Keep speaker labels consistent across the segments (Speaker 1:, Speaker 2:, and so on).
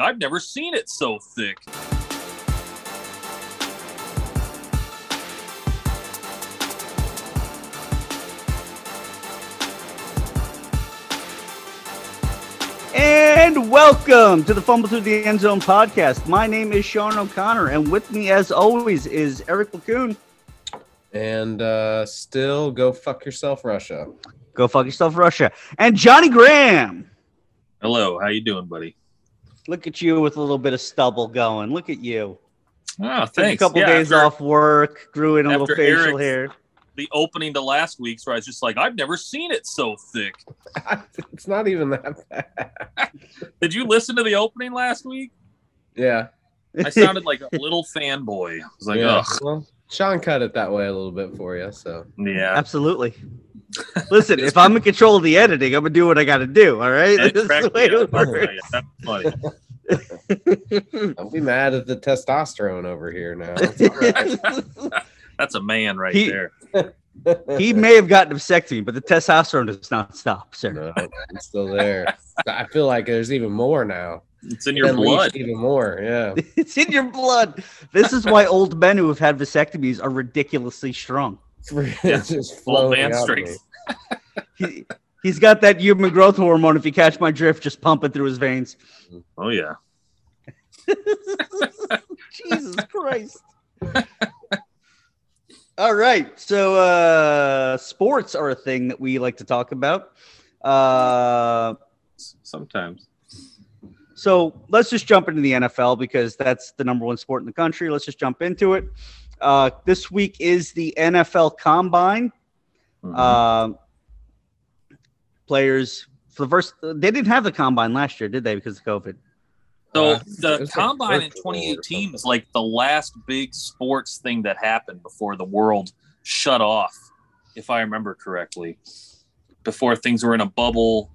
Speaker 1: I've never seen it so thick.
Speaker 2: And welcome to the Fumble Through the End Zone podcast. My name is Sean O'Connor, and with me, as always, is Eric Lacoon.
Speaker 3: And uh, still go fuck yourself, Russia.
Speaker 2: Go fuck yourself, Russia. And Johnny Graham.
Speaker 1: Hello, how you doing, buddy?
Speaker 2: Look at you with a little bit of stubble going. Look at you.
Speaker 1: Ah,
Speaker 2: Took
Speaker 1: thanks.
Speaker 2: a couple
Speaker 1: Yeah,
Speaker 2: days
Speaker 1: after
Speaker 2: off work, grew in a little
Speaker 1: after
Speaker 2: facial
Speaker 1: Eric's-
Speaker 2: hair.
Speaker 1: The opening to last week's, where I was just like, I've never seen it so thick.
Speaker 3: it's not even that bad.
Speaker 1: Did you listen to the opening last week?
Speaker 3: Yeah.
Speaker 1: I sounded like a little fanboy. I was like,
Speaker 3: yeah.
Speaker 1: ugh,
Speaker 3: Well, Sean cut it that way a little bit for you. So
Speaker 1: yeah.
Speaker 2: Absolutely. Listen, if I'm in control of the editing, I'm gonna do what I gotta do. All right,
Speaker 1: It
Speaker 2: This is the
Speaker 1: cracked
Speaker 2: way
Speaker 1: me
Speaker 2: it
Speaker 1: up. I was
Speaker 2: works.
Speaker 1: like, That's funny.
Speaker 3: don't be mad at the testosterone over here now. It's all
Speaker 1: That's a man right
Speaker 2: He-
Speaker 1: there.
Speaker 3: right.
Speaker 2: he may have gotten vasectomy, but the testosterone does not stop, sir.
Speaker 3: no, it's still there. I feel like there's even more now.
Speaker 1: It's in your
Speaker 3: Unleashed
Speaker 1: blood.
Speaker 3: Even more. Yeah.
Speaker 2: It's in your blood. This is why old men who have had vasectomies are ridiculously strong.
Speaker 3: It's just
Speaker 1: Old
Speaker 3: flowing
Speaker 1: man
Speaker 3: out of me.
Speaker 1: strength.
Speaker 2: He, he's got that human growth hormone. If you catch my drift, just pumping through his veins.
Speaker 1: Oh yeah.
Speaker 2: Jesus Christ. All right. So uh sports are a thing that we like to talk about. Uh
Speaker 1: S- Sometimes.
Speaker 2: so let's just jump into the NFL because that's the number one sport in the country. Let's just jump into it. Uh, this week is the NFL Combine.
Speaker 1: Mhm.
Speaker 2: Um, players for the first, they didn't have the combine last year, did they? Because of COVID.
Speaker 1: So
Speaker 3: Uh, it
Speaker 1: the
Speaker 3: was like
Speaker 1: combine in
Speaker 3: virtual or
Speaker 1: 2018 was
Speaker 3: something.
Speaker 1: like the last big sports thing that happened before the world shut off, if I remember correctly. Before things were in a bubble,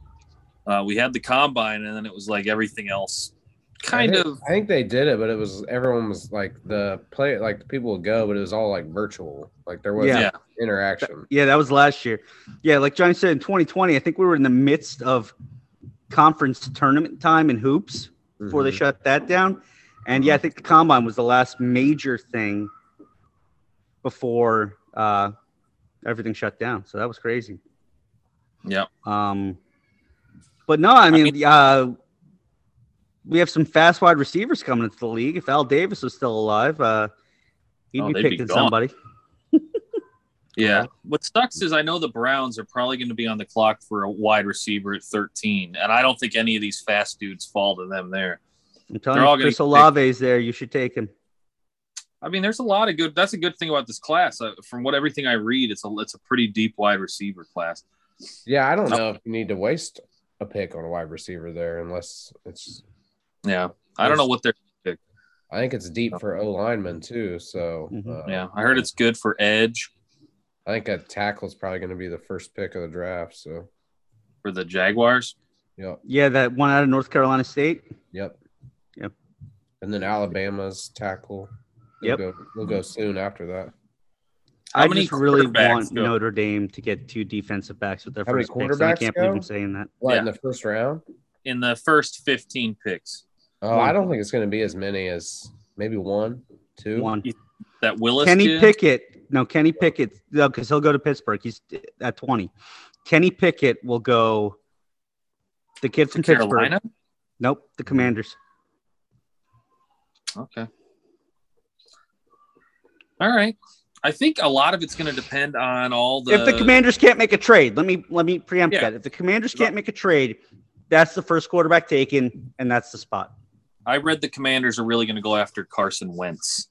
Speaker 1: uh, we had the combine, and then it was like everything else, kind
Speaker 3: I think,
Speaker 1: of.
Speaker 3: I think they did it, but it was everyone was like the play, like the people would go, but it was all like virtual. Like there was
Speaker 2: Yeah.
Speaker 1: Yeah.
Speaker 3: not interaction.
Speaker 2: Yeah, that was last year. Yeah, like Johnny said in 2020, I think we were in the midst of conference tournament time in hoops before they
Speaker 1: Mm-hmm.
Speaker 3: Mhm.
Speaker 2: shut that down. And yeah, I think the combine was the last major thing before uh, everything shut down. So that was crazy.
Speaker 1: Yep.
Speaker 2: Um, but no, I mean, uh, we have some fast wide receivers coming into the league. If Al Davis was still alive, uh, he'd
Speaker 1: Oh,
Speaker 2: be
Speaker 1: they'd be
Speaker 2: picking
Speaker 1: gone.
Speaker 2: somebody.
Speaker 1: Yeah. What sucks is I know the Browns are probably going to be on the clock for a wide receiver at 13, and I don't think any of these fast dudes fall to them there.
Speaker 2: I'm telling
Speaker 1: They're all
Speaker 2: you,
Speaker 1: gonna
Speaker 2: Chris
Speaker 1: get
Speaker 2: Olave's there. You should take him.
Speaker 1: I mean, there's a lot of good. That's a good thing about this class. Uh, from what everything I read, it's a it's a pretty deep wide receiver class.
Speaker 3: Mm-hmm. Yeah, I don't
Speaker 1: Oh.
Speaker 3: know if you need to waste a pick on a wide receiver there unless it's.
Speaker 1: Yeah, I don't know what they're.
Speaker 3: I think it's deep for O linemen too. So
Speaker 2: Mhm.
Speaker 3: uh,
Speaker 1: Yeah, I heard it's good for edge
Speaker 3: I think a tackle is probably going to be the first pick of the draft. So
Speaker 1: for the Jaguars.
Speaker 3: yep,
Speaker 2: Yeah, that one out of North Carolina State.
Speaker 3: yep,
Speaker 2: Yep.
Speaker 3: And then Alabama's tackle. They'll
Speaker 2: Yep.
Speaker 3: go, they'll go soon after that.
Speaker 1: How
Speaker 2: I
Speaker 1: many
Speaker 2: just really
Speaker 1: quarterbacks
Speaker 2: want
Speaker 1: go?
Speaker 2: Notre Dame to get two defensive backs with their
Speaker 3: How many
Speaker 2: first picks. and I
Speaker 3: quarterbacks
Speaker 2: can't believe
Speaker 3: go?
Speaker 2: I'm saying that.
Speaker 3: What in the first round?
Speaker 1: In the first 15 picks,
Speaker 3: Oh, I don't think it's going to be as many as maybe one, two.
Speaker 2: One.
Speaker 1: that Willis
Speaker 2: Kenny
Speaker 1: kid,
Speaker 2: Pickett. No, Kenny Pickett. No, because he'll go to Pittsburgh. He's at 20. Kenny Pickett will go. The kid
Speaker 1: to
Speaker 2: from
Speaker 1: Carolina.
Speaker 2: Pittsburgh. Nope, the Commanders.
Speaker 1: Okay. All right. I think a lot of it's going to depend on all the.
Speaker 2: if the Commanders can't make a trade, let me let me preempt
Speaker 1: Yeah.
Speaker 2: that. If the Commanders can't make a trade, that's the first quarterback taken, and that's the spot.
Speaker 1: I read the Commanders are really going to go after Carson Wentz.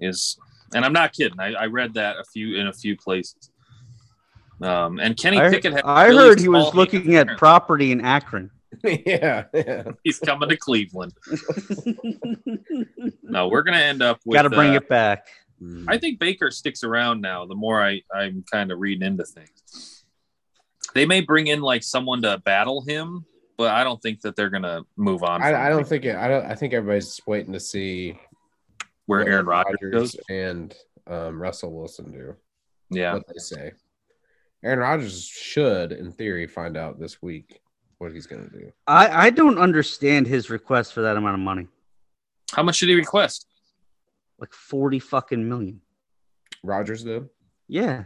Speaker 1: Is and I'm not kidding. I, I read that a few in a few places. Um, and Kenny
Speaker 2: I,
Speaker 1: Pickett. had
Speaker 2: I
Speaker 1: really
Speaker 2: heard he was
Speaker 1: small
Speaker 2: looking
Speaker 1: hands.
Speaker 2: at property in Akron.
Speaker 3: yeah, yeah.
Speaker 1: He's coming to Cleveland. No, we're going to end up with.
Speaker 2: Got to bring
Speaker 1: uh,
Speaker 2: it back.
Speaker 1: I think Baker sticks around now. The more I, I'm kind of reading into things, they may bring in like someone to battle him, but I don't think that they're gonna move on. from
Speaker 3: I, I
Speaker 1: him.
Speaker 3: don't think it. I don't. I think everybody's just waiting to see
Speaker 1: where
Speaker 3: what
Speaker 1: Aaron Rodgers
Speaker 3: Rodgers
Speaker 1: goes.
Speaker 3: and um, Russell Wilson do.
Speaker 1: Yeah,
Speaker 3: What they say. Aaron Rodgers should, in theory, find out this week what he's gonna do.
Speaker 2: I, I don't understand his request for that amount of money.
Speaker 1: How much did he request?
Speaker 2: Like 40 fucking million.
Speaker 3: Rogers did.
Speaker 2: Yeah.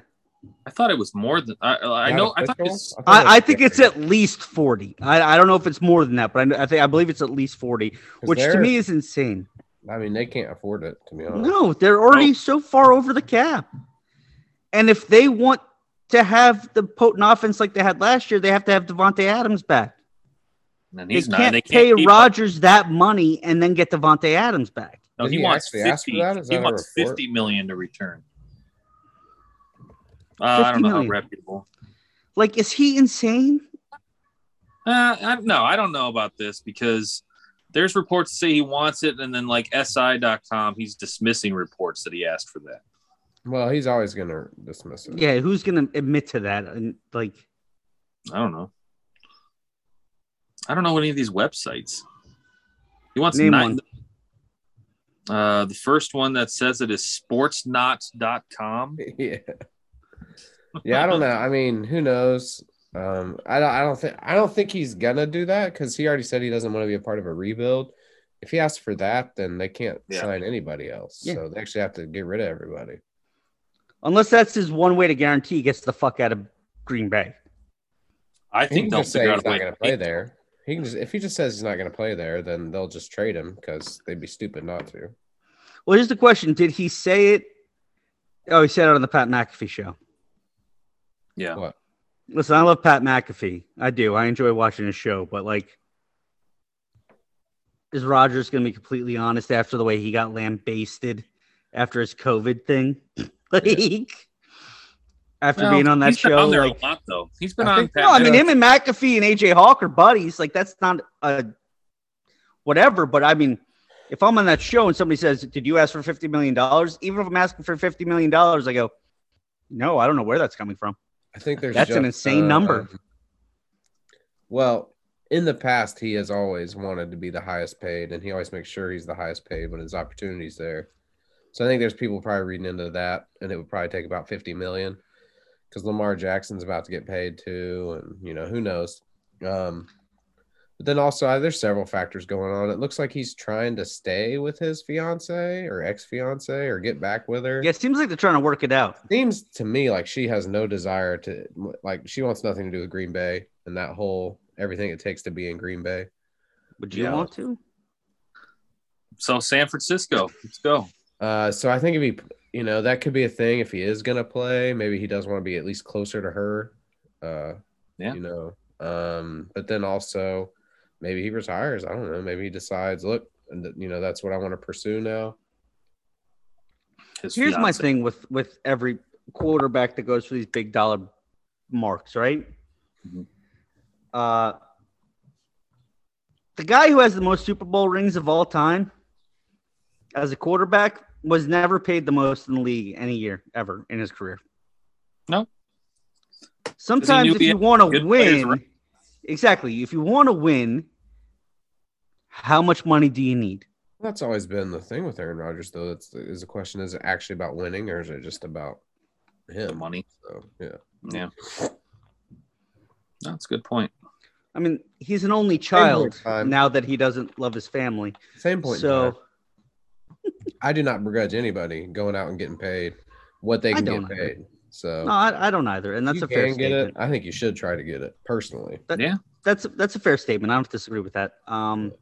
Speaker 1: I thought it was more than I, I
Speaker 3: Not
Speaker 1: know. I thought
Speaker 3: official?
Speaker 1: it's
Speaker 3: thought it was
Speaker 2: I, I think it's
Speaker 3: different.
Speaker 2: at least 40. I, I don't know if it's more than that, but I, kn- I think I believe it's at least 40,
Speaker 3: 'Cause
Speaker 2: which to
Speaker 3: they're-
Speaker 2: me is insane.
Speaker 3: I mean, they can't afford it. To be honest,
Speaker 2: No, they're already so far over the cap. And if they want to have the potent offense like they had last year, they have to have Devontae Adams back.
Speaker 1: and
Speaker 2: They
Speaker 1: he's not.
Speaker 2: can't,
Speaker 1: They
Speaker 2: pay
Speaker 1: can't keep-
Speaker 2: Rodgers that money and then get Devontae Adams back.
Speaker 1: No,
Speaker 3: Did
Speaker 1: he,
Speaker 3: he
Speaker 1: wants
Speaker 3: actually ask for
Speaker 1: fifty.
Speaker 3: that? Is
Speaker 1: he
Speaker 3: that a
Speaker 1: wants
Speaker 3: report?
Speaker 1: fifty million to return. Uh, I
Speaker 2: 50
Speaker 1: don't know
Speaker 2: million.
Speaker 1: how reputable.
Speaker 2: Like, is he insane?
Speaker 1: Uh, I, no, I don't know about this because there's reports that say he wants it, and then like SI.com, he's dismissing reports that he asked for that.
Speaker 3: Well, he's always gonna dismiss it.
Speaker 2: Yeah, who's gonna admit to that? And like,
Speaker 1: I don't know. I don't know any of these websites. He wants
Speaker 2: Name
Speaker 1: nine. Uh, the first one that says it is sportsnot.com.
Speaker 3: yeah. Yeah, I don't know. I mean, who knows? Um, I don't. I don't think. I don't think he's gonna do that because he already said he doesn't want to be a part of a rebuild. If he asks for that, then they can't
Speaker 1: Yeah.
Speaker 3: sign anybody else.
Speaker 2: Yeah.
Speaker 3: So they actually have to get rid of everybody.
Speaker 2: unless that's his one way to guarantee he gets the fuck out of Green Bay.
Speaker 1: I
Speaker 3: He
Speaker 1: think
Speaker 3: can
Speaker 1: they'll
Speaker 3: just say
Speaker 1: figure
Speaker 3: he's
Speaker 1: out a way
Speaker 3: not gonna
Speaker 1: to
Speaker 3: play there. He can just if he just says he's not gonna play there, then they'll just trade him because they'd be stupid not to.
Speaker 2: Well, here's the question: Did he say it? Oh, he said it on the Pat McAfee show.
Speaker 1: Yeah.
Speaker 3: What?
Speaker 2: Listen, I love Pat McAfee. I do. I enjoy watching his show, but like, is Rogers gonna be completely honest after the way he got lambasted after his COVID thing? like, after
Speaker 1: Well,
Speaker 2: being on that
Speaker 1: he's been
Speaker 2: show,
Speaker 1: on there
Speaker 2: like,
Speaker 1: a lot though. He's been
Speaker 3: I
Speaker 1: on.
Speaker 3: think-
Speaker 1: Pat
Speaker 2: No, I mean
Speaker 1: McAfee.
Speaker 2: him and McAfee and AJ Hawk are buddies. Like that's not a whatever. But I mean, if I'm on that show and somebody says, "Did you ask for fifty million dollars?" Even if I'm asking for fifty million dollars, I go, "No, I don't know where that's coming from."
Speaker 3: I think there's
Speaker 2: That's an insane number.
Speaker 3: um, well, in the past, he has always wanted to be the highest paid, and he always makes sure he's the highest paid when his opportunity's there. So I think there's people probably reading into that, and it would probably take about 50 million because Lamar Jackson's about to get paid too, and you know who knows. Um, but then also uh, there's several factors going on. It looks like he's trying to stay with his fiance or ex fiance or get back with her
Speaker 2: Yeah, it seems like they're trying to work it out.
Speaker 3: seems to me like she has no desire to like she wants nothing to do with Green Bay and that whole everything it takes to be in Green Bay.
Speaker 2: Would you
Speaker 3: Yeah.
Speaker 2: want to?
Speaker 1: So San Francisco, let's go.
Speaker 3: Uh, so I think if he, you know, that could be a thing if he is gonna play. Maybe he does want to be at least closer to her. Uh,
Speaker 1: Yeah.
Speaker 3: you know, um, but then also maybe he retires. I don't know. Maybe he decides, look, and th- you know, that's what I want to pursue now.
Speaker 1: His
Speaker 2: Here's my
Speaker 1: fiance.
Speaker 2: thing with with every quarterback that goes for these big dollar marks, right?
Speaker 1: Mhm.
Speaker 2: Uh, the guy who has the most Super Bowl rings of all time as a quarterback was never paid the most in the league any year ever in his career.
Speaker 1: No.
Speaker 2: Sometimes
Speaker 1: knew
Speaker 2: if
Speaker 1: he
Speaker 2: you
Speaker 1: had
Speaker 2: want to
Speaker 1: good players
Speaker 2: win,
Speaker 1: around.
Speaker 2: exactly. If you want to win, how much money do you need?
Speaker 3: That's always been the thing with Aaron Rodgers, though. That's is the question: Is it actually about winning, or is it just about
Speaker 1: The
Speaker 3: him?
Speaker 1: money.
Speaker 3: So, yeah.
Speaker 1: Yeah. That's a good point.
Speaker 2: I mean, he's an only child
Speaker 3: time.
Speaker 2: now that he doesn't love his family.
Speaker 3: Same point. in time.
Speaker 2: So
Speaker 3: I do not begrudge anybody going out and getting paid what they
Speaker 2: I
Speaker 3: can
Speaker 2: don't
Speaker 3: get
Speaker 2: either.
Speaker 3: paid. So
Speaker 2: no, I, I don't either, and that's
Speaker 3: you
Speaker 2: a fair
Speaker 3: can get
Speaker 2: statement.
Speaker 3: it. I think you should try to get it personally.
Speaker 2: That's that's a fair statement. I don't disagree with that. Um,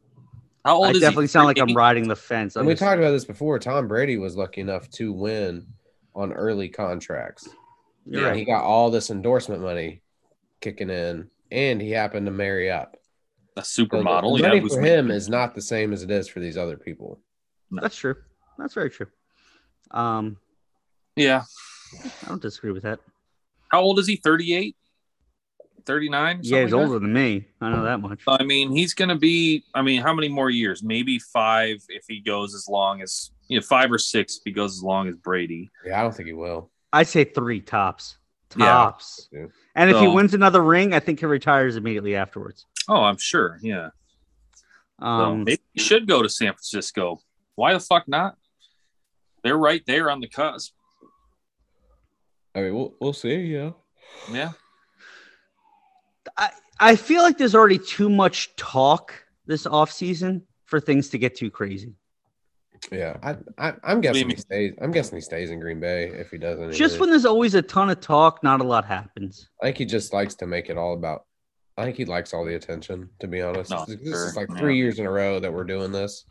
Speaker 1: How old
Speaker 2: I
Speaker 1: is he?
Speaker 2: definitely sound like I'm
Speaker 1: 38?
Speaker 2: riding the fence. I'm
Speaker 3: And we
Speaker 2: just-
Speaker 3: talked about this before. Tom Brady was lucky enough to win on early contracts.
Speaker 2: you're
Speaker 1: Yeah.
Speaker 3: And he
Speaker 2: right.
Speaker 3: got all this endorsement money kicking in, and he happened to marry up.
Speaker 1: A
Speaker 3: So the-
Speaker 1: supermodel.
Speaker 3: the
Speaker 1: yeah,
Speaker 3: money
Speaker 1: who's-
Speaker 3: for him is not the same as it is for these other people.
Speaker 2: That's true. That's very true. Um,
Speaker 1: yeah.
Speaker 2: I don't disagree with that.
Speaker 1: How old is he? 38? 39?
Speaker 2: Yeah, he's
Speaker 1: Something like
Speaker 2: older than me. I know that much.
Speaker 1: that? I mean, he's going to be, I mean, how many more years? Maybe five if he goes as long as, you know, five or six if he goes as long as Brady.
Speaker 3: Yeah, I don't think he will.
Speaker 2: I say three tops.
Speaker 1: Yeah.
Speaker 2: Tops.
Speaker 3: Yeah.
Speaker 2: And if he
Speaker 1: So-
Speaker 2: wins another ring, I think he retires immediately afterwards.
Speaker 1: Oh, I'm sure. Yeah. So
Speaker 2: Um,
Speaker 1: maybe he should go to San Francisco. Why the fuck not? They're right there on the cusp.
Speaker 3: I mean, we'll, we'll see. Yeah.
Speaker 1: Yeah.
Speaker 2: I feel like there's already too much talk this offseason for things to get too crazy.
Speaker 3: Yeah, I, I I'm guessing he
Speaker 1: mean?
Speaker 3: stays. I'm guessing he stays in Green Bay if he doesn't.
Speaker 2: Just when there's always a ton of talk, not a lot happens.
Speaker 3: I think he just likes to make it all about. I think he likes all the attention. To be honest,
Speaker 1: No,
Speaker 3: this, this is
Speaker 1: sure,
Speaker 3: like
Speaker 1: yeah.
Speaker 3: three years in a row that we're doing this.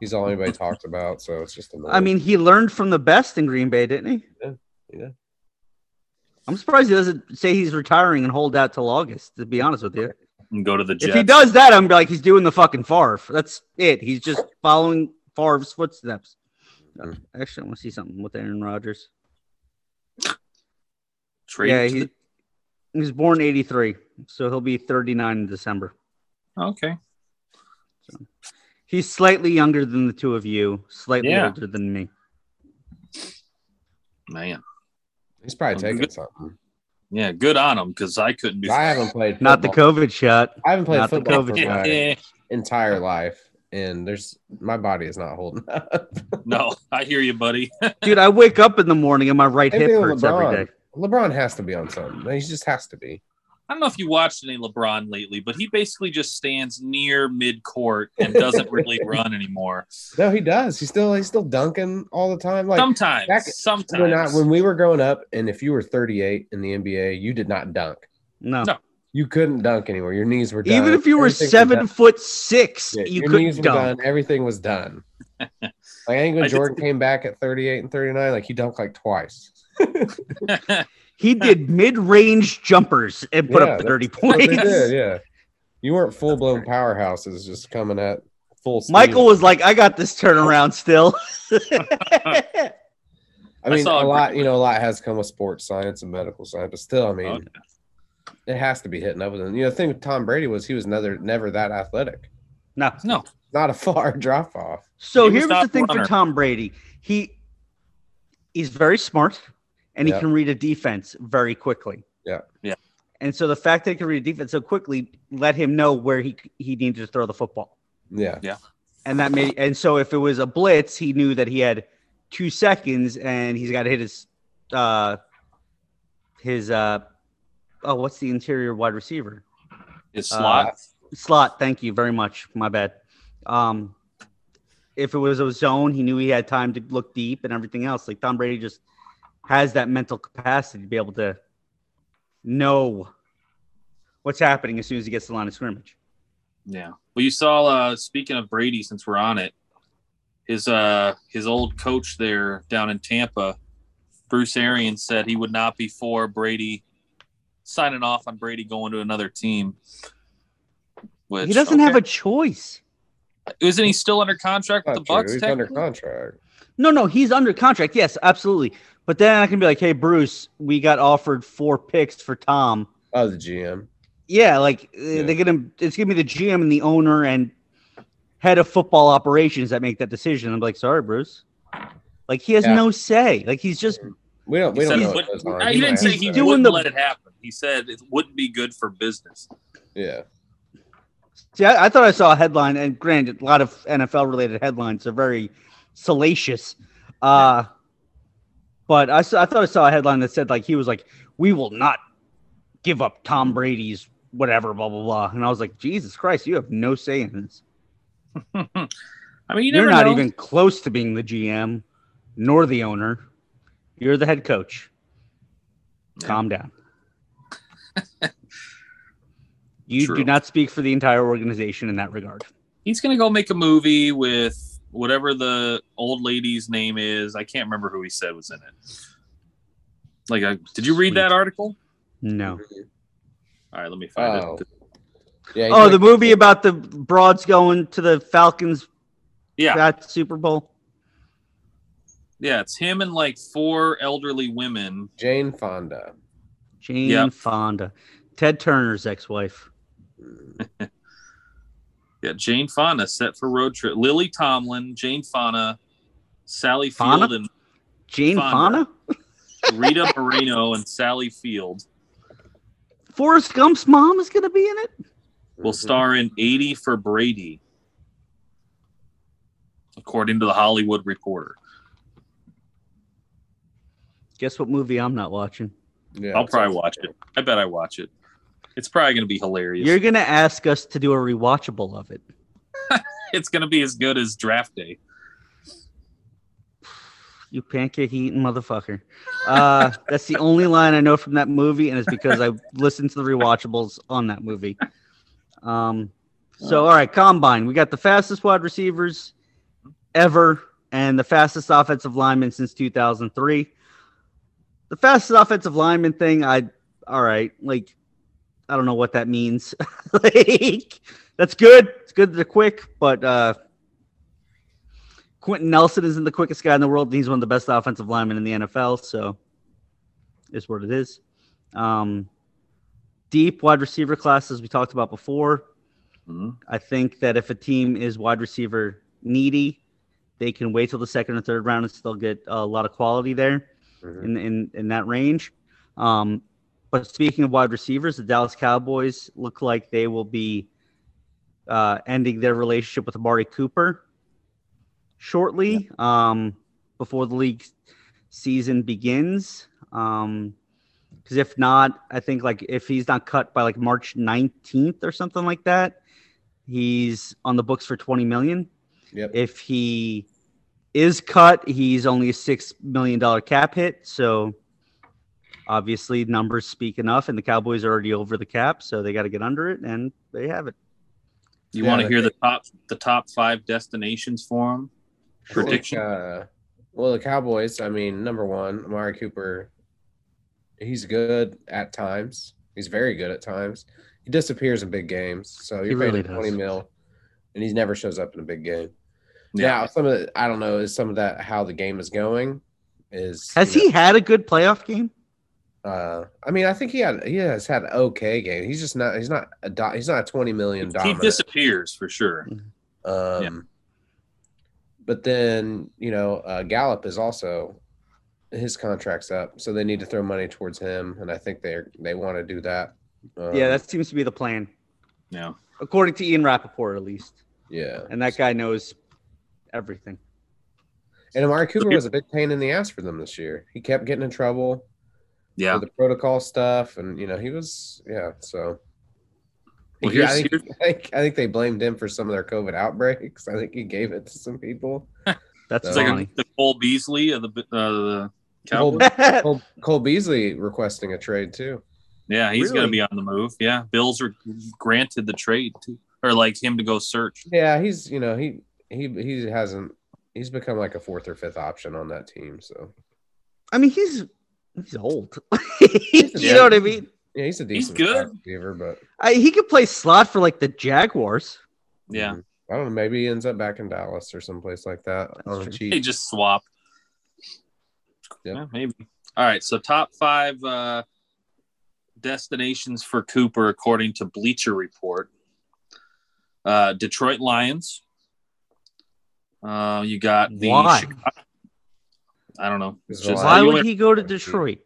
Speaker 3: He's all anybody talks about, so it's just. Annoying.
Speaker 2: I mean, he learned from the best in Green Bay, didn't he?
Speaker 3: Yeah, yeah.
Speaker 2: I'm surprised he doesn't say he's retiring and hold out till August, to be honest with you.
Speaker 1: and go to the Jets.
Speaker 2: If he does that, I'm like, he's doing the fucking Favre. That's it. He's just following Favre's footsteps. Uh,
Speaker 3: Mm-hmm.
Speaker 2: Actually, I want to see something with Aaron Rodgers.
Speaker 1: Trade
Speaker 2: yeah,
Speaker 1: to
Speaker 2: he, he was born 83, so he'll be 39 in December.
Speaker 1: the- okay.
Speaker 2: He's slightly younger than the two of you, slightly
Speaker 1: Yeah.
Speaker 2: older than me.
Speaker 1: Man.
Speaker 3: he's probably
Speaker 1: I'm
Speaker 3: taking
Speaker 1: good.
Speaker 3: something.
Speaker 1: Yeah, good on him because I couldn't do
Speaker 3: I haven't played.
Speaker 2: Not the
Speaker 3: football-
Speaker 2: COVID shot.
Speaker 3: I haven't played
Speaker 2: not the
Speaker 3: football
Speaker 2: COVID
Speaker 3: for
Speaker 2: shot.
Speaker 3: my
Speaker 1: Eh,
Speaker 3: entire life, and there's my body is not holding up.
Speaker 1: no, I hear you, buddy.
Speaker 2: Dude, I wake up in the morning and my right
Speaker 3: Same
Speaker 2: hip
Speaker 3: thing with
Speaker 2: hurts
Speaker 3: LeBron.
Speaker 2: every day.
Speaker 3: LeBron has to be on something. He just has to be.
Speaker 1: I don't know if you watched any LeBron lately, but he basically just stands near mid court and doesn't really run anymore.
Speaker 3: No, he does. He's still he's still dunking all the time. Like
Speaker 1: sometimes,
Speaker 3: back-
Speaker 1: sometimes.
Speaker 3: when I, when we were growing up, and if you were 38 in the NBA, you did not dunk.
Speaker 2: No.
Speaker 1: No.
Speaker 3: You couldn't dunk anymore. Your knees were done.
Speaker 2: Even if you were
Speaker 3: Everything was
Speaker 2: seven
Speaker 3: done.
Speaker 2: foot six,
Speaker 3: Yeah,
Speaker 2: you
Speaker 3: your knees
Speaker 2: couldn't
Speaker 3: were
Speaker 2: dunk.
Speaker 3: done. Everything was done. Like I think when
Speaker 1: I did-
Speaker 3: Jordan came back at 38 and 39, like he dunked like twice.
Speaker 2: He did mid range jumpers and put
Speaker 3: Yeah,
Speaker 2: up
Speaker 3: that's-
Speaker 2: 30
Speaker 3: But they
Speaker 2: points.
Speaker 3: did, yeah. You weren't full blown powerhouses just coming at full speed.
Speaker 2: Michael was like, I got this turnaround still.
Speaker 3: I
Speaker 1: I
Speaker 3: mean,
Speaker 1: saw
Speaker 3: a
Speaker 1: a
Speaker 3: lot,
Speaker 1: great-
Speaker 3: you know, a lot has come with sports science and medical science, but still, I mean,
Speaker 1: Okay.
Speaker 3: it has to be hitting up with him. You know, the thing with Tom Brady was he was never never that athletic.
Speaker 2: no.
Speaker 1: no,
Speaker 3: Not a far drop off.
Speaker 2: So
Speaker 1: He was
Speaker 2: here's
Speaker 1: not
Speaker 2: the thing
Speaker 1: runner.
Speaker 2: for Tom Brady. He he's very smart and
Speaker 3: Yeah.
Speaker 2: he can read a defense very quickly.
Speaker 3: Yeah.
Speaker 1: Yeah.
Speaker 2: And so the fact that he can read a defense so quickly let him know where he he needed to throw the football.
Speaker 3: Yeah,
Speaker 2: And that made and so if it was a blitz, he knew that he had two seconds and he's gotta hit his uh his uh oh what's the interior wide receiver?
Speaker 1: his
Speaker 2: Uh,
Speaker 1: slot.
Speaker 2: slot. Thank you very much. My bad. Um, if it was a zone, he knew he had time to look deep and everything else. Like Tom Brady just has that mental capacity to be able to know what's happening as soon as he gets to the line of scrimmage.
Speaker 1: Yeah. Well, you saw. Uh, speaking of Brady, since we're on it, his uh his old coach there down in Tampa, Bruce Arians said he would not be for Brady signing off on Brady going to another team. Which
Speaker 2: he doesn't have a choice.
Speaker 1: a. Isn't he still under contract with
Speaker 3: Not
Speaker 1: the
Speaker 3: true.
Speaker 1: Bucks?
Speaker 3: He's under
Speaker 1: technically?
Speaker 3: contract.
Speaker 2: No, no, he's under contract. Yes, absolutely. But then I can be like, hey, Bruce, we got offered four picks for Tom.
Speaker 3: Oh, the GM.
Speaker 2: Yeah, like uh,
Speaker 3: Yeah.
Speaker 2: they're gonna it's gonna be the GM and the owner and head of football operations that make that decision. I'm like, sorry, Bruce. Like he has
Speaker 3: Yeah.
Speaker 2: no say. Like he's just
Speaker 3: We don't. We
Speaker 1: He said
Speaker 3: don't know
Speaker 1: he
Speaker 3: what
Speaker 1: wouldn't-
Speaker 3: goes on.
Speaker 1: I-
Speaker 3: He
Speaker 1: Uh, he didn't
Speaker 3: might
Speaker 1: say
Speaker 3: have
Speaker 1: he
Speaker 3: to-
Speaker 2: doing
Speaker 1: wouldn't
Speaker 2: the-
Speaker 1: let it happen. He said it wouldn't be good for business.
Speaker 3: Yeah,
Speaker 2: see, I, I thought I saw a headline, and granted, a lot of NFL related headlines are very salacious. Uh but I saw, I thought I saw a headline that said like he was like, We will not give up Tom Brady's whatever, blah blah blah. And I was like, Jesus Christ, you have no say in this.
Speaker 1: I mean, you
Speaker 2: You're
Speaker 1: never
Speaker 2: not
Speaker 1: know.
Speaker 2: even close to being the GM nor the owner. You're the head coach.
Speaker 1: Yeah.
Speaker 2: Calm down. you
Speaker 1: True.
Speaker 2: do not speak for the entire organization in that regard.
Speaker 1: he's gonna go make a movie with whatever the old lady's name is. I can't remember who he said was in it. Like, I, did you read
Speaker 2: Sweet.
Speaker 1: that article?
Speaker 2: No.
Speaker 1: All right, let me find
Speaker 3: Oh.
Speaker 1: it.
Speaker 3: yeah. he's
Speaker 2: Oh, the
Speaker 3: like-
Speaker 2: movie about the broads going to the Falcons
Speaker 1: Yeah,
Speaker 2: that Super Bowl.
Speaker 1: yeah, it's him and like four elderly women.
Speaker 3: Jane Fonda.
Speaker 2: Jane
Speaker 1: Yeah.
Speaker 2: Fonda, Ted Turner's ex-wife.
Speaker 1: Mm-hmm. Yeah, Jane Fonda set for road trip. Lily Tomlin, Jane Fonda, Sally
Speaker 2: Fonda?
Speaker 1: Field, and
Speaker 2: Jane
Speaker 1: Fonda.
Speaker 2: Fonda.
Speaker 1: Rita Moreno and Sally Field
Speaker 2: Forrest Gump's mom is going to be in it.
Speaker 1: will
Speaker 3: Mm-hmm.
Speaker 1: star in 80 for Brady, according to the Hollywood Reporter.
Speaker 2: Guess what movie I'm not watching?
Speaker 3: Yeah,
Speaker 1: I'll
Speaker 3: that's
Speaker 1: probably
Speaker 3: what
Speaker 1: watch
Speaker 3: I'm
Speaker 1: it. I bet I watch it. It's probably going to be hilarious.
Speaker 2: You're gonna ask us to do a rewatchable of it.
Speaker 1: it's going to be as good as draft day.
Speaker 2: You pancake eating motherfucker. Uh, that's the only line I know from that movie, and it's because I listened to the rewatchables on that movie. Um, so all right, combine. We got the fastest wide receivers ever, and the fastest offensive lineman since 2003. The fastest offensive lineman thing, I all right, like I don't know what that means. like that's good. It's good that they're quick, but uh Quentin Nelson isn't the quickest guy in the world. and He's one of the best offensive linemen in the NFL, so is what it is. Um, deep wide receiver class, as we talked about before.
Speaker 3: Mm-hmm.
Speaker 1: Mhm.
Speaker 2: I think that if a team is wide receiver needy, they can wait till the second or third round and still get a lot of quality there
Speaker 3: Mhm.
Speaker 2: in in, in that range. Um, but speaking of wide receivers, the Dallas Cowboys look like they will be uh, ending their relationship with Amari Cooper shortly um, before the league season begins. Um, because if not, I think like if he's not cut by like March 19th or something like that, he's on the books for 20 million.
Speaker 3: Yep.
Speaker 2: If he is cut, he's only a six million dollar cap hit. So obviously, numbers speak enough, and the Cowboys are already over the cap, so they got to get under it, and they have it.
Speaker 1: You
Speaker 3: Yeah,
Speaker 1: want to
Speaker 3: that-
Speaker 1: hear the top the top five destinations for him?
Speaker 3: I think,
Speaker 1: Prediction.
Speaker 3: uh, well, the Cowboys. I mean, number one, Amari Cooper. He's good at times. He's very good at times. He disappears in big games. So you're
Speaker 2: really
Speaker 3: paying him twenty
Speaker 2: does.
Speaker 3: mil, and he never shows up in a big game.
Speaker 1: Yeah.
Speaker 3: Now, some of the, I don't know is some of that how the game is going. Is
Speaker 2: Has
Speaker 3: you know,
Speaker 2: he had a good playoff game?
Speaker 3: Uh, I mean, I think he had he has had an okay game. He's just not he's not a do, he's not a twenty million
Speaker 1: He
Speaker 3: dominant.
Speaker 1: disappears for sure.
Speaker 3: um, but then you know uh, Gallup is also his contract's up, so they need to throw money towards him, and I think they are they want to do that.
Speaker 1: Uh,
Speaker 3: Um,
Speaker 2: yeah, that seems to be the plan,
Speaker 1: Yeah.
Speaker 2: according to Ian Rappaport, at least.
Speaker 3: yeah.
Speaker 2: And that guy knows everything.
Speaker 3: And Amari Cooper was a big pain in the ass for them this year. He kept getting in trouble
Speaker 1: Yeah.
Speaker 3: with the protocol stuff, and you know he was yeah. So
Speaker 1: Well,
Speaker 3: Yeah, I,
Speaker 1: here's-
Speaker 3: think, I think I think they blamed him for some of their COVID outbreaks. I think he gave it to some people.
Speaker 2: That's
Speaker 1: It's
Speaker 3: So-
Speaker 1: like
Speaker 2: funny.
Speaker 1: the Cole Beasley of the uh, the
Speaker 3: Cole-
Speaker 1: Cowboys.
Speaker 3: Cole, Cole Beasley requesting a trade too.
Speaker 1: Yeah, he's going
Speaker 2: Really?
Speaker 1: to be on the move. Yeah, Bills are granted the trade too, or like him to go search.
Speaker 3: Yeah, he's you know he he he hasn't he's become like a fourth or fifth option on that team. So
Speaker 2: I mean, he's he's old. you know what I mean?
Speaker 3: yeah, he's a
Speaker 1: He's
Speaker 3: decent
Speaker 1: good.
Speaker 3: wide receiver, but
Speaker 2: I, he could play slot for like the Jaguars.
Speaker 1: Yeah,
Speaker 3: mm,
Speaker 2: Mm-hmm.
Speaker 3: I don't know. Maybe he ends up back in Dallas or someplace like that on a
Speaker 2: true.
Speaker 1: they
Speaker 3: cheap.
Speaker 1: just swap.
Speaker 3: Yeah.
Speaker 1: Yeah, maybe. All right, so top five uh, destinations for Cooper according to Bleacher Report: uh, Detroit Lions. Uh, you got the
Speaker 2: Why?
Speaker 1: Chicago- I don't know. It's
Speaker 3: Is it
Speaker 1: just-
Speaker 2: Why
Speaker 1: you
Speaker 2: would he go to
Speaker 3: Mhm.
Speaker 2: Detroit?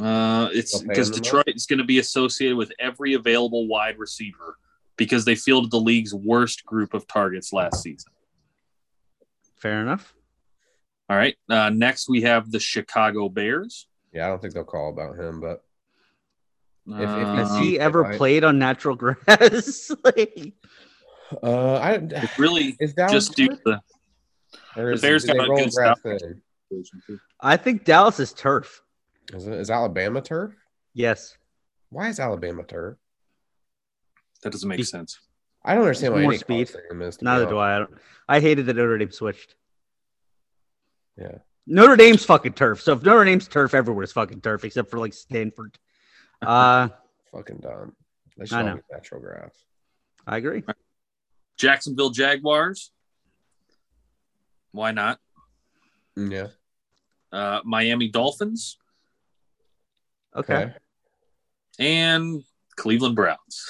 Speaker 1: Uh, it's
Speaker 3: They'll pay
Speaker 1: because
Speaker 3: him the most?
Speaker 1: Detroit is going to be associated with every available wide receiver because they fielded the league's worst group of targets last season.
Speaker 2: Fair enough.
Speaker 1: All right. Uh, next, we have the Chicago Bears.
Speaker 3: Yeah, I don't think they'll call about him, but if
Speaker 2: Has
Speaker 1: Um,
Speaker 2: he ever
Speaker 3: I-
Speaker 2: played on natural grass? like,
Speaker 3: uh, I
Speaker 1: it's really
Speaker 3: is Dallas
Speaker 1: just due to the
Speaker 3: or
Speaker 1: the
Speaker 3: is,
Speaker 1: Bears
Speaker 3: do
Speaker 1: got
Speaker 3: they
Speaker 1: a
Speaker 3: roll
Speaker 1: good
Speaker 3: grass
Speaker 1: stop.
Speaker 3: in?
Speaker 2: I think Dallas is turf.
Speaker 3: Is, it, is Alabama turf?
Speaker 2: Yes.
Speaker 3: Why is Alabama turf?
Speaker 1: that doesn't make sense.
Speaker 3: I don't understand why
Speaker 2: More
Speaker 3: any
Speaker 2: speed.
Speaker 3: college stadium is, to be
Speaker 2: Neither do
Speaker 3: honest.
Speaker 2: I. I, don't, I hated that Notre Dame switched.
Speaker 3: Yeah.
Speaker 2: Notre Dame's fucking turf. So if Notre Dame's turf, everywhere's fucking turf except for like Stanford. Uh,
Speaker 3: Fucking dumb. They should
Speaker 2: I
Speaker 3: all
Speaker 2: know.
Speaker 3: be natural grass.
Speaker 2: I agree.
Speaker 1: Jacksonville Jaguars. Why not?
Speaker 3: Mm, Yeah.
Speaker 1: Uh, Miami Dolphins
Speaker 2: Okay.
Speaker 1: and Cleveland Browns.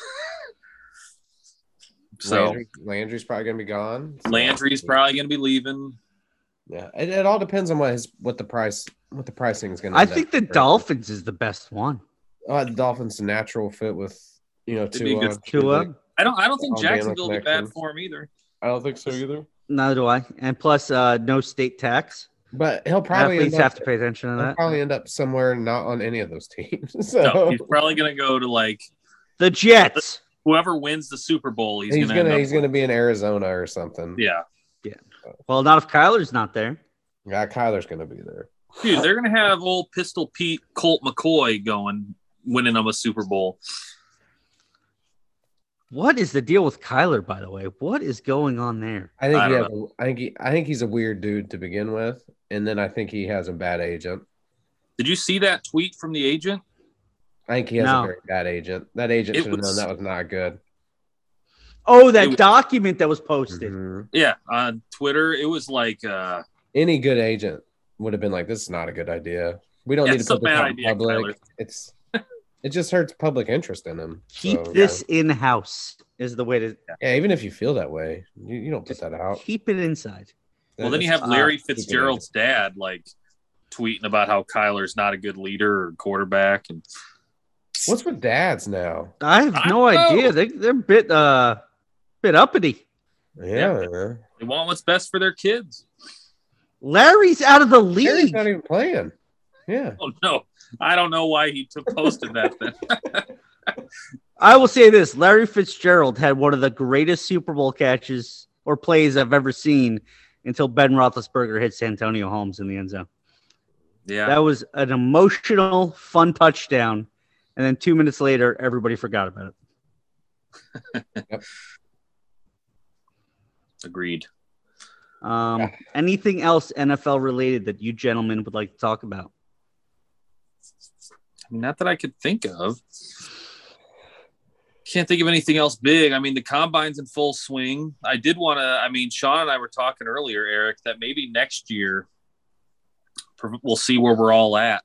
Speaker 1: so
Speaker 3: Landry, Landry's probably gonna be gone. So-
Speaker 1: Landry's probably going to be leaving.
Speaker 3: Yeah. It, it all depends on what his what the price what the pricing is gonna.
Speaker 2: I
Speaker 3: end up
Speaker 2: think the
Speaker 3: being.
Speaker 2: Dolphins is the best one.
Speaker 3: Uh, the Dolphins a natural fit with you know
Speaker 1: It'd be
Speaker 3: two.
Speaker 1: a good
Speaker 2: Tua.
Speaker 1: I don't. I don't think
Speaker 3: Alabama
Speaker 1: Jacksonville will be
Speaker 3: connection.
Speaker 1: bad for him either.
Speaker 3: I don't think so either.
Speaker 2: Neither do I. And plus, uh, no state tax.
Speaker 3: But he'll probably
Speaker 2: Athletes
Speaker 3: end up,
Speaker 2: have to pay attention to
Speaker 3: he'll
Speaker 2: that.
Speaker 3: probably end up somewhere not on any of those teams.
Speaker 1: No,
Speaker 3: So
Speaker 1: he's probably going to go to like
Speaker 2: The Jets.
Speaker 1: Whoever wins the Super Bowl, he's,
Speaker 3: He's,
Speaker 1: gonna,
Speaker 3: gonna,
Speaker 1: end up
Speaker 3: he's gonna be in Arizona or something.
Speaker 1: with- Yeah,
Speaker 2: Well, not if Kyler's not there.
Speaker 3: yeah Kyler's gonna be there.
Speaker 1: dude, they're gonna have old Pistol Pete Colt McCoy going winning them a Super Bowl.
Speaker 2: What is the deal with Kyler, by the way? What is going on there?
Speaker 3: I think
Speaker 1: I
Speaker 3: he
Speaker 1: don't
Speaker 3: has a, I think he, I think he's a weird dude to begin with, and then I think he has a bad agent.
Speaker 1: Did you see that tweet from the agent?
Speaker 3: I think he has
Speaker 2: No.
Speaker 3: a very bad agent. That agent
Speaker 1: It
Speaker 3: should have known
Speaker 1: was-
Speaker 3: that was not good.
Speaker 2: Oh, that
Speaker 1: It-
Speaker 2: document that was posted.
Speaker 3: Mhm.
Speaker 1: Yeah, on Twitter, it was like, uh,
Speaker 3: Any good agent would have been like, "This is not a good idea. We don't
Speaker 1: Yeah,
Speaker 3: need to
Speaker 1: it's a
Speaker 3: put this
Speaker 1: bad
Speaker 3: out in
Speaker 1: idea,
Speaker 3: public.
Speaker 1: Kyler."
Speaker 3: It's it just hurts public interest in him.
Speaker 2: Keep
Speaker 3: So,
Speaker 2: this in house is the way to
Speaker 3: Yeah. even if you feel that way, you, you don't put
Speaker 2: Just
Speaker 3: that out. ah,
Speaker 2: keep it inside.
Speaker 1: well, then you
Speaker 3: It's
Speaker 1: have Larry
Speaker 3: not keeping
Speaker 1: Fitzgerald's dad like tweeting about how Kyler's not a good leader or quarterback, and
Speaker 3: it. What's with dads now?
Speaker 2: I have
Speaker 1: I
Speaker 2: no
Speaker 1: don't know.
Speaker 2: idea. They, they're bit uh bit uppity.
Speaker 3: Yeah,
Speaker 1: they want what's best for their kids.
Speaker 2: Larry's out of the league.
Speaker 3: Larry's not even playing. Yeah,
Speaker 1: Oh no, I don't know why he took posted that. Then
Speaker 2: I will say this: Larry Fitzgerald had one of the greatest Super Bowl catches or plays I've ever seen until Ben Roethlisberger hits Antonio Holmes in the end zone.
Speaker 1: yeah,
Speaker 2: That was an emotional, fun touchdown, and then two minutes later, everybody forgot about it.
Speaker 1: agreed.
Speaker 2: Um,
Speaker 3: Yeah.
Speaker 2: Anything else NFL related that you gentlemen would like to talk about?
Speaker 1: I mean, not that I could think of. Can't think of anything else big. I mean, the combine's in full swing. I did want to. I mean, Sean and I were talking earlier, Eric, that maybe next year per- we'll see where we're all at,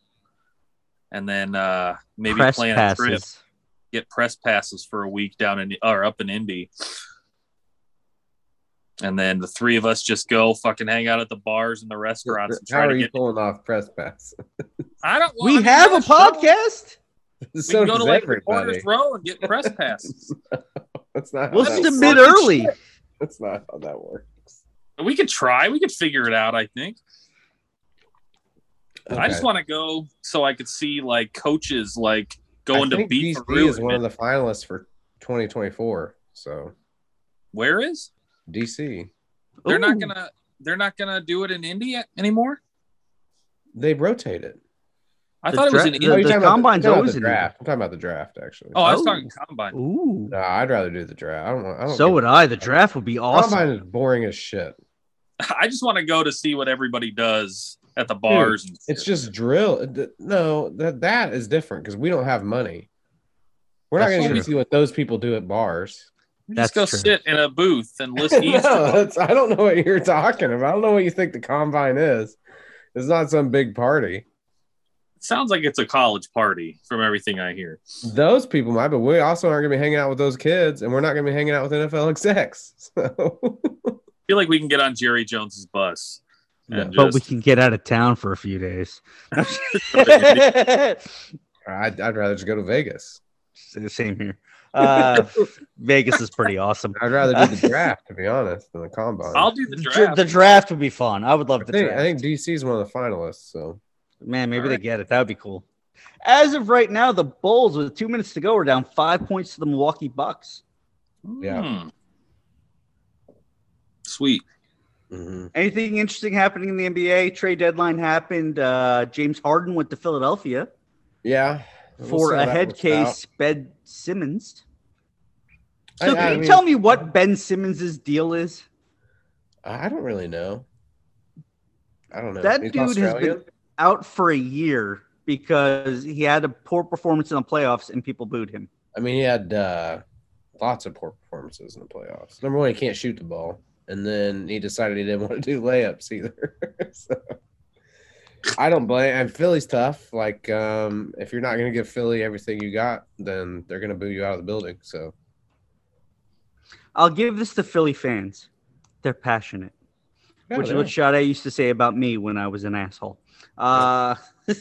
Speaker 1: and then uh, maybe
Speaker 2: Press
Speaker 1: plan a trip,
Speaker 2: passes.
Speaker 1: get press passes for a week down in or up in Indy, and then the three of us just go fucking hang out at the bars and the restaurants and
Speaker 3: how
Speaker 1: try
Speaker 3: are
Speaker 1: to
Speaker 3: you
Speaker 1: get.
Speaker 3: pulling off press pass?
Speaker 1: I don't. well, I
Speaker 2: We
Speaker 1: mean,
Speaker 2: have
Speaker 1: yeah,
Speaker 2: a
Speaker 1: sure.
Speaker 2: podcast.
Speaker 1: We can
Speaker 3: so
Speaker 1: go to
Speaker 3: does
Speaker 1: like
Speaker 3: everybody.
Speaker 1: Reporters Row and get press passes.
Speaker 3: That's not.
Speaker 2: We'll
Speaker 3: how that
Speaker 2: submit
Speaker 1: fucking
Speaker 2: early.
Speaker 3: That's not how that works.
Speaker 1: we could try. We could figure it out. I think. I just
Speaker 3: Okay.
Speaker 1: want to go so I could see like coaches like going
Speaker 3: I
Speaker 1: to
Speaker 3: think
Speaker 1: beat
Speaker 3: DC
Speaker 1: Peru.
Speaker 3: is one of the finalists for 2024. So
Speaker 1: Where is?
Speaker 3: DC,
Speaker 1: They're
Speaker 2: Ooh.
Speaker 1: not gonna. They're not gonna do it in India anymore.
Speaker 3: they rotate it.
Speaker 1: I
Speaker 2: The
Speaker 1: thought it was
Speaker 2: dra-
Speaker 1: in
Speaker 2: Oh,
Speaker 1: India.
Speaker 2: you're
Speaker 3: you're
Speaker 2: the
Speaker 3: talking about
Speaker 2: combine's
Speaker 3: you're talking about
Speaker 2: always
Speaker 3: the
Speaker 2: in
Speaker 3: draft. I'm talking about the draft actually.
Speaker 1: oh, I was
Speaker 2: Oh.
Speaker 1: talking combine.
Speaker 2: Ooh.
Speaker 3: No, I'd rather do the draft. I don't want. I don't
Speaker 2: So
Speaker 3: give-
Speaker 2: would I. The draft would be awesome.
Speaker 3: Combine is boring as shit.
Speaker 1: I just want to go to see what everybody does at the bars. and
Speaker 3: It's just drill. Th- No, that that is different because we don't have money. We're not
Speaker 2: That's
Speaker 3: going
Speaker 1: true.
Speaker 3: to see what those people do at bars.
Speaker 1: We
Speaker 2: that's
Speaker 1: just go
Speaker 2: true.
Speaker 1: sit in a booth and
Speaker 3: no,
Speaker 1: listen. to each other.
Speaker 3: that's, I don't know what you're talking about. I don't know what you think the combine is. It's not some big party.
Speaker 1: It sounds like it's a college party from everything I hear.
Speaker 3: Those people might, but we also aren't going to be hanging out with those kids, and we're not going to be hanging out with NFL execs. So,
Speaker 1: I feel like we can get on Jerry Jones's bus. And
Speaker 2: but we
Speaker 1: just,
Speaker 2: can get out of town for a few days.
Speaker 3: I'd, I'd rather just go to Vegas.
Speaker 2: Same here. Uh, Vegas is pretty awesome.
Speaker 3: I'd rather do the draft, to be honest, than the combine.
Speaker 1: I'll do the
Speaker 2: The,
Speaker 1: draft.
Speaker 2: dra- the draft would be fun. I would love
Speaker 3: I
Speaker 2: the
Speaker 3: think,
Speaker 2: draft.
Speaker 3: I think DC is one of the finalists. So
Speaker 2: Man, maybe
Speaker 1: All
Speaker 2: they
Speaker 1: right.
Speaker 2: get it. That would be cool. As of right now, the Bulls, with two minutes to go, are down five points to the Milwaukee Bucks.
Speaker 3: Yeah.
Speaker 1: Hmm. Sweet.
Speaker 2: Anything interesting happening in the NBA? Trade deadline happened. Uh, James Harden went to Philadelphia
Speaker 3: yeah,
Speaker 2: for a head case. Ben Simmons. So,
Speaker 3: I-
Speaker 2: can
Speaker 3: I
Speaker 2: you
Speaker 3: mean-
Speaker 2: tell me what Ben Simmons's deal is?
Speaker 3: I I don't really know. I don't know.
Speaker 2: That
Speaker 3: He's
Speaker 2: dude has been-
Speaker 3: Australian?
Speaker 2: out for a year because he had a poor performance in the playoffs and people booed him.
Speaker 3: I mean, he had uh, lots of poor performances in the playoffs. Number one, he can't shoot the ball, and then he decided he didn't want to do layups either. so, I don't blame. And Philly's tough. Like, um, if you're not going to give Philly everything you got, then they're going to boo you out of the building. So,
Speaker 2: I'll give this to Philly fans. They're passionate,
Speaker 3: no,
Speaker 2: which is
Speaker 3: they
Speaker 2: what
Speaker 3: don't.
Speaker 2: Sade used to say about me when I was an asshole. Uh,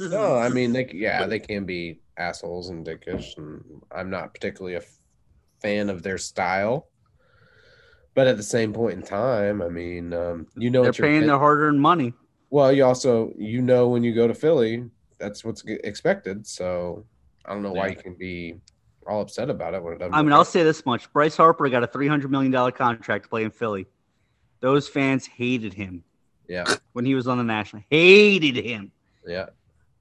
Speaker 3: no, I mean, they yeah, they can be assholes and dickish, and I'm not particularly a f- fan of their style. But at the same point in time, I mean, um, you know,
Speaker 2: they're
Speaker 3: what you're
Speaker 2: paying
Speaker 3: get-
Speaker 2: their hard earned money.
Speaker 3: well, you also you know when you go to Philly, that's what's g- expected. So I don't know why
Speaker 1: Yeah.
Speaker 3: you can be all upset about it when it doesn't.
Speaker 2: I mean,
Speaker 3: work
Speaker 2: I'll
Speaker 3: out.
Speaker 2: say this much: Bryce Harper got a three hundred million dollar contract playing Philly. Those fans hated him
Speaker 3: yeah,
Speaker 2: when he was on the national. Hated him,
Speaker 3: yeah,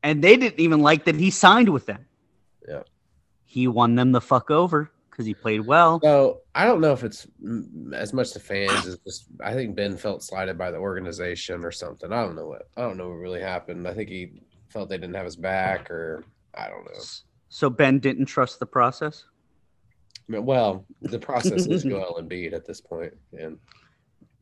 Speaker 2: and they didn't even like that he signed with them.
Speaker 3: Yeah.
Speaker 2: he won them the fuck over because he played well.
Speaker 3: So I don't know if it's mm, as much the fans as just I think Ben felt slighted by the organization or something. I don't know what I don't know what really happened. I think he felt they didn't have his back or I don't know.
Speaker 2: So Ben didn't trust the process.
Speaker 3: I mean, well, the process is Joel Embiid at this point, and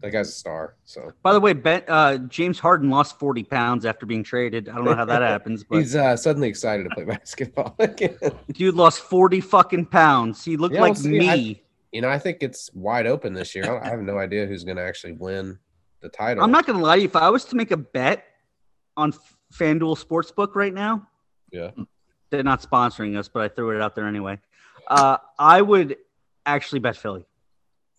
Speaker 3: that guy's a star. So
Speaker 2: By the way, ben, uh, James Harden lost forty pounds after being traded. I don't know how that happens, but
Speaker 3: he's uh, suddenly excited to play basketball again.
Speaker 2: dude lost forty fucking pounds. He looked
Speaker 3: Yeah,
Speaker 2: like
Speaker 3: well, see,
Speaker 2: me.
Speaker 3: I- you know, I think it's wide open this year. I, don't- I have no idea who's going to actually win the title.
Speaker 2: I'm not gonna lie to you. If I was to make a bet on F- FanDuel Sportsbook right now,
Speaker 3: Yeah.
Speaker 2: they're not sponsoring us, but I threw it out there anyway. Uh, I would actually bet Philly.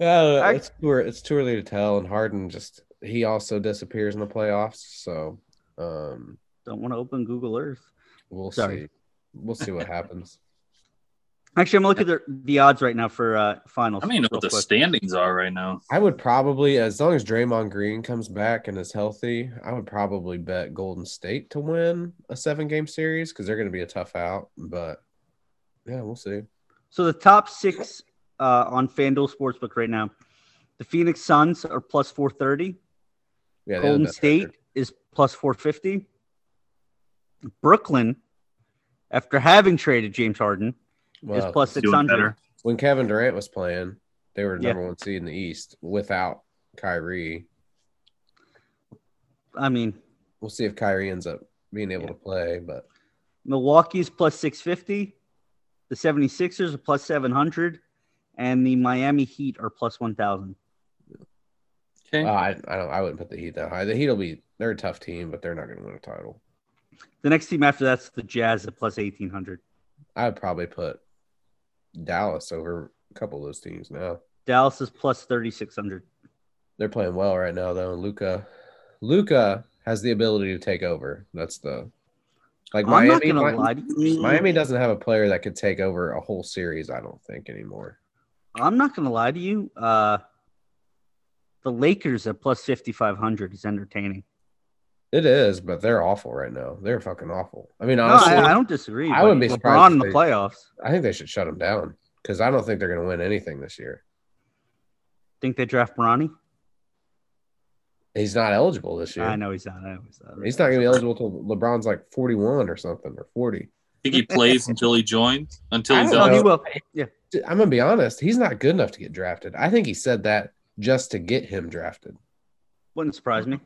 Speaker 3: Uh,
Speaker 2: I-
Speaker 3: it's too ear- it's too early to tell. And Harden just he also disappears in the playoffs, so um,
Speaker 2: Don't want to open Google Earth.
Speaker 3: we'll
Speaker 2: Sorry.
Speaker 3: see. We'll see what happens.
Speaker 2: Actually, I'm gonna look at the, the odds right now for uh, finals.
Speaker 1: I mean,
Speaker 2: real
Speaker 1: what the
Speaker 2: quick.
Speaker 1: standings are right now.
Speaker 3: I would probably, as long as Draymond Green comes back and is healthy, I would probably bet Golden State to win a seven game series because they're going to be a tough out. But yeah, we'll see.
Speaker 2: So the top six uh, on FanDuel Sportsbook right now, the Phoenix Suns are plus four thirty.
Speaker 3: Yeah, they have the
Speaker 2: Golden
Speaker 3: best
Speaker 2: State
Speaker 3: record.
Speaker 2: is plus 450. Brooklyn, after having traded James Harden, is
Speaker 3: Well,
Speaker 2: plus
Speaker 1: Doing
Speaker 2: 600.
Speaker 1: better.
Speaker 3: when Kevin Durant was playing, they were
Speaker 2: Yeah.
Speaker 3: number one seed in the East without Kyrie.
Speaker 2: I mean,
Speaker 3: We'll see if Kyrie ends up being able
Speaker 2: Yeah.
Speaker 3: to play, but
Speaker 2: Milwaukee's plus 650. The 76ers are plus 700. And the Miami Heat are plus 1,000.
Speaker 1: Okay.
Speaker 3: Uh, I, I don't. I wouldn't put the Heat that high. The Heat will be. They're a tough team, but they're not going to win a title.
Speaker 2: The next team after that's the Jazz at plus 1,800.
Speaker 3: I would probably put Dallas over a couple of those teams. Now
Speaker 2: Dallas is plus 3,600.
Speaker 3: they're playing well right now, though. And Luca, Luca has the ability to take over. That's the like
Speaker 2: I'm not
Speaker 3: Miami.
Speaker 2: going
Speaker 3: Mi-
Speaker 2: to lie to you.
Speaker 3: Miami doesn't have a player that could take over a whole series. I don't think anymore.
Speaker 2: I'm not going to lie to you. Uh, the Lakers at plus 5,500 is entertaining.
Speaker 3: It is, but they're awful right now. They're fucking awful. I mean,
Speaker 2: No,
Speaker 3: honestly,
Speaker 2: I, I
Speaker 3: I,
Speaker 2: don't disagree.
Speaker 3: I
Speaker 2: but
Speaker 3: wouldn't be
Speaker 2: LeBron
Speaker 3: surprised
Speaker 2: in the
Speaker 3: if they-
Speaker 2: playoffs.
Speaker 3: think they should shut them down because I don't think they're going to win anything this year.
Speaker 2: Think they draft Bronny?
Speaker 3: He's not eligible this year.
Speaker 2: I know he's not. I know he's not.
Speaker 3: He's not gonna be eligible till LeBron's like 41 or something or 40.
Speaker 1: think he plays until he joins. Until
Speaker 3: I
Speaker 1: he's
Speaker 3: don't
Speaker 2: No,
Speaker 1: up.
Speaker 2: he
Speaker 3: know.
Speaker 2: will.
Speaker 3: Dude, I'm gonna be honest, he's not good enough to get drafted. I think he said that just to get him drafted.
Speaker 2: Wouldn't surprise me.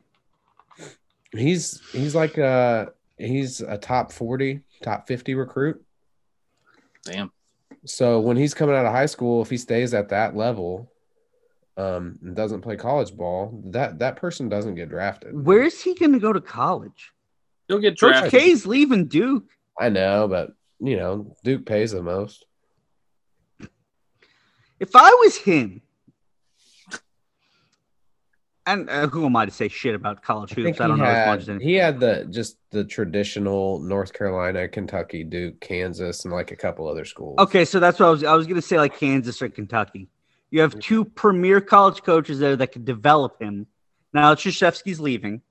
Speaker 3: He's he's like uh he's a top 40, top 50 recruit.
Speaker 1: Damn.
Speaker 3: So when he's coming out of high school, if he stays at that level, um, and doesn't play college ball, that that person doesn't get drafted.
Speaker 2: Where is he going to go to college?
Speaker 1: He'll get
Speaker 2: George
Speaker 1: drafted.
Speaker 2: K's leaving Duke.
Speaker 3: I know, but you know, Duke pays the most.
Speaker 2: If I was him, and uh, who am I to say shit about college
Speaker 3: I
Speaker 2: hoops?
Speaker 3: think
Speaker 2: I, don't
Speaker 3: he
Speaker 2: know as
Speaker 3: had-
Speaker 2: much as anything.
Speaker 3: He had the just the traditional North Carolina, Kentucky, Duke, Kansas, and like a couple other schools.
Speaker 2: Okay, so that's what I was. I was going to say like Kansas or Kentucky. You have two premier college coaches there that could develop him. Now Krzyzewski's leaving.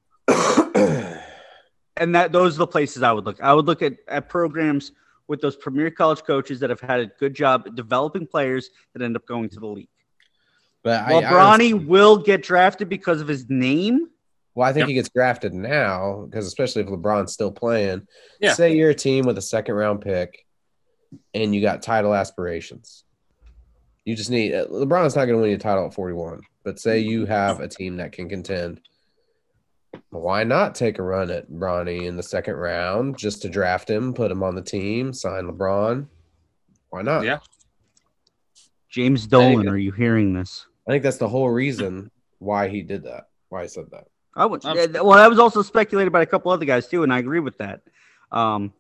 Speaker 2: and that those are the places I would look. I would look at, at programs with those premier college coaches that have had a good job at developing players that end up going to the league.
Speaker 3: but
Speaker 2: Well,
Speaker 3: I,
Speaker 2: Bronny
Speaker 3: honestly-
Speaker 2: will get drafted because of his name.
Speaker 3: well, I think he gets drafted now because especially if LeBron's still playing.
Speaker 1: Yeah.
Speaker 3: Say you're a team with a second round pick, and you got title aspirations. You just need uh, LeBron's not going to win you a title at 41, but say you have a team that can contend. Why not take a run at Bronny in the second round just to draft him, put him on the team, sign LeBron? Why not?
Speaker 1: Yeah.
Speaker 2: James
Speaker 3: you
Speaker 2: Dolan,
Speaker 3: go.
Speaker 2: are you hearing this?
Speaker 3: I think that's the whole reason why he did that. Why he said that.
Speaker 2: I would.
Speaker 1: I'm-
Speaker 2: yeah, th- Well, that was also speculated by a couple other guys too, and I agree with that. Um,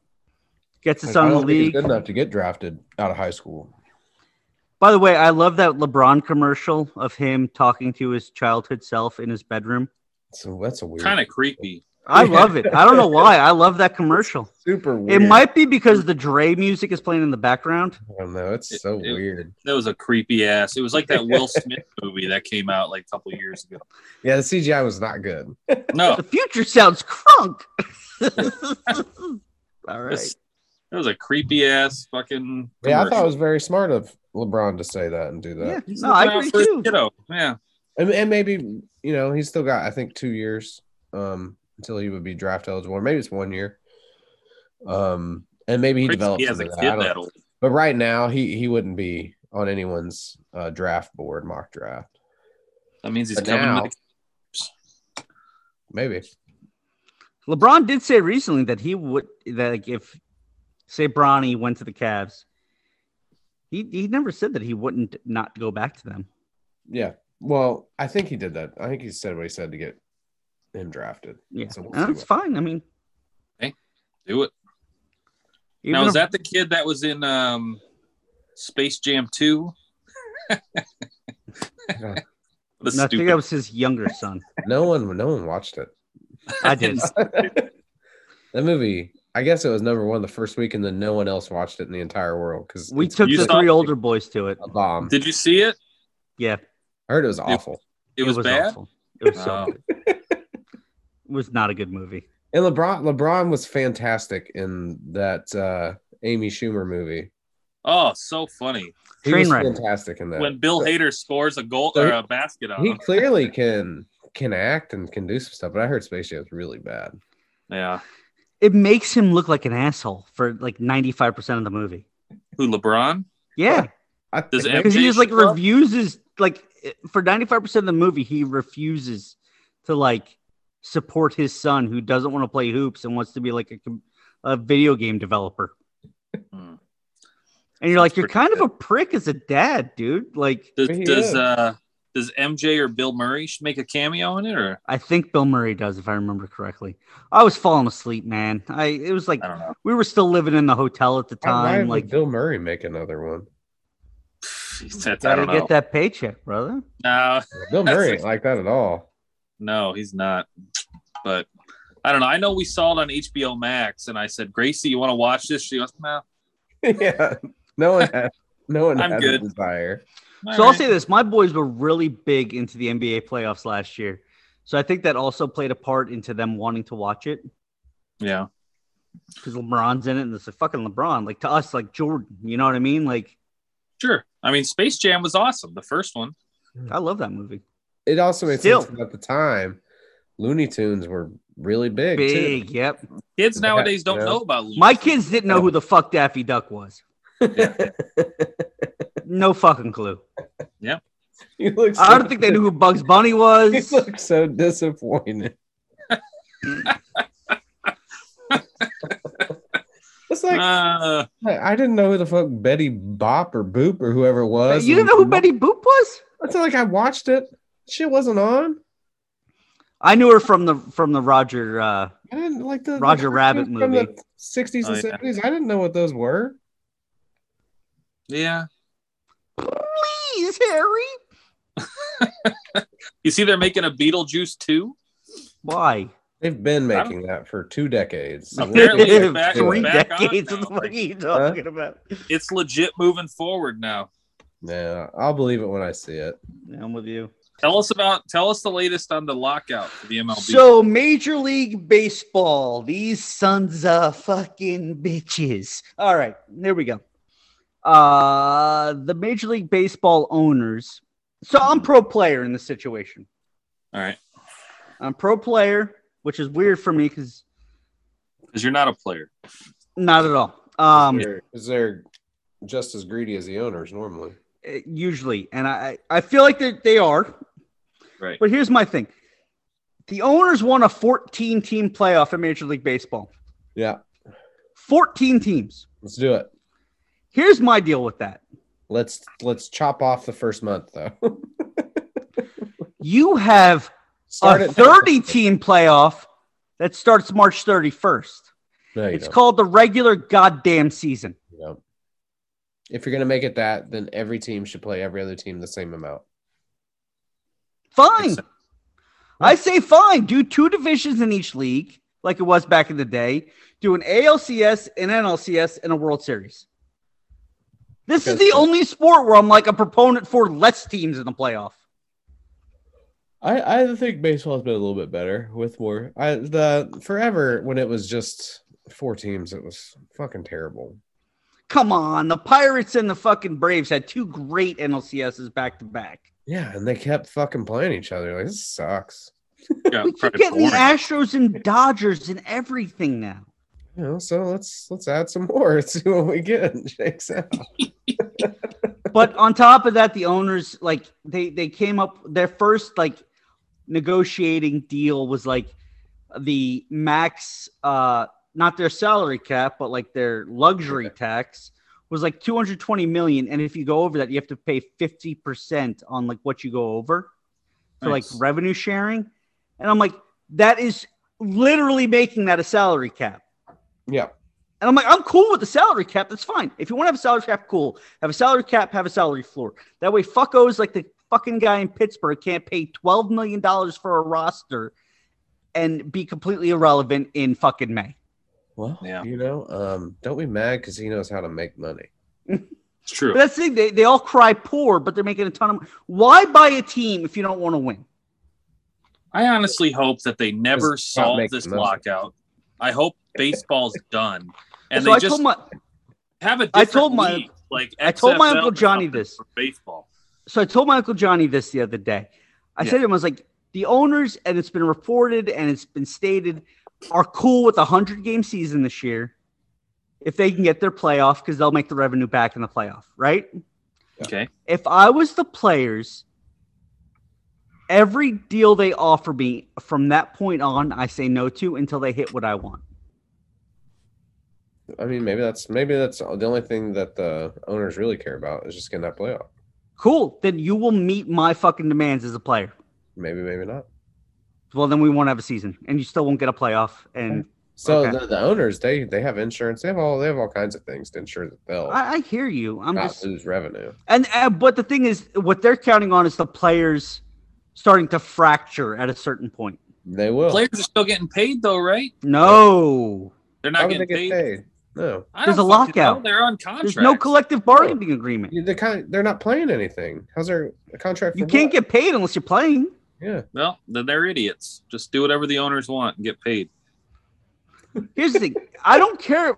Speaker 2: gets his
Speaker 3: I
Speaker 2: son in the
Speaker 3: don't think he's
Speaker 2: league.
Speaker 3: good enough to get drafted out of high school.
Speaker 2: By the way, I love that LeBron commercial of him talking to his childhood self in his bedroom.
Speaker 3: So that's a weird.
Speaker 1: Kind of creepy.
Speaker 2: I love it. I don't know why. I love that commercial.
Speaker 3: Super
Speaker 2: It
Speaker 3: weird.
Speaker 2: might be because the Dre music is playing in the background.
Speaker 3: I don't know. It's so
Speaker 1: It- it-
Speaker 3: weird.
Speaker 1: That was a creepy ass. It was like that Will Smith movie that came out like a couple of years ago.
Speaker 3: Yeah, the CGI was not good.
Speaker 1: No,
Speaker 2: The future sounds crunk. All right.
Speaker 3: uh,
Speaker 1: this- that was a creepy ass fucking.
Speaker 3: Yeah, I thought it
Speaker 1: commercial.
Speaker 3: was very smart of LeBron to say that and do that.
Speaker 2: Yeah.
Speaker 1: He's
Speaker 2: No, I
Speaker 1: looking out
Speaker 2: agree
Speaker 1: for his
Speaker 2: too.
Speaker 1: Kiddo. Yeah,
Speaker 3: and, and maybe you know he's still got I think two years um until he would be draft eligible, or maybe it's one year. Um, and maybe he
Speaker 1: Crazy
Speaker 3: develops.
Speaker 1: he has a
Speaker 3: into
Speaker 1: kid
Speaker 3: that. I don't-
Speaker 1: that old.
Speaker 3: but right now he he wouldn't be on anyone's uh, draft board mock draft.
Speaker 1: That means he's
Speaker 3: But
Speaker 1: coming.
Speaker 3: now,
Speaker 1: back.
Speaker 3: maybe
Speaker 2: LeBron did say recently that he would that like, if say Bronny went to the Cavs, he he never said that he wouldn't not go back to them.
Speaker 3: yeah. Well, I think he did that. I think he said what he said to get him drafted.
Speaker 2: Yeah,
Speaker 3: So we'll
Speaker 2: and
Speaker 3: see
Speaker 2: that's
Speaker 3: what-
Speaker 2: fine. I mean,
Speaker 1: Do it.
Speaker 2: even
Speaker 1: now is
Speaker 2: if-
Speaker 1: that the kid that was in um, Space Jam Two?
Speaker 3: Yeah.
Speaker 1: That's
Speaker 2: no, I think
Speaker 1: stupid.
Speaker 2: that was his younger son.
Speaker 3: No one no one watched it.
Speaker 2: I did.
Speaker 3: That movie. I guess it was number one the first week, and then no one else watched it in the entire world because
Speaker 2: We took
Speaker 1: You
Speaker 2: the
Speaker 1: saw-
Speaker 2: three older boys to it.
Speaker 3: a bomb.
Speaker 1: Did you see it?
Speaker 2: Yeah, it,
Speaker 3: I heard it was awful.
Speaker 1: It, was, bad.
Speaker 2: Awful. It was so
Speaker 1: Oh.
Speaker 2: good. It was not a good movie.
Speaker 3: And LeBron LeBron was fantastic in that uh Amy Schumer movie.
Speaker 1: Oh, so funny.
Speaker 3: He
Speaker 2: Trainwreck.
Speaker 3: was fantastic in that.
Speaker 1: When Bill Hader scores a goal
Speaker 3: So
Speaker 1: or
Speaker 3: he-
Speaker 1: a basket on
Speaker 2: uh,
Speaker 3: he
Speaker 1: him.
Speaker 3: clearly can can act and can do some stuff, but I heard Space Jam's really bad.
Speaker 1: Yeah.
Speaker 2: It makes him look like an asshole for like ninety five percent of the movie.
Speaker 1: Who LeBron?
Speaker 2: Yeah,
Speaker 3: I
Speaker 1: Does
Speaker 3: think-
Speaker 1: it-
Speaker 2: because he just like
Speaker 1: Well-
Speaker 2: refuses like for 95% of the movie he refuses to like support his son who doesn't want to play hoops and wants to be like a, com- a video game developer
Speaker 1: Hmm.
Speaker 2: and you're like
Speaker 1: Sounds
Speaker 2: you're
Speaker 1: pretty
Speaker 2: kind of a prick as a dad dude like
Speaker 1: Does
Speaker 3: He
Speaker 1: does
Speaker 3: is.
Speaker 1: uh does MJ or Bill Murray sh- make a cameo in it or
Speaker 2: i think bill murray does if i remember correctly i was falling asleep man i it was like
Speaker 1: I don't know.
Speaker 2: we were still living in the hotel at the
Speaker 3: why
Speaker 2: time
Speaker 3: would
Speaker 2: like
Speaker 3: Bill Murray make another one?
Speaker 1: That's, I
Speaker 2: gotta
Speaker 1: don't know.
Speaker 2: get that paycheck brother
Speaker 1: No,
Speaker 3: Bill Murray ain't like that at all.
Speaker 1: no, he's not. But I don't know. I know we saw it on HBO Max, and I said, "Gracie, you want to watch this?" She goes, "No."
Speaker 3: yeah. No one has no one
Speaker 1: I'm
Speaker 3: has
Speaker 1: good.
Speaker 3: a desire.
Speaker 1: All
Speaker 2: So I'll
Speaker 1: right.
Speaker 2: say this: my boys were really big into the NBA playoffs last year, so I think that also played a part into them wanting to watch it
Speaker 1: yeah,
Speaker 2: because LeBron's in it, and it's like fucking LeBron. Like to us, like Jordan, you know what I mean? Like
Speaker 1: sure. I mean, Space Jam was awesome, the first one.
Speaker 2: I love that movie.
Speaker 3: It also makes
Speaker 2: Still.
Speaker 3: sense that at the time. Looney Tunes were really big,
Speaker 2: Big, yep.
Speaker 1: Kids
Speaker 3: Yeah,
Speaker 1: nowadays don't
Speaker 3: yeah.
Speaker 1: know about Looney
Speaker 2: My
Speaker 1: Tunes.
Speaker 2: kids didn't know who the fuck Daffy Duck was.
Speaker 3: too.
Speaker 2: No fucking clue.
Speaker 3: you look so
Speaker 2: I don't think they knew who Bugs Bunny was.
Speaker 3: You look so disappointed. it's like
Speaker 1: Uh,
Speaker 3: I didn't know who the fuck Betty Bop or Boop or whoever it was.
Speaker 2: You didn't know who Betty Boop was?
Speaker 3: It's not like I watched it. Shit wasn't on.
Speaker 2: I knew her from the from the Roger. Uh,
Speaker 3: I didn't like the
Speaker 2: Roger Rabbit
Speaker 3: from the
Speaker 2: movie.
Speaker 3: 60s and
Speaker 1: Oh, yeah.
Speaker 3: 70s. I didn't know what those were.
Speaker 1: yeah.
Speaker 2: Please, Harry.
Speaker 1: You see, they're making a Beetlejuice too.
Speaker 2: Why?
Speaker 3: They've been
Speaker 1: I don't-
Speaker 3: making that for two decades.
Speaker 1: Apparently it's back-
Speaker 2: three
Speaker 1: back on
Speaker 2: decades.
Speaker 1: now.
Speaker 2: What are you talking about?
Speaker 1: It's legit moving forward now.
Speaker 3: Yeah, I'll believe it when I see it.
Speaker 2: Yeah, I'm with you.
Speaker 1: Tell us about. Tell us the latest on the lockout for the MLB.
Speaker 2: So, Major League Baseball, these sons of fucking bitches. All right, there we go. Uh, the Major League Baseball owners. So, I'm pro player in this situation.
Speaker 1: All right,
Speaker 2: I'm pro player, which is weird for me because
Speaker 1: because you're not a player.
Speaker 2: not at all. Um,
Speaker 3: is there just as greedy as the owners normally?
Speaker 2: eh, usually, and I I I feel like they they are.
Speaker 1: Right.
Speaker 2: But here's my thing: the owners won a 14 team playoff in Major League Baseball.
Speaker 3: Yeah,
Speaker 2: 14 teams.
Speaker 3: let's do it.
Speaker 2: Here's my deal with that.
Speaker 3: Let's let's chop off the first month though.
Speaker 2: You have
Speaker 3: Start
Speaker 2: a
Speaker 3: at
Speaker 2: 30 team playoff that starts March 31st.
Speaker 3: No, you
Speaker 2: It's
Speaker 3: don't.
Speaker 2: called the regular goddamn season.
Speaker 3: You don't. If you're gonna make it that, then every team should play every other team the same amount.
Speaker 2: Fine.
Speaker 1: Makes sense.
Speaker 2: I say fine, do two divisions in each league, like it was back in the day. Do an ALCS, an NLCS, and a World Series. This is
Speaker 3: Because-
Speaker 2: the only sport where I'm like a proponent for less teams in the playoff.
Speaker 3: I I think baseball's been a little bit better with more. I the forever when it was just four teams, it was fucking terrible.
Speaker 2: Come on, the Pirates and the fucking Braves had two great NLCSs back to back.
Speaker 3: Yeah, and they kept fucking playing each other. Like this sucks.
Speaker 1: Yeah,
Speaker 2: We keep
Speaker 1: pretty
Speaker 2: getting the
Speaker 1: boring.
Speaker 2: Astros and Dodgers and everything now.
Speaker 3: You know, so let's let's add some more. Let's see what we get. Shakes out.
Speaker 2: but on top of that, the owners like they they came up their first like negotiating deal was like the max uh not their salary cap but like their luxury tax was like 220 million and if you go over that you have to pay 50% on like what you go over for
Speaker 1: Nice.
Speaker 2: like revenue sharing and i'm like that is literally making that a salary cap
Speaker 3: Yeah.
Speaker 2: and I'm like, I'm cool with the salary cap. That's fine. If you want to have a salary cap, cool. Have a salary cap, have a salary floor. That way, fuckos like the fucking guy in Pittsburgh can't pay $12 million for a roster and be completely irrelevant in fucking May.
Speaker 3: Well,
Speaker 1: Yeah.
Speaker 3: you know, um, don't be mad because he knows how to make money.
Speaker 1: It's true.
Speaker 2: But that's the thing. They, they all cry poor, but they're making a ton of Why buy a team if you don't want to win?
Speaker 1: I honestly hope that they never
Speaker 3: It's not
Speaker 1: solve
Speaker 3: making
Speaker 1: this
Speaker 3: money.
Speaker 1: lockout. I hope baseball's done and
Speaker 2: so
Speaker 1: they
Speaker 2: I
Speaker 1: just
Speaker 2: told my
Speaker 1: have a
Speaker 2: I
Speaker 1: different
Speaker 2: told my-
Speaker 1: league, like
Speaker 2: I told my
Speaker 1: XFL
Speaker 2: Uncle
Speaker 1: or
Speaker 2: Johnny
Speaker 1: something
Speaker 2: this.
Speaker 1: for baseball.
Speaker 2: so I told my uncle Johnny this the other day. I
Speaker 1: Yeah.
Speaker 2: said to him, I was like, the owners, and it's been reported and it's been stated, are cool with a hundred game season this year if they can get their playoff because they'll make the revenue back in the playoff, right?
Speaker 1: Okay.
Speaker 2: If I was the players, every deal they offer me from that point on, I say no to until they hit what I want.
Speaker 3: I mean, maybe that's maybe that's the only thing that the owners really care about is just getting that playoff.
Speaker 2: Cool. Then you will meet my fucking demands as a player.
Speaker 3: Maybe, maybe not.
Speaker 2: Well, then we won't have a season, and you still won't get a playoff. And
Speaker 3: So
Speaker 2: Okay.
Speaker 3: the, the owners, they they have insurance. They have all they have all kinds of things to ensure that they'll
Speaker 2: I, I hear you. I'm
Speaker 3: not
Speaker 2: just
Speaker 3: lose revenue.
Speaker 2: And uh, but the thing is, what they're counting on is the players starting to fracture at a certain point.
Speaker 3: They will.
Speaker 1: Players are still getting paid though, right?
Speaker 2: No,
Speaker 1: They're
Speaker 3: How
Speaker 1: not
Speaker 3: would they
Speaker 1: getting
Speaker 3: get
Speaker 1: paid.
Speaker 3: paid? No,
Speaker 1: I
Speaker 2: There's
Speaker 1: don't
Speaker 2: a
Speaker 1: fucking know.
Speaker 2: lockout.
Speaker 1: They're on contract.
Speaker 2: there's no collective bargaining agreement.
Speaker 3: they kind they're not playing anything. How's their a contract? For
Speaker 2: You can't
Speaker 3: what?
Speaker 2: get paid unless you're playing.
Speaker 3: yeah.
Speaker 1: Well, then they're idiots. Just do whatever the owners want and get paid.
Speaker 2: Here's the thing: I don't care.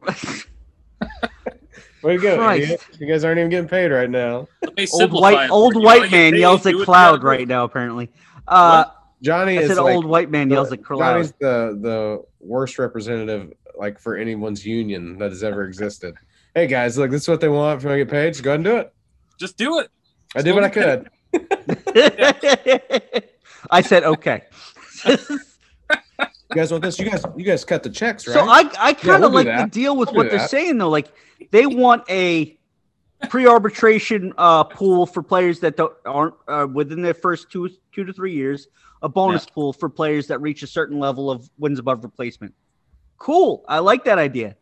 Speaker 3: Where you go?
Speaker 2: Christ.
Speaker 3: idiot? You guys aren't even getting paid right now.
Speaker 1: Let me
Speaker 2: old
Speaker 1: simplify it
Speaker 2: white
Speaker 1: for
Speaker 2: old
Speaker 1: you. You wanna
Speaker 2: white
Speaker 1: get
Speaker 2: man
Speaker 1: paid,
Speaker 2: yells at
Speaker 1: do what you
Speaker 2: Cloud
Speaker 1: gotta do.
Speaker 2: right now. Apparently, uh,
Speaker 3: Johnny
Speaker 2: I
Speaker 3: is
Speaker 2: said
Speaker 3: like,
Speaker 2: old white man yells
Speaker 3: the-
Speaker 2: at Cloud.
Speaker 3: Johnny's the the worst representative like for anyone's union that has ever existed. hey guys, look, this is what they want. If you want to get paid, just go ahead and do it.
Speaker 1: Just do it.
Speaker 3: I did what I could.
Speaker 2: I said okay.
Speaker 3: You guys want this? You guys, you guys cut the checks, right?
Speaker 2: So I I kind
Speaker 3: we'll
Speaker 2: of
Speaker 3: do
Speaker 2: like the
Speaker 3: that.
Speaker 2: deal with
Speaker 3: We'll do
Speaker 2: what they're
Speaker 3: that.
Speaker 2: saying though. Like they want a pre-arbitration uh, pool for players that don't, aren't uh, within their first two two to three years. A bonus pool for players that reach a certain level of wins above replacement. Cool, I like that idea.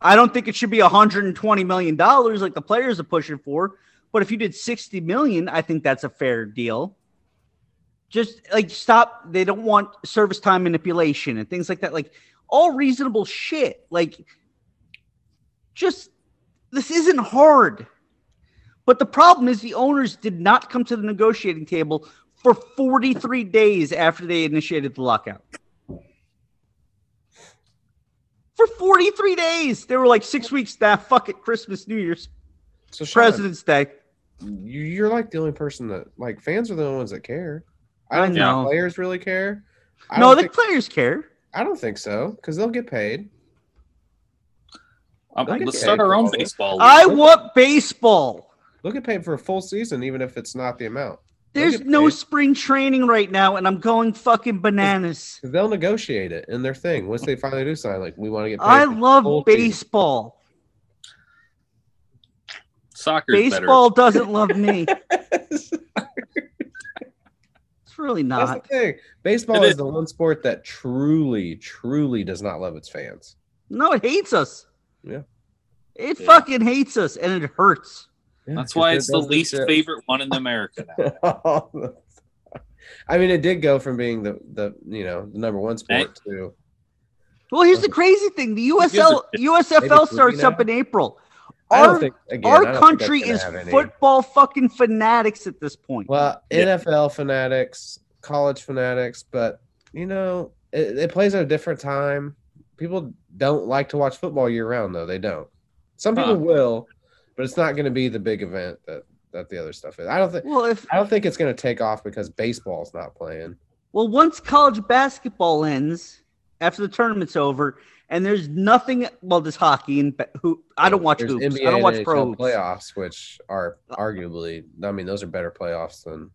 Speaker 2: I don't think it should be 120 million dollars like the players are pushing for, but if you did 60 million, I think that's a fair deal just like stop they don't want service time manipulation and things like that like all reasonable shit like just this isn't hard but the problem is the owners did not come to the negotiating table for 43 days after they initiated the lockout for 43 days they were like six weeks nah fuck it christmas new year's
Speaker 3: so Sean,
Speaker 2: president's day
Speaker 3: you, you're like the only person that like fans are the only ones that care. I
Speaker 2: I
Speaker 3: don't think
Speaker 2: know.
Speaker 3: players really care. I
Speaker 2: no
Speaker 3: don't
Speaker 2: the
Speaker 3: think,
Speaker 2: players care
Speaker 3: I don't think so because they'll get paid.
Speaker 1: Um,
Speaker 3: Look at
Speaker 1: let's
Speaker 3: that.
Speaker 1: start our own baseball.
Speaker 3: Oh,
Speaker 1: league.
Speaker 2: i want baseball
Speaker 3: They'll get paid for a full season, even if it's not the amount. They'll
Speaker 2: There's
Speaker 3: get
Speaker 2: no
Speaker 3: paid.
Speaker 2: spring training right now, and I'm going fucking bananas.
Speaker 3: 'Cause They'll negotiate it in their thing once they finally do sign. Like we want to get paid.
Speaker 2: I
Speaker 3: for the
Speaker 2: love
Speaker 3: whole season.
Speaker 2: baseball.
Speaker 1: Soccer's
Speaker 2: Baseball doesn't love me. It's really
Speaker 3: That's
Speaker 2: not.
Speaker 3: the thing. Baseball
Speaker 1: It
Speaker 3: is
Speaker 1: is.
Speaker 3: the one sport that truly, truly does not love its fans.
Speaker 2: No, it hates us.
Speaker 3: Yeah.
Speaker 2: It
Speaker 1: Yeah.
Speaker 2: fucking hates us, and it hurts.
Speaker 1: better. That's why it's the least favorite one in America now.
Speaker 3: favorite. I mean, it did go from being the the you know the number one sport to
Speaker 2: Well, here's the crazy thing: the
Speaker 1: gives a
Speaker 2: USL
Speaker 1: shit?
Speaker 2: USFL
Speaker 3: Maybe
Speaker 2: starts up
Speaker 3: Sweden
Speaker 2: in April.
Speaker 3: I don't
Speaker 2: Our
Speaker 3: think again, I
Speaker 2: our
Speaker 3: don't think that's
Speaker 2: country
Speaker 3: gonna
Speaker 2: is
Speaker 3: have any-
Speaker 2: football fucking fanatics at this point.
Speaker 3: Well,
Speaker 1: Yeah.
Speaker 3: NFL fanatics, college fanatics, but you know, it, it plays at a different time. People don't like to watch football year round, though. They don't. Some people
Speaker 1: Huh.
Speaker 3: will, but it's not going to be the big event that that the other stuff is. I don't think.
Speaker 2: well, if
Speaker 3: I don't think it's going to take off because baseball's not playing.
Speaker 2: Well, once college basketball ends after the tournament's over, and there's nothing. Well, there's hockey and ba- who I don't watch
Speaker 3: There's
Speaker 2: hoops.
Speaker 3: NBA
Speaker 2: I don't
Speaker 3: and
Speaker 2: watch
Speaker 3: NHL
Speaker 2: pro hoops.
Speaker 3: playoffs, which are arguably, I mean, those are better playoffs than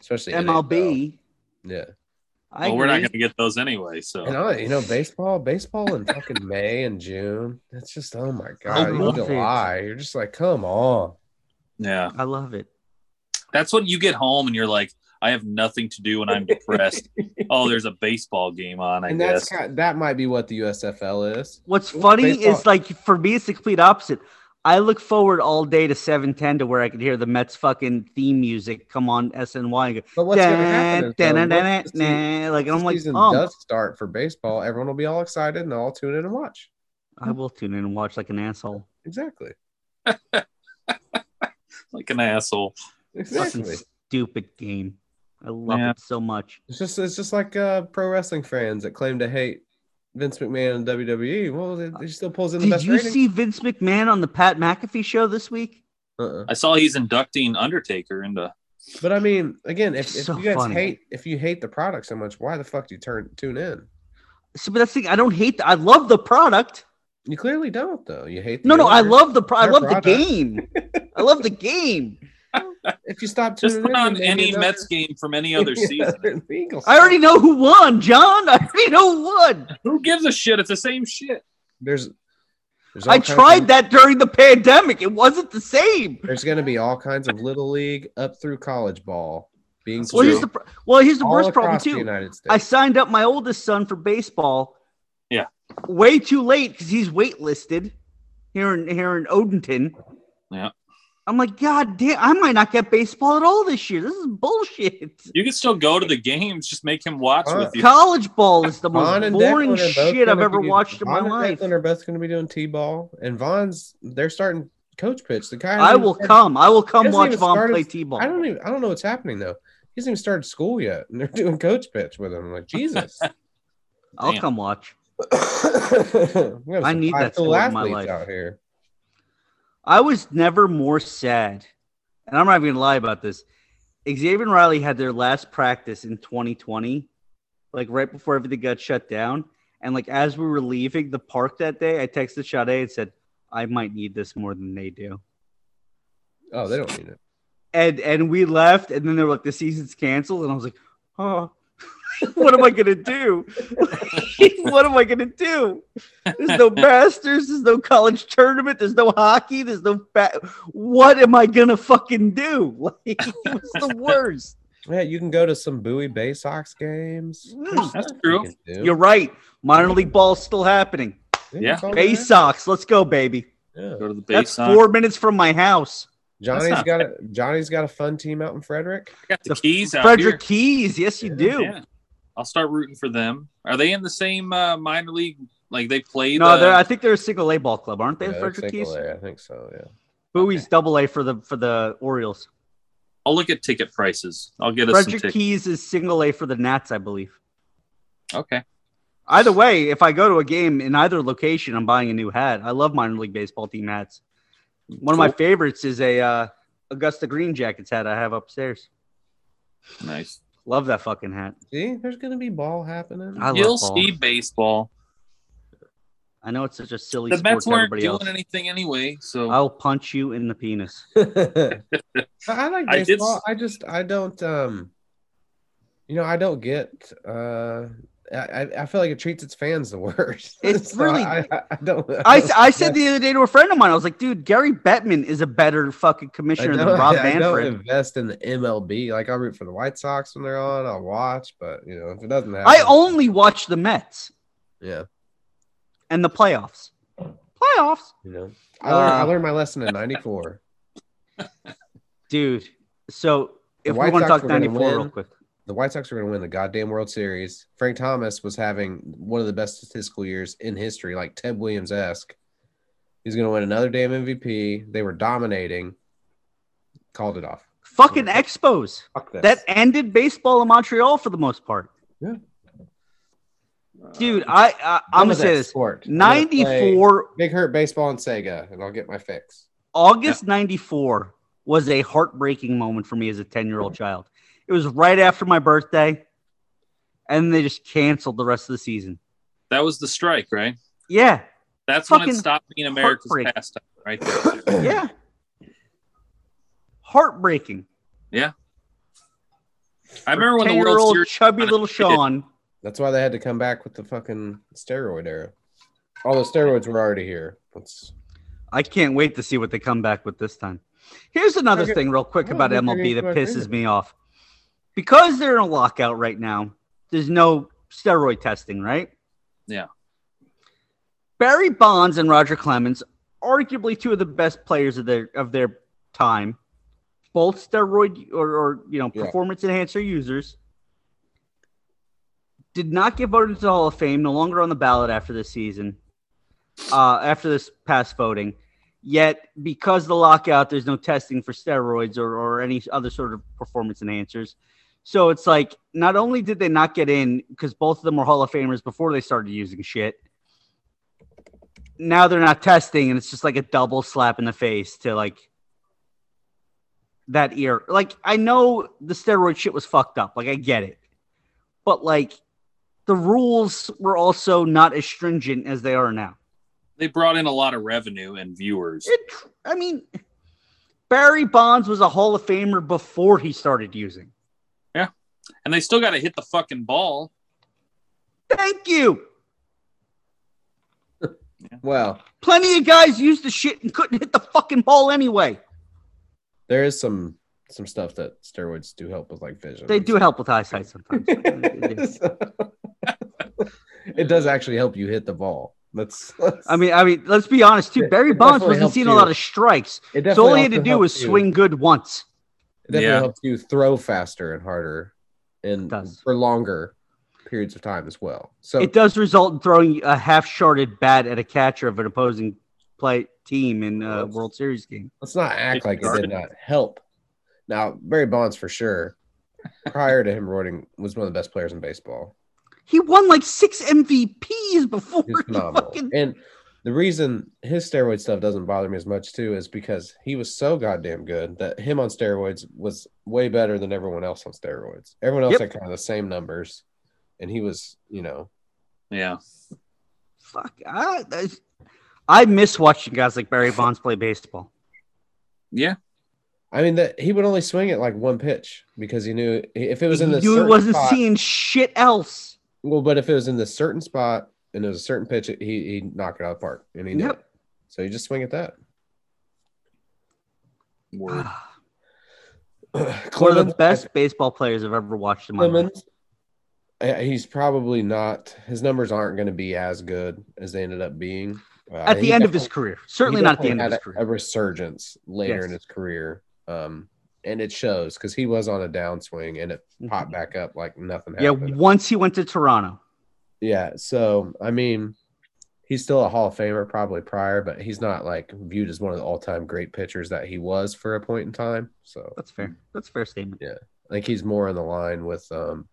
Speaker 3: especially NFL.
Speaker 2: MLB.
Speaker 3: Yeah.
Speaker 2: I
Speaker 1: Well, we're not
Speaker 2: agree.
Speaker 1: going to get those anyway. So
Speaker 3: And I, you know, baseball, baseball in fucking May and June. That's just oh my
Speaker 2: I
Speaker 3: god, even
Speaker 2: love it.
Speaker 3: July. You're just like, come on.
Speaker 1: yeah,
Speaker 2: I love it.
Speaker 1: that's when you get home and you're like, I have nothing to do and I'm depressed. oh, there's a baseball game on. I
Speaker 3: and
Speaker 1: guess
Speaker 3: that's kind that might be what the USFL is.
Speaker 2: What's
Speaker 3: Well,
Speaker 2: funny
Speaker 3: baseball-
Speaker 2: is like for me, it's the complete opposite. I look forward all day to seven ten to where I could hear the Mets fucking theme music come on SNY. And go,
Speaker 3: But what's gonna happen?
Speaker 2: "Dun,
Speaker 3: Is, though,
Speaker 2: dun, dun, dun,
Speaker 3: once the se-
Speaker 2: dun," Like and I'm
Speaker 3: the
Speaker 2: like,
Speaker 3: season
Speaker 2: oh,
Speaker 3: does start for baseball, everyone will be all excited and they'll all tune in and watch.
Speaker 2: I will tune in and watch like an asshole.
Speaker 3: Exactly.
Speaker 1: like an asshole.
Speaker 3: Exactly.
Speaker 2: Fucking stupid game. I love
Speaker 1: Yeah.
Speaker 2: it so much.
Speaker 3: It's just it's just like uh, pro wrestling fans that claim to hate Vince McMahon and WWE. Well, they, he still pulls in the
Speaker 2: Uh, Did
Speaker 3: best
Speaker 2: you
Speaker 3: ratings.
Speaker 2: see Vince McMahon on the Pat McAfee show this week?
Speaker 3: uh-uh.
Speaker 1: I saw he's inducting Undertaker into.
Speaker 3: But I mean, again, if, if
Speaker 2: So
Speaker 3: you guys
Speaker 2: funny.
Speaker 3: hate if you hate the product so much, why the fuck do you turn tune in?
Speaker 2: So, but that's the thing. I don't hate. The, I love the product.
Speaker 3: You clearly don't though. You hate the
Speaker 2: No, no, I
Speaker 3: owners.
Speaker 2: love the. Pro- I
Speaker 3: Their
Speaker 2: love
Speaker 3: product.
Speaker 2: the game. I love the game.
Speaker 3: if you stop
Speaker 1: Just
Speaker 3: tuning in,
Speaker 1: put on
Speaker 3: Mm-hmm. maybe
Speaker 1: any
Speaker 3: another-
Speaker 1: Mets game from any other
Speaker 3: maybe
Speaker 1: season.
Speaker 3: another league will
Speaker 2: I
Speaker 3: start.
Speaker 2: already know who won, John. I already know who won.
Speaker 1: Who gives a shit? It's the same shit.
Speaker 3: there's, there's all
Speaker 2: I
Speaker 3: kinds
Speaker 2: tried
Speaker 3: of-
Speaker 2: that during the pandemic. It wasn't the same.
Speaker 3: There's going to be all kinds of little league up through college ball being
Speaker 1: That's
Speaker 2: Well, here's
Speaker 3: played
Speaker 2: the. Pro- well, here's the
Speaker 3: all
Speaker 2: worst problem
Speaker 3: across the
Speaker 2: too.
Speaker 3: United States.
Speaker 2: I signed up my oldest son for baseball.
Speaker 1: Yeah.
Speaker 2: Way too late because he's waitlisted here in here in Odenton.
Speaker 1: Yeah.
Speaker 2: I'm like, God damn, I might not get baseball at all this year. This is bullshit.
Speaker 1: You can still go to the games. Just make him watch
Speaker 3: Huh.
Speaker 1: with you.
Speaker 2: College ball is the most
Speaker 3: Vaughn and
Speaker 2: boring
Speaker 3: Declan are both
Speaker 2: shit I've
Speaker 3: gonna
Speaker 2: ever
Speaker 3: be-
Speaker 2: watched in my
Speaker 3: Vaughn and
Speaker 2: life.
Speaker 3: Declan are both going to be doing t-ball, and Vaughn's they're starting coach pitch. The guy
Speaker 2: I
Speaker 3: hasn't
Speaker 2: will
Speaker 3: even-
Speaker 2: come. I will come
Speaker 3: Hasn't
Speaker 2: watch
Speaker 3: even
Speaker 2: Vaughn
Speaker 3: started-
Speaker 2: play T-ball.
Speaker 3: I don't even. I don't know what's happening though. He hasn't even started school yet, and they're doing coach pitch with him. I'm like Jesus,
Speaker 2: I'll
Speaker 1: Damn.
Speaker 2: come watch.
Speaker 3: I
Speaker 2: I need that sport in my life.
Speaker 3: out here.
Speaker 2: I was never more sad, and I'm not even gonna lie about this. Xavier and Riley had their last practice in 2020, like right before everything got shut down. And like as we were leaving the park that day, I texted Sade and said, "I might need this more than they do."
Speaker 3: Oh, they don't need it.
Speaker 2: And and we left, and then they were like, "The season's canceled," and I was like, "Oh, what am I gonna do? what am I gonna do? There's no masters. There's no college tournament. There's no hockey. There's no fa- what am I gonna fucking do? Like it was the worst.
Speaker 3: Yeah, you can go to some Bowie Bay Sox games.
Speaker 2: Mm.
Speaker 1: That's
Speaker 3: You
Speaker 1: true.
Speaker 3: can do.
Speaker 2: You're right. Minor league ball's still happening.
Speaker 1: Yeah.
Speaker 3: it's all
Speaker 2: Bay
Speaker 3: there.
Speaker 2: Sox, let's go, baby.
Speaker 3: Yeah.
Speaker 1: Go to the
Speaker 2: That's
Speaker 1: base.
Speaker 2: four minutes from my house.
Speaker 3: Johnny's
Speaker 1: not
Speaker 3: got a Johnny's got a fun team out in Frederick.
Speaker 1: got the
Speaker 2: the
Speaker 1: keys out
Speaker 2: Frederick
Speaker 1: here.
Speaker 2: Keys, yes, you do.
Speaker 1: Yeah. I'll start rooting for them. Are they in the same uh, minor league? Like they played?
Speaker 2: No, they're,
Speaker 1: uh,
Speaker 2: I think they're a single A ball club, aren't they?
Speaker 3: Yeah, they're
Speaker 2: Frederick Keys.
Speaker 3: single A, I think so. Yeah.
Speaker 2: Bowie's double A for the for the Orioles.
Speaker 1: I'll look at ticket prices. I'll get us some
Speaker 2: Frederick
Speaker 1: tickets.
Speaker 2: Keys is single A for the Nats, I believe.
Speaker 1: Okay.
Speaker 2: Either way, if I go to a game in either location, I'm buying a new hat. I love minor league baseball team hats. One of my favorites is a uh, Augusta Green Jackets hat I have upstairs.
Speaker 1: Nice.
Speaker 2: Love that fucking hat.
Speaker 3: See, there's gonna be ball happening.
Speaker 2: I love
Speaker 1: You'll
Speaker 2: ball.
Speaker 1: see baseball.
Speaker 2: I know it's such a silly
Speaker 1: The
Speaker 2: sport
Speaker 1: Mets
Speaker 2: to
Speaker 1: weren't
Speaker 2: everybody
Speaker 1: doing
Speaker 2: else. Oh.
Speaker 1: anything anyway, so
Speaker 2: I'll punch you in the penis.
Speaker 3: I like
Speaker 1: I did
Speaker 3: baseball.
Speaker 1: s-
Speaker 3: I, just I don't um you know, I don't get uh I- I, I feel like it treats its fans the worst.
Speaker 2: It
Speaker 3: So
Speaker 2: really-
Speaker 3: I, I, I don't
Speaker 2: I, I said the other day to a friend of mine, I was like, dude, Gary Bettman is a better fucking commissioner than
Speaker 3: don't-
Speaker 2: Rob
Speaker 3: I don't
Speaker 2: Manfred.
Speaker 3: invest in the MLB. Like I'll root for the White Sox when they're on, I'll watch, but you know, if it doesn't happen
Speaker 2: I only watch the Mets
Speaker 3: Yeah,
Speaker 2: and the playoffs. Playoffs?
Speaker 3: you know. I learned, I
Speaker 2: Uh,
Speaker 3: learned my lesson in ninety four.
Speaker 2: dude so if
Speaker 3: White
Speaker 2: we want to talk
Speaker 3: Sox were gonna
Speaker 2: 94 real
Speaker 3: win.
Speaker 2: quick.
Speaker 3: The White Sox are going to win the goddamn World Series. Frank Thomas was having one of the best statistical years in history, like Ted Williams esque. He's going to win another damn MVP. They were dominating. Called it off.
Speaker 2: Fucking Expos.
Speaker 3: Fuck this.
Speaker 2: That ended baseball in Montreal for the most part. Dude, I, I I'm
Speaker 3: None
Speaker 2: gonna
Speaker 3: of
Speaker 2: say
Speaker 3: that
Speaker 2: this.
Speaker 3: sport. I'm gonna play
Speaker 2: 94
Speaker 3: Big Hurt Baseball and Sega, and I'll get my fix.
Speaker 2: August 94 was a heartbreaking moment for me as a 10-year-old child. It was right after my birthday and they just canceled the rest of the season.
Speaker 1: that was the strike, right?
Speaker 2: Yeah.
Speaker 1: That's when
Speaker 2: Fucking
Speaker 1: it stopped being America's
Speaker 2: heartbreak.
Speaker 1: pastime, right there.
Speaker 2: Yeah. Heartbreaking.
Speaker 1: I remember when the
Speaker 2: 10-year-old
Speaker 1: World Series
Speaker 2: chubby little
Speaker 1: kinda
Speaker 2: Sean.
Speaker 3: That's why they had to come back with the fucking steroid era. All the steroids were already here. Let's
Speaker 2: I can't wait to see what they come back with this time. Here's another
Speaker 3: Okay.
Speaker 2: thing, real quick,
Speaker 3: I don't
Speaker 2: about
Speaker 3: think they're
Speaker 2: MLB that
Speaker 3: gonna go back
Speaker 2: pisses
Speaker 3: in.
Speaker 2: me off. Because they're in a lockout right now, there's no steroid testing, right?
Speaker 1: Yeah.
Speaker 2: Barry Bonds and Roger Clemens, arguably two of the best players of their of their time, both steroid or, or you know
Speaker 3: Yeah.
Speaker 2: performance enhancer users, did not get voted into the Hall of Fame. No longer on the ballot after this season, uh, after this past voting. Yet, because the lockout, there's no testing for steroids or, or any other sort of performance enhancers. So it's like not only did they not get in because both of them were Hall of Famers before they started using shit. Now they're not testing, and it's just like a double slap in the face to like that ear. Like I know the steroid shit was fucked up. Like I get it, but like the rules were also not as stringent as they are now.
Speaker 1: They brought in a lot of revenue and viewers.
Speaker 2: It, I mean, Barry Bonds was a Hall of Famer before he started using.
Speaker 1: and they still got to hit the fucking ball.
Speaker 2: Thank you.
Speaker 3: well,
Speaker 2: Plenty of guys used the shit and couldn't hit the fucking ball anyway.
Speaker 3: there is some some stuff that steroids do help with, like vision.
Speaker 2: They do help with eyesight sometimes.
Speaker 3: it does actually help you hit the ball. That's.
Speaker 2: I mean, I mean, let's be honest too.
Speaker 3: It-
Speaker 2: Barry
Speaker 3: it
Speaker 2: Bonds
Speaker 3: definitely
Speaker 2: wasn't
Speaker 3: helps
Speaker 2: seeing a
Speaker 3: you.
Speaker 2: lot of strikes,
Speaker 3: it
Speaker 2: so all
Speaker 3: definitely
Speaker 2: he had to
Speaker 3: also
Speaker 2: do was
Speaker 3: helps you-
Speaker 2: swing good once.
Speaker 3: It definitely
Speaker 1: Yeah.
Speaker 3: helps you throw faster and harder, and
Speaker 2: does.
Speaker 3: for longer periods of time as well. So
Speaker 2: It does result in throwing a half-sharded bat at a catcher of an opposing play team in a
Speaker 3: Gross.
Speaker 2: World Series game.
Speaker 3: Let's not act
Speaker 1: It
Speaker 3: like it
Speaker 1: started.
Speaker 3: did not help. Now, Barry Bonds for sure, prior to him running, was one of the best players in baseball.
Speaker 2: He won like six MVPs before
Speaker 3: He was
Speaker 2: he
Speaker 3: phenomenal.
Speaker 2: fucking
Speaker 3: And the reason his steroid stuff doesn't bother me as much too is because he was so goddamn good that him on steroids was way better than everyone else on steroids. Everyone else
Speaker 2: Yep.
Speaker 3: had kind of the same numbers, and he was, you know,
Speaker 1: Yeah.
Speaker 2: fuck. I, that's- I miss watching guys like Barry Bonds play baseball.
Speaker 1: Yeah.
Speaker 3: I mean that he would only swing at like one pitch because he knew if it was in
Speaker 2: You
Speaker 3: this
Speaker 2: knew he
Speaker 3: certain
Speaker 2: wasn't
Speaker 3: spot-
Speaker 2: seeing shit else.
Speaker 3: Well, but if it was in this certain spot and it was a certain pitch, he he'd knock it out of the park, and he knew.
Speaker 2: Yep.
Speaker 3: It. So you just swing at that.
Speaker 1: Word.
Speaker 3: Ah.
Speaker 2: One of the
Speaker 3: Clemens-
Speaker 2: best baseball players I've ever watched in my life.
Speaker 3: Clemens. uh, He's probably not. His numbers aren't going to be as good as they ended up being Uh,
Speaker 2: At
Speaker 3: he
Speaker 2: the end of
Speaker 3: definitely-
Speaker 2: his career.
Speaker 3: he
Speaker 2: Certainly not at the
Speaker 3: definitely
Speaker 2: end of
Speaker 3: had
Speaker 2: his
Speaker 3: a, a
Speaker 2: career.
Speaker 3: resurgence later
Speaker 2: Yes.
Speaker 3: in his career, um, and it shows because he was on a downswing and it popped back up like nothing
Speaker 2: Mm-hmm. Yeah,
Speaker 3: happened.
Speaker 2: once he went to Toronto.
Speaker 3: Yeah. So I mean, he's still a Hall of Famer probably prior, but he's not like viewed as one of the all-time great pitchers that he was for a point in time. So
Speaker 2: That's fair. That's a fair statement.
Speaker 3: I think he's more in the line with um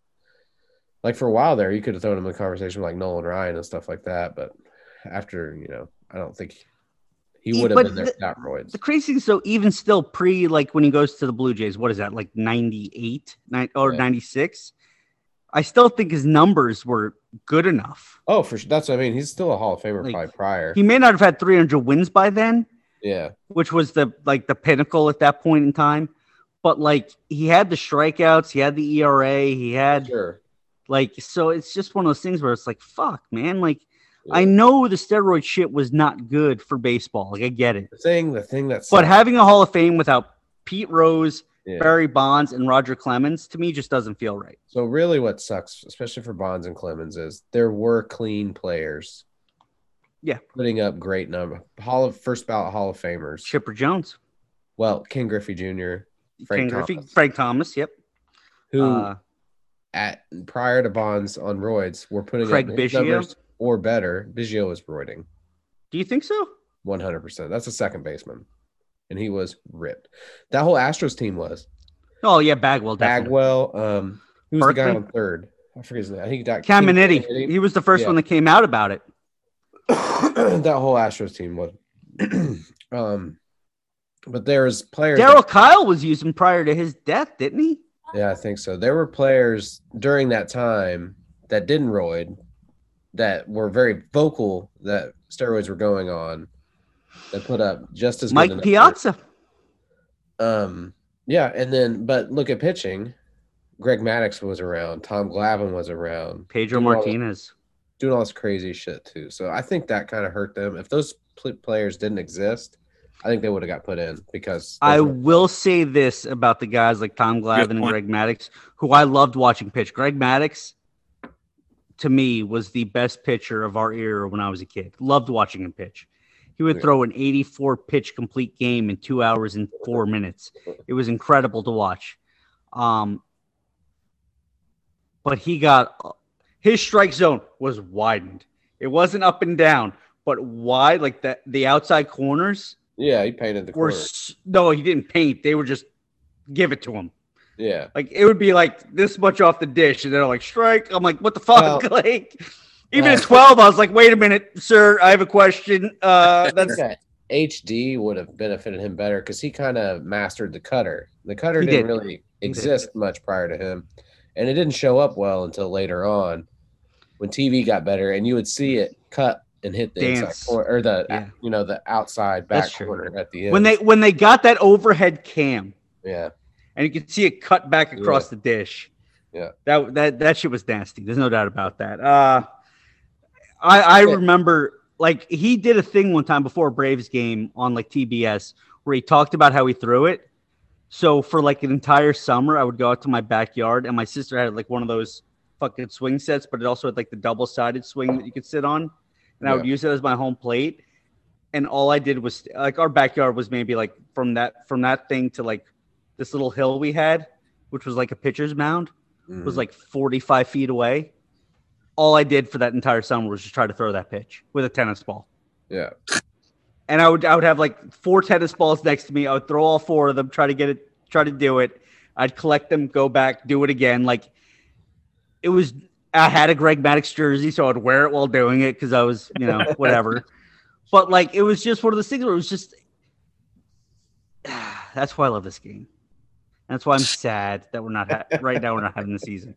Speaker 3: like for a while there, you could have thrown him in the conversation with like Nolan Ryan and stuff like that, but after, you know, I don't think he
Speaker 2: He-
Speaker 3: would have
Speaker 2: but
Speaker 3: been there
Speaker 2: the-
Speaker 3: without roids.
Speaker 2: The crazy thing, so even still pre like when he goes to the Blue Jays, what is that, like 98 nine, or
Speaker 3: Yeah.
Speaker 2: 96? I still think his numbers were good enough.
Speaker 3: Oh, for sure. That's what I mean. He's still a Hall of Famer
Speaker 2: Like,
Speaker 3: probably prior.
Speaker 2: He may not have had 300 wins by then,
Speaker 3: yeah.
Speaker 2: which was the like the pinnacle at that point in time. But like he had the strikeouts, he had the ERA, he had
Speaker 3: Sure.
Speaker 2: like so it's just one of those things where it's like fuck, man. Like
Speaker 3: Yeah.
Speaker 2: I know the steroid shit was not good for baseball. Like I get it.
Speaker 3: The thing, the thing that's
Speaker 2: But having a Hall of Fame without Pete Rose,
Speaker 3: yeah.
Speaker 2: Barry Bonds, and Roger Clemens to me just doesn't feel right.
Speaker 3: So really, what sucks, especially for Bonds and Clemens, is there were clean players.
Speaker 2: Yeah.
Speaker 3: putting up great number Hall of first ballot Hall of Famers.
Speaker 2: Chipper Jones.
Speaker 3: Well, Ken Griffey Jr.,
Speaker 2: Ken
Speaker 3: Frank
Speaker 2: Griffey,
Speaker 3: Thomas.
Speaker 2: Frank Thomas. Yep.
Speaker 3: who
Speaker 2: Uh,
Speaker 3: at prior to Bonds on roids were putting
Speaker 2: Craig
Speaker 3: up his
Speaker 2: Biggio?
Speaker 3: numbers or better. Biggio was roiding.
Speaker 2: do you think so?
Speaker 3: One hundred percent. That's a second baseman, and he was ripped. That whole Astros team was
Speaker 2: Oh yeah, Bagwell. Definitely.
Speaker 3: Bagwell. Um, who's the guy
Speaker 2: Berkeley?
Speaker 3: on third? I forget his name. I think he got
Speaker 2: Caminiti. He was the first
Speaker 3: Yeah.
Speaker 2: one that came out about it.
Speaker 3: that whole Astros team was. um, but there's players. that-
Speaker 2: Daryl Kyle was using prior to his death, didn't he?
Speaker 3: Yeah, I think so. There were players during that time that didn't roid that were very vocal that steroids were going on that put up just as
Speaker 2: Mike
Speaker 3: good a number.
Speaker 2: Piazza.
Speaker 3: Um, yeah, and then but look at pitching. Greg Maddox was around. Tom Glavine was around,
Speaker 2: Pedro
Speaker 3: Well,
Speaker 2: Martinez.
Speaker 3: doing all this crazy shit too. So I think that kind of hurt them. If those pl- players didn't exist, I think they would have got put in because
Speaker 2: I
Speaker 3: those were-
Speaker 2: will say this about the guys like Tom Glavine and
Speaker 1: point.
Speaker 2: Greg Maddox, who I loved watching pitch. Greg Maddox, to me, was the best pitcher of our era when I was a kid. Loved watching him pitch. He would
Speaker 3: Yeah.
Speaker 2: throw an 84 pitch complete game in two hours and four minutes. It was incredible to watch. Um, but he got his strike zone was widened. It wasn't up and down, but wide like that. The outside corners
Speaker 3: yeah, he painted the
Speaker 2: were
Speaker 3: corner.
Speaker 2: s- no, he didn't paint. They were just give it to him.
Speaker 3: Yeah,
Speaker 2: Like it would be like this much off the dish, and they're like strike. I'm like, what the fuck?
Speaker 3: Well-
Speaker 2: like even
Speaker 3: Well-
Speaker 2: at twelve, I was like, wait a minute, sir, I have a question. Uh, that's
Speaker 3: that HD would have benefited him better because he kind of mastered the cutter. The cutter
Speaker 2: He
Speaker 3: didn't
Speaker 2: did.
Speaker 3: really
Speaker 2: did.
Speaker 3: exist much prior to him, and it didn't show up well until later on when TV got better, and you would see it cut and hit the
Speaker 2: Dance.
Speaker 3: inside corner or the
Speaker 2: Yeah.
Speaker 3: you know the outside
Speaker 2: That's
Speaker 3: back
Speaker 2: true.
Speaker 3: corner at the end.
Speaker 2: when they when they got that overhead cam,
Speaker 3: yeah
Speaker 2: and you could see it cut back across the dish.
Speaker 3: Yeah.
Speaker 2: that that that shit was nasty. There's no doubt about that. Uh, I I
Speaker 3: Yeah.
Speaker 2: remember like he did a thing one time before a Braves game on like TBS where he talked about how he threw it. So for like an entire summer, I would go out to my backyard, and my sister had like one of those fucking swing sets, but it also had like the double sided swing that you could sit on, and I would use it as my home plate. And all I did was like our backyard was maybe like from that from that thing to like this little hill we had, which was like a pitcher's mound,
Speaker 3: Mm-hmm.
Speaker 2: was like 45 feet away. All I did for that entire summer was just try to throw that pitch with a tennis ball.
Speaker 3: yeah
Speaker 2: And I would I would have like four tennis balls next to me. I would throw all four of them, try to get it, try to do it. I'd collect them, go back, do it again. Like it was I had a Greg Maddox jersey, so I'd wear it while doing it because I was, you know, whatever. but like it was just one of those things where it was just that's why I love this game. That's why I'm sad that we're not ha- right now we're not having the season.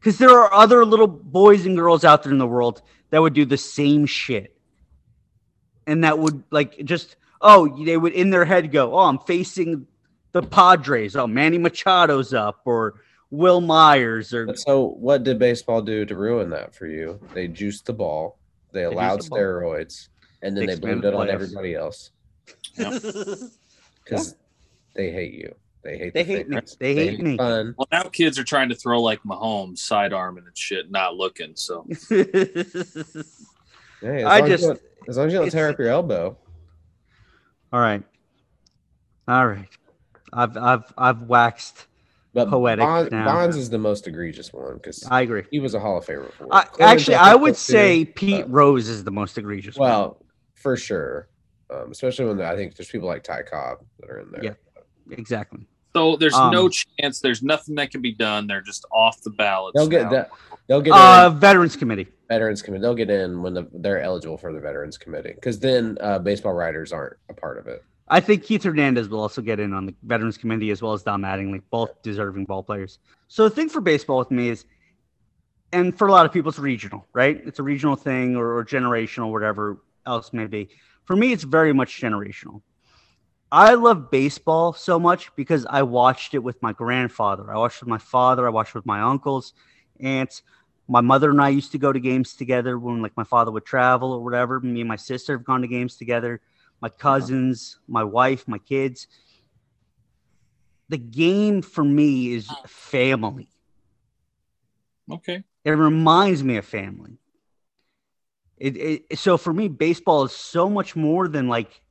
Speaker 2: Cuz there are other little boys and girls out there in the world that would do the same shit. And that would like just oh, they would in their head go, "Oh, I'm facing the Padres. Oh, Manny Machado's up or Will Myers or
Speaker 3: But so, what did baseball do to ruin that for you? They juiced the ball, they
Speaker 2: juiced
Speaker 3: allowed
Speaker 2: the ball.
Speaker 3: steroids, and then
Speaker 2: They
Speaker 3: they, blamed it
Speaker 2: expanded
Speaker 3: on
Speaker 2: playoffs.
Speaker 3: everybody else because they hate you. They hate.
Speaker 2: They
Speaker 3: the
Speaker 2: hate me.
Speaker 3: fans.
Speaker 2: They hate me.
Speaker 3: Fun.
Speaker 1: Well, now kids are trying to throw like Mahomes sidearm and shit, not looking. So
Speaker 2: I
Speaker 3: Hey, as long as you
Speaker 2: just
Speaker 3: don't- as long as you don't
Speaker 2: it's-
Speaker 3: tear up your elbow.
Speaker 2: all right, all right. I've I've I've waxed.
Speaker 3: But
Speaker 2: Poetic
Speaker 3: Bon-
Speaker 2: now.
Speaker 3: Bonds is the most egregious one because
Speaker 2: I agree.
Speaker 3: he was a Hall of Famer for. it.
Speaker 2: I,
Speaker 3: Clemens,
Speaker 2: actually, I
Speaker 3: think,
Speaker 2: would
Speaker 3: too.
Speaker 2: say Pete
Speaker 3: but-
Speaker 2: Rose is the most egregious. one.
Speaker 3: Well, for sure, um, especially when I think there's people like Ty Cobb that are in there.
Speaker 2: Yeah. exactly.
Speaker 1: so there's no
Speaker 2: Um,
Speaker 1: chance. There's nothing that can be done. They're just off the ballots.
Speaker 3: They'll get
Speaker 1: now.
Speaker 3: that. They'll get. in.
Speaker 2: Uh, Veterans Committee.
Speaker 3: veterans committee they'll get in when the, they're eligible for the veterans committee because then uh, baseball writers aren't a part of it
Speaker 2: I think Keith Hernandez will also get in on the Veterans Committee as well as Dom Mattingly, both deserving ball players. So the thing for baseball with me is, and for a lot of people, it's regional, right? It's a regional thing or, or generational, whatever else may be. For me, it's very much generational. I love baseball so much because I watched it with my grandfather. I watched it with my father. I watched it with my uncles, aunts. My mother and I used to go to games together when, like, my father would travel or whatever. Me and my sister have gone to games together. My cousins, my wife, my kids. The game for me is family.
Speaker 1: Okay.
Speaker 2: It reminds me of family. It, it so for me, baseball is so much more than like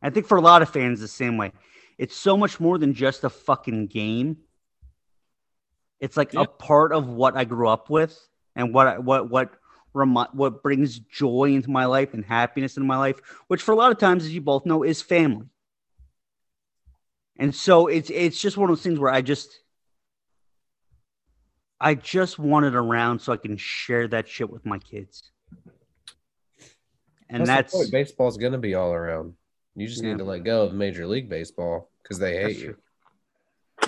Speaker 2: I think for a lot of fans, the same way. It's so much more than just a fucking game. It's like
Speaker 1: Yeah.
Speaker 2: a part of what I grew up with and what I, what what remi- what brings joy into my life and happiness in my life, which for a lot of times, as you both know, is family. And so it's it's just one of those things where I just I just want it around so I can share that shit with my kids. And that's,
Speaker 3: the point. baseball's going to be all around. You just
Speaker 2: Yeah.
Speaker 3: need to let go of Major League Baseball because they hate
Speaker 2: That's
Speaker 3: you.
Speaker 2: true.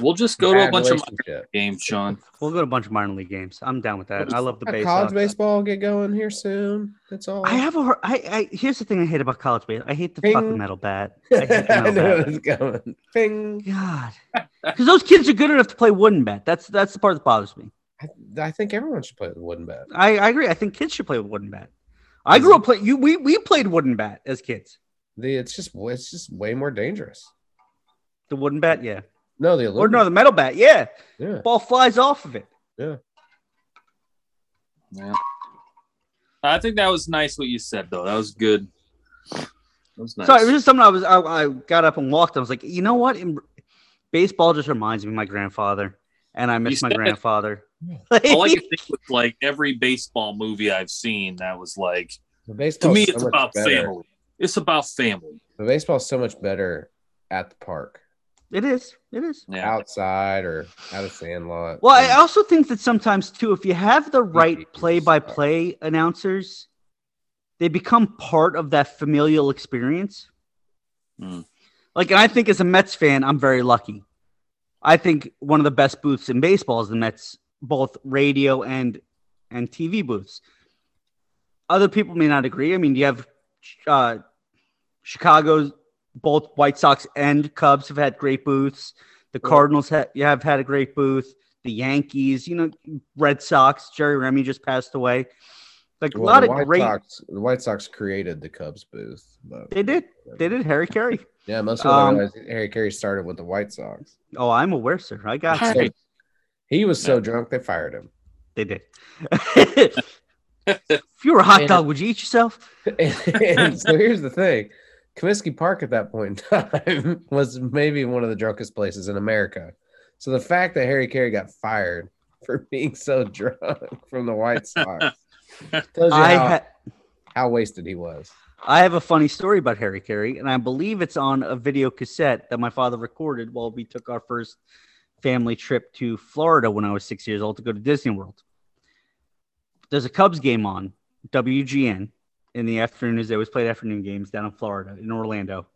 Speaker 1: We'll just go to a
Speaker 3: Bad
Speaker 1: bunch of minor
Speaker 3: relationship.
Speaker 1: games, Sean.
Speaker 2: we'll go to a bunch of minor league games. I'm down with that. I love the
Speaker 3: Let
Speaker 2: base.
Speaker 3: college
Speaker 2: uh,
Speaker 3: baseball get going here soon. That's all.
Speaker 2: I have a. hor- I, I here's the thing I hate about college baseball. I hate the
Speaker 3: Ping.
Speaker 2: fucking metal bat. I hate the
Speaker 3: I
Speaker 2: metal
Speaker 3: know
Speaker 2: bat.
Speaker 3: it's going. Ping.
Speaker 2: God, because those kids are good enough to play wooden bat. That's that's the part that bothers me.
Speaker 3: I, I think everyone should play with a wooden bat.
Speaker 2: I, I agree. I think kids should play with wooden bat. I grew up playing. You we we played wooden bat as kids.
Speaker 3: The it's just it's just way more dangerous.
Speaker 2: The wooden bat, yeah,
Speaker 3: No, the
Speaker 2: or
Speaker 3: aluminum.
Speaker 2: no, the metal bat, yeah.
Speaker 3: yeah.
Speaker 2: Ball flies off of it.
Speaker 1: Yeah. I think that was nice what you said though. That was good. That was nice.
Speaker 2: Sorry, it was just something I was. I, I got up and walked. I was like, you know what? In- baseball just reminds me of my grandfather, and I miss my
Speaker 1: said it.
Speaker 2: grandfather.
Speaker 1: All I could think was like every baseball movie I've seen that was like
Speaker 3: The
Speaker 1: to
Speaker 3: baseball
Speaker 1: me it's about family. It's about family.
Speaker 3: The baseball's so much better at the park,
Speaker 2: it is. It is.
Speaker 1: Yeah.
Speaker 3: outside or at a sand lot.
Speaker 2: Well, I also think that sometimes too, if you have the right
Speaker 3: Yes.
Speaker 2: play-by-play announcers, they become part of that familial experience.
Speaker 1: Mm.
Speaker 2: Like, and I think as a Mets fan, I'm very lucky. I think one of the best booths in baseball is the Mets, both radio and and TV booths. Other people may not agree. I mean, you have uh, Chicago's both White Sox and Cubs have had great booths. The
Speaker 3: Right.
Speaker 2: Cardinals ha- have had a great booth. The Yankees, you know, Red Sox. Jerry Remy just passed away. Like a
Speaker 3: Well,
Speaker 2: lot
Speaker 3: the
Speaker 2: of
Speaker 3: White
Speaker 2: great.
Speaker 3: Sox, the White Sox created the Cubs booth. But
Speaker 2: They did. They did Harry Carey.
Speaker 3: Yeah, most people don't
Speaker 2: Um,
Speaker 3: realize Harry Carey started with the White Sox.
Speaker 2: Oh, I'm aware, sir. I got
Speaker 1: All
Speaker 2: you.
Speaker 1: right.
Speaker 3: So- he was so
Speaker 1: Yeah.
Speaker 3: drunk they fired him.
Speaker 2: They did. if you were a hot dog, would you eat yourself?
Speaker 3: and so here's the thing. Comiskey Park at that point in time was maybe one of the drunkest places in America. So the fact that Harry Carey got fired for being so drunk from the White Sox tells you
Speaker 2: I
Speaker 3: how,
Speaker 2: ha-
Speaker 3: how wasted he was.
Speaker 2: I have a funny story about Harry Carey, and I believe it's on a video cassette that my father recorded while we took our first family trip to Florida when I was six years old to go to Disney World. There's a Cubs game on WGN in the afternoon, as they always played afternoon games down in Florida, in Orlando.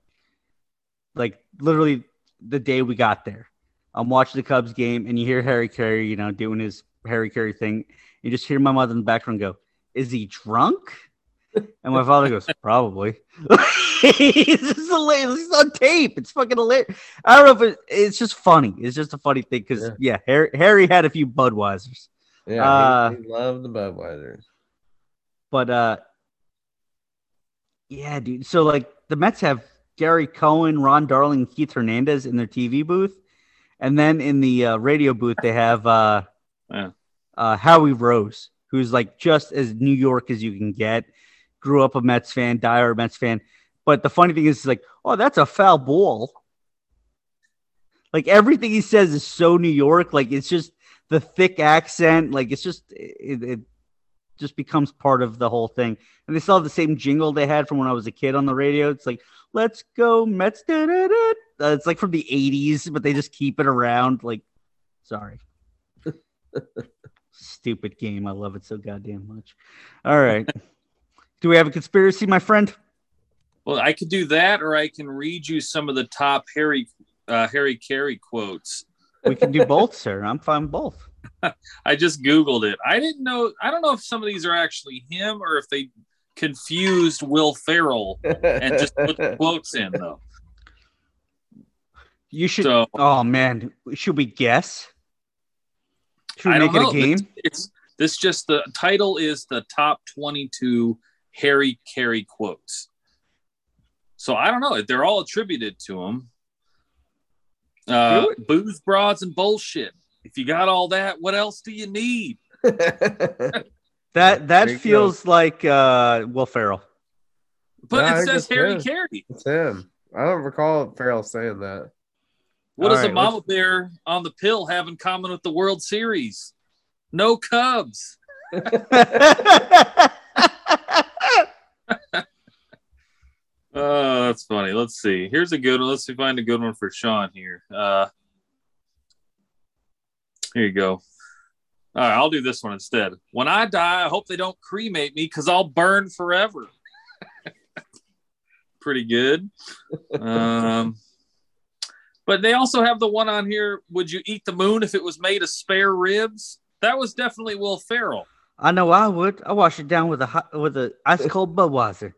Speaker 2: Like literally the day we got there, I'm watching the Cubs game, and you hear Harry Carey, you know, doing his Harry Carey thing. You just hear my mother in the background go, Is he drunk? And my father goes, probably. it's just hilarious. It's on tape. It's fucking hilarious. I don't know if it, it's just funny. It's just a funny thing because
Speaker 3: Yeah.
Speaker 2: yeah, Harry, Harry had a few Budweisers,
Speaker 3: Yeah, he-
Speaker 2: Uh,
Speaker 3: he, loved the Budweiser.
Speaker 2: but uh, yeah, dude. So like the Mets have Gary Cohen, Ron Darling, Keith Hernandez in their TV booth, and then in the uh, radio booth they have uh,
Speaker 1: Yeah.
Speaker 2: uh, Howie Rose, who's like just as New York as you can get. Grew up a Mets fan, dire Mets fan. But the funny thing is, like, oh, that's a foul ball. Like everything he says is so New York. Like it's just the thick accent. Like it's just it, it just becomes part of the whole thing. And they still have the same jingle they had from when I was a kid on the radio. It's like, let's go Mets. da-da-da." Uh, it's like from the '80s, but they just keep it around. Like, sorry, stupid game. I love it so goddamn much. All right, do we have a conspiracy, my friend?
Speaker 1: Well, I could do that or I can read you some of the top Harry uh, Harry Carey quotes.
Speaker 2: We can do both, sir. I'm fine with both.
Speaker 1: I just googled it. I didn't know I don't know if some of these are actually him or if they confused Will Ferrell and just put the quotes in though.
Speaker 2: You should.
Speaker 1: So
Speaker 2: oh man, should we guess? Should we
Speaker 1: I
Speaker 2: make
Speaker 1: don't
Speaker 2: it
Speaker 1: know.
Speaker 2: a game?
Speaker 1: It's this just the title is the top 22 Harry Carey quotes. So I don't know. They're all attributed to him. Uh,
Speaker 2: Do
Speaker 1: booze, broads, and bullshit. If you got all that, what else do you need?
Speaker 2: That that
Speaker 3: There you go.
Speaker 2: feels like uh, Will Ferrell.
Speaker 1: But
Speaker 3: Yeah, I
Speaker 1: it
Speaker 3: think
Speaker 1: says
Speaker 3: it's
Speaker 1: Harry
Speaker 3: good.
Speaker 1: Carey.
Speaker 3: it's him. I don't recall Farrell saying that.
Speaker 1: What
Speaker 3: All
Speaker 1: does
Speaker 3: right,
Speaker 1: the mama bear on the pill have in common with the World Series? No Cubs. Oh, that's funny. Let's see. Here's a good one. Let's see, find a good one for Sean here. Uh, here you go. All right, I'll do this one instead. When I die, I hope they don't cremate me because I'll burn forever. Pretty good. Um, but they also have the one on here. Would you eat the moon if it was made of spare ribs? That was definitely Will Ferrell.
Speaker 2: I know I would. I wash it down with a hot, with a ice cold Budweiser.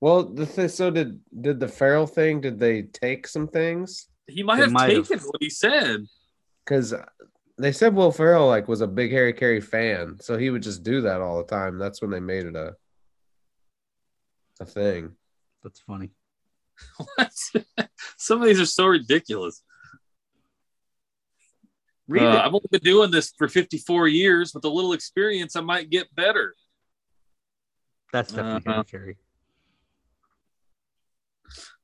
Speaker 3: Well, the th- so did did the Farrell thing? Did they take some things?
Speaker 1: He might
Speaker 2: They
Speaker 1: have
Speaker 2: might have.
Speaker 1: taken what he said.
Speaker 3: Because they said Will Ferrell like was a big Harry Carey fan, so he would just do that all the time. That's when they made it a a thing.
Speaker 2: That's funny.
Speaker 1: What? Some of these are so ridiculous.
Speaker 2: Read
Speaker 1: Uh,
Speaker 2: it.
Speaker 1: I've only been doing this for 54 years. With a little experience, I might get better.
Speaker 2: That's definitely
Speaker 1: uh,
Speaker 2: Harry Carey.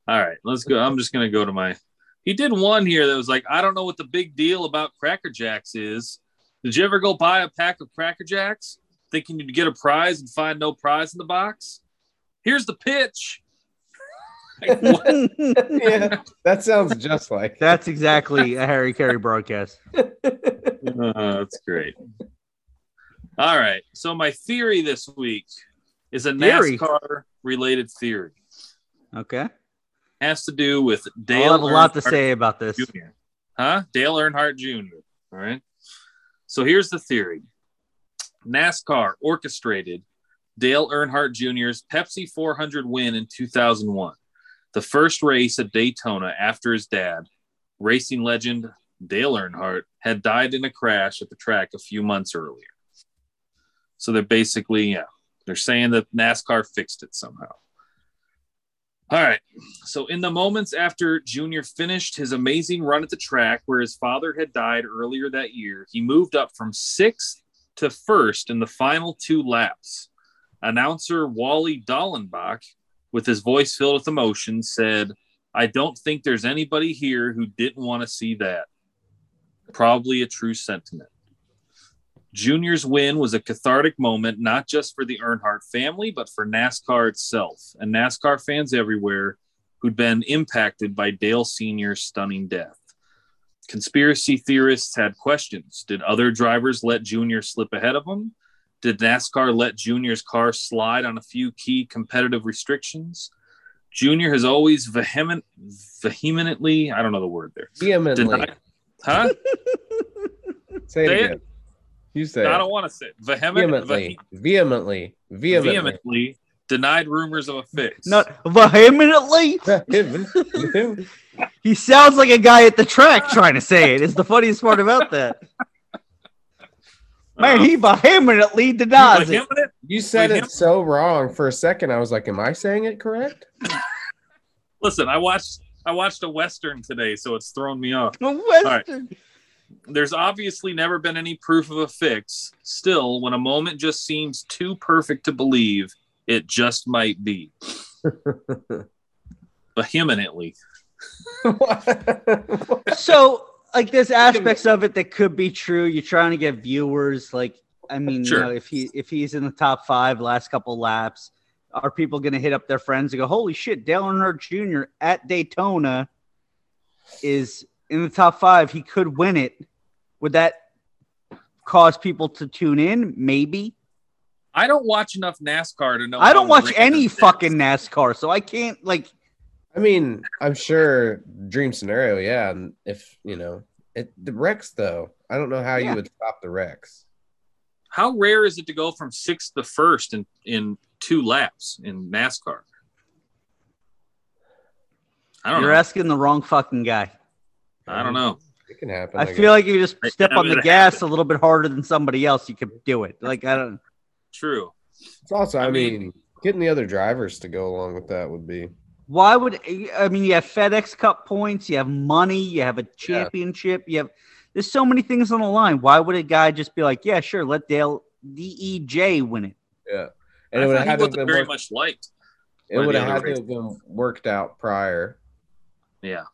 Speaker 1: All right, let's go. I'm just going to go to my. He did one here that was like, I don't know what the big deal about Cracker Jacks is. Did you ever go buy a pack of Cracker Jacks thinking you'd get a prize and find no prize in the box? Here's the pitch. Like, what?
Speaker 3: yeah, that sounds just like
Speaker 2: That's exactly a Harry Carey broadcast.
Speaker 1: Uh, that's great. All right. So, my theory this week is a
Speaker 2: Theory?
Speaker 1: NASCAR related theory.
Speaker 2: Okay.
Speaker 1: has to do with Dale.
Speaker 2: I'll have a lot to
Speaker 1: Earnhardt
Speaker 2: say about this.
Speaker 1: Jr. Huh? Dale Earnhardt Jr. All right. So here's the theory NASCAR orchestrated Dale Earnhardt Jr.'s Pepsi 400 win in 2001, the first race at Daytona after his dad, racing legend Dale Earnhardt, had died in a crash at the track a few months earlier. So they're basically, yeah, they're saying that NASCAR fixed it somehow. All right. So, in the moments after Junior finished his amazing run at the track where his father had died earlier that year, he moved up from sixth to first in the final two laps. Announcer Wally Dallenbach, with his voice filled with emotion, said, I don't think there's anybody here who didn't want to see that. Probably a true sentiment. Junior's win was a cathartic moment, not just for the Earnhardt family, but for NASCAR itself and NASCAR fans everywhere who'd been impacted by Dale Sr.'s stunning death. Conspiracy theorists had questions. Did other drivers let Junior slip ahead of him? Did NASCAR let Junior's car slide on a few key competitive restrictions? Junior has always vehement, vehemently, I don't know the word there.
Speaker 3: vehemently.
Speaker 1: Denied, huh?
Speaker 3: Say it
Speaker 1: Say it.
Speaker 3: again. You say
Speaker 1: I
Speaker 3: it.
Speaker 1: don't want to say it. Vehement,
Speaker 3: vehemently, vehemently,
Speaker 1: vehe-
Speaker 3: vehemently,
Speaker 1: vehemently denied rumors of a fix.
Speaker 2: No, vehemently.
Speaker 3: vehemently.
Speaker 2: He sounds like a guy at the track trying to say it. It's the funniest part about that. Man, he
Speaker 1: Uh-huh.
Speaker 2: vehemently
Speaker 1: Uh,
Speaker 2: denies it.
Speaker 1: vehemently
Speaker 3: you said
Speaker 1: Vehem-
Speaker 3: it so wrong for a second. I was like, "Am I saying it correct?"
Speaker 1: Listen, I watched I watched a western today, so it's thrown me off.
Speaker 2: Western.
Speaker 1: There's obviously never been any proof of a fix. Still, when a moment just seems too perfect to believe, it just might be. Vehemently.
Speaker 2: So, like, there's aspects of it that could be true. You're trying to get viewers. Like, I mean,
Speaker 1: Sure.
Speaker 2: you know, if he if he's in the top five last couple laps, are people going to hit up their friends and go, "Holy shit, Dale Earnhardt Jr. at Daytona is in the top five. He could win it." Would that cause people to tune in? Maybe.
Speaker 1: I don't watch enough NASCAR to know.
Speaker 2: I don't
Speaker 1: how
Speaker 2: watch
Speaker 1: random it
Speaker 2: any
Speaker 1: is.
Speaker 2: fucking NASCAR, so I can't like.
Speaker 3: I mean, I'm sure dream scenario, yeah. And if you know it, the wrecks though, I don't know how
Speaker 2: Yeah.
Speaker 3: you would stop the wrecks.
Speaker 1: How rare is it to go from sixth to first in, in two laps in NASCAR? I don't
Speaker 2: You're
Speaker 1: know.
Speaker 2: asking the wrong fucking guy.
Speaker 1: I don't know.
Speaker 3: It can happen.
Speaker 2: I
Speaker 3: guess.
Speaker 2: feel like if you just
Speaker 1: Right,
Speaker 2: step
Speaker 1: yeah,
Speaker 2: on the
Speaker 1: it
Speaker 2: gas a little bit harder than somebody else, you could do it. Like I don't.
Speaker 1: True.
Speaker 3: it's also. I,
Speaker 1: I
Speaker 3: mean,
Speaker 1: mean-
Speaker 3: getting the other drivers to go along with that would be.
Speaker 2: Why would I mean? You have FedEx Cup points. You have money. You have a championship. You have. There's so many things on the line. Why would a guy just be like, "Yeah, sure, let Dale DEJ win it"?
Speaker 3: And it
Speaker 1: I
Speaker 3: would
Speaker 1: thought he
Speaker 3: have to
Speaker 1: wasn't
Speaker 3: been
Speaker 1: very
Speaker 3: more-
Speaker 1: much liked.
Speaker 3: It
Speaker 1: Or the
Speaker 3: would have
Speaker 1: other
Speaker 3: had to
Speaker 1: race.
Speaker 3: have been worked out prior.
Speaker 1: Yeah.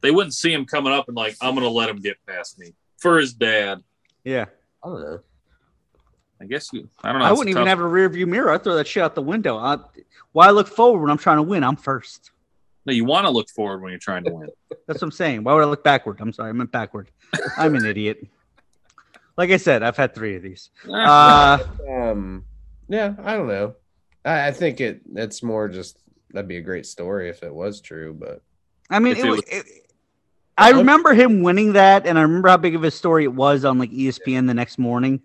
Speaker 1: They wouldn't see him coming up and like, I'm gonna let him get past me for his dad.
Speaker 2: Yeah.
Speaker 3: I don't know.
Speaker 1: I guess you, I don't know.
Speaker 2: I
Speaker 1: it's
Speaker 2: wouldn't
Speaker 1: a
Speaker 2: even
Speaker 1: tough-
Speaker 2: have a rear view mirror. I throw that shit out the window. I, why look forward when I'm trying to win? I'm first.
Speaker 1: No, you want to look forward when you're trying to win.
Speaker 2: That's what I'm saying. Why would I look backward? I'm sorry, I meant backward. I'm an idiot. Like I said, I've had three of these.
Speaker 1: Eh,
Speaker 2: Uh,
Speaker 3: Um, yeah, I don't know. I, I think it. It's more just that'd be a great story if it was true, but
Speaker 2: I mean,
Speaker 1: If
Speaker 2: it,
Speaker 1: it
Speaker 2: was,
Speaker 1: was-
Speaker 2: it, I remember him winning that, and I remember how big of a story it was on like E ESPN the next morning.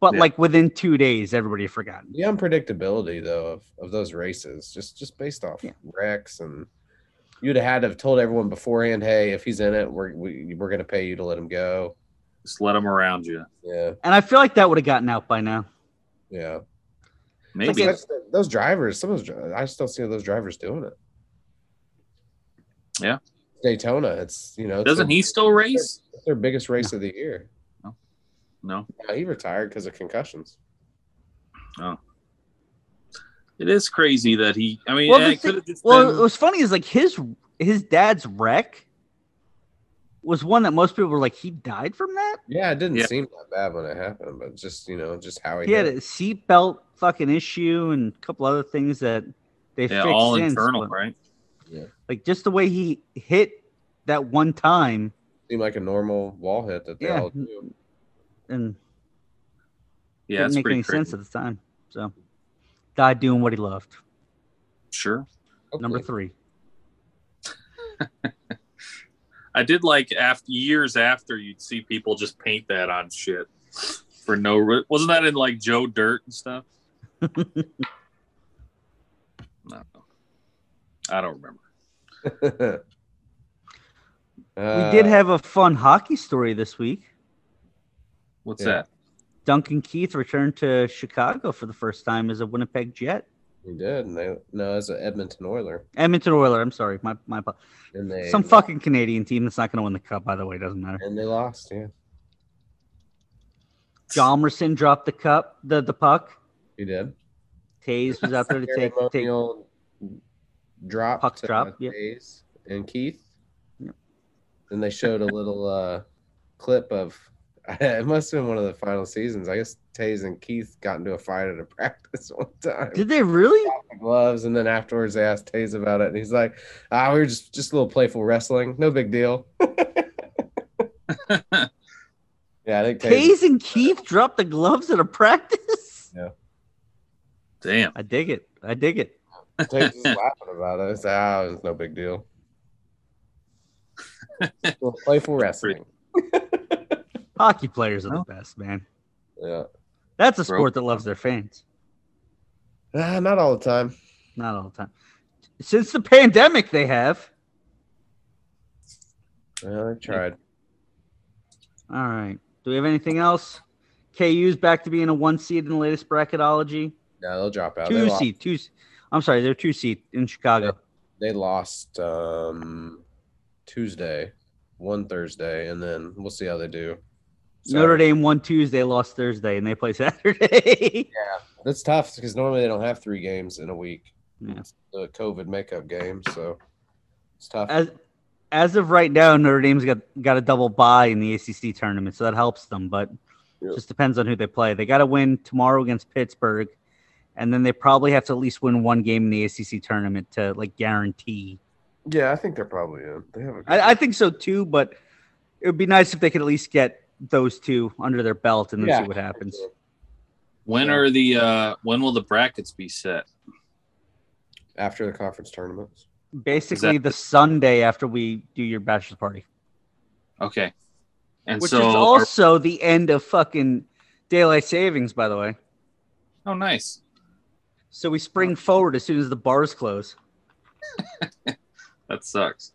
Speaker 2: But
Speaker 1: Yeah.
Speaker 2: like within two days, everybody had forgotten.
Speaker 3: the unpredictability though of, of those races, just just based off
Speaker 2: Yeah.
Speaker 3: wrecks, and you'd have had to have told everyone beforehand, hey, if he's in it, we're we, we're gonna pay you to let him go.
Speaker 1: Just let him around you.
Speaker 3: Yeah,
Speaker 2: And I feel like that would have gotten out by now.
Speaker 3: yeah.
Speaker 1: Maybe.
Speaker 3: That's- those drivers, some of those, dri- I still see those drivers doing it.
Speaker 1: Yeah.
Speaker 3: Daytona. It's you know it's
Speaker 1: Doesn't
Speaker 3: their-
Speaker 1: he still race?
Speaker 3: it's their biggest race of the year.
Speaker 1: No.
Speaker 3: Yeah, he retired because of concussions.
Speaker 1: It is crazy that he I mean
Speaker 2: Well,
Speaker 1: yeah,
Speaker 2: the
Speaker 1: it could have just
Speaker 2: Well,
Speaker 1: been-
Speaker 2: what's funny is like his his dad's wreck was one that most people were like, he died from that.
Speaker 3: Yeah, it didn't
Speaker 1: Yeah.
Speaker 3: seem that bad when it happened, but just you know, just how he,
Speaker 2: He had
Speaker 3: hit.
Speaker 2: a seatbelt fucking issue and a couple other things that they
Speaker 1: yeah,
Speaker 2: fixed
Speaker 1: all
Speaker 2: since,
Speaker 1: internal,
Speaker 2: but,
Speaker 1: right?
Speaker 2: Like just the way he hit that one time,
Speaker 3: seemed like a normal wall hit that they
Speaker 2: Yeah.
Speaker 3: all do.
Speaker 2: and
Speaker 1: Yeah,
Speaker 2: didn't
Speaker 1: it's
Speaker 2: make
Speaker 1: pretty
Speaker 2: any
Speaker 1: crazy.
Speaker 2: sense at the time. So died doing what he loved.
Speaker 1: Sure.
Speaker 2: Number
Speaker 3: Hopefully.
Speaker 2: three.
Speaker 1: I did like after years after you'd see people just paint that on shit for no re- wasn't that in like Joe Dirt and stuff? I don't know. I don't remember.
Speaker 3: Uh,
Speaker 2: we did have a fun hockey story this week.
Speaker 1: What's
Speaker 3: Yeah.
Speaker 1: that?
Speaker 2: Duncan Keith returned to Chicago for the first time as a Winnipeg Jet.
Speaker 3: we did, and they no, it's an Edmonton Oiler,
Speaker 2: Edmonton Oiler. I'm sorry, my my apo-
Speaker 3: and they
Speaker 2: some fucking Canadian team that's not going to win the cup. By the way, doesn't matter.
Speaker 3: and they lost. Yeah,
Speaker 2: Jalmerson dropped the cup, the the puck.
Speaker 3: he did.
Speaker 2: Taves was out there to take take.
Speaker 3: Ceremonial drop
Speaker 2: Puck
Speaker 3: to
Speaker 2: drop, yeah.
Speaker 3: Hayes and Keith,
Speaker 2: Yep.
Speaker 3: and they showed a little uh, clip of. It must have been one of the final seasons. I guess Tays and Keith got into a fight at a practice one time.
Speaker 2: Did they really?
Speaker 3: the gloves, and then afterwards they asked Taze about it, and he's like, "Ah, we were just just a little playful wrestling, no big deal." yeah, I think Taze.
Speaker 2: Taves and Keith dropped the gloves at a practice.
Speaker 1: Damn.
Speaker 2: I dig it. I dig it.
Speaker 3: Taze is laughing about it. It's ah, it's no big deal. Just a little playful wrestling.
Speaker 2: Hockey players are the
Speaker 1: Well.
Speaker 2: best, man.
Speaker 3: Yeah,
Speaker 2: That's a
Speaker 1: Bro.
Speaker 2: sport that loves their fans.
Speaker 3: ah, not all the time.
Speaker 2: Not all the time. Since the pandemic, they have.
Speaker 3: Well, I tried.
Speaker 2: All right. Do we have anything else? KU's back to being a one seed in the latest bracketology.
Speaker 3: No, they'll drop out. They
Speaker 2: Two
Speaker 3: lost.
Speaker 2: seed. Two. se- I'm sorry, they're two seed in Chicago.
Speaker 3: They lost um, Tuesday, one Thursday, and then we'll see how they do.
Speaker 2: Notre
Speaker 3: Saturday.
Speaker 2: Dame won Tuesday, lost Thursday, and they play Saturday.
Speaker 3: Yeah, that's tough because normally they don't have three games in a week.
Speaker 2: Yeah.
Speaker 3: It's the COVID makeup game, so it's tough.
Speaker 2: as as of right now, Notre Dame's got got a double bye in the ACC tournament, so that helps them. But
Speaker 3: Yeah.
Speaker 2: just depends on who they play. They got to win tomorrow against Pittsburgh, and then they probably have to at least win one game in the ACC tournament to like guarantee.
Speaker 3: yeah, I think they're probably in. They have. A
Speaker 2: I, I think so too, but it would be nice if they could at least get those two under their belt and then
Speaker 3: Yeah.
Speaker 2: see what happens.
Speaker 1: When are the uh when will the brackets be set?
Speaker 3: after the conference tournaments.
Speaker 2: Basically, the Sunday after we do your bachelor's party,
Speaker 1: Okay. And
Speaker 2: which
Speaker 1: so
Speaker 2: is also the end of fucking daylight savings, by the way.
Speaker 1: oh nice.
Speaker 2: So we spring forward as soon as the bars close.
Speaker 1: That sucks.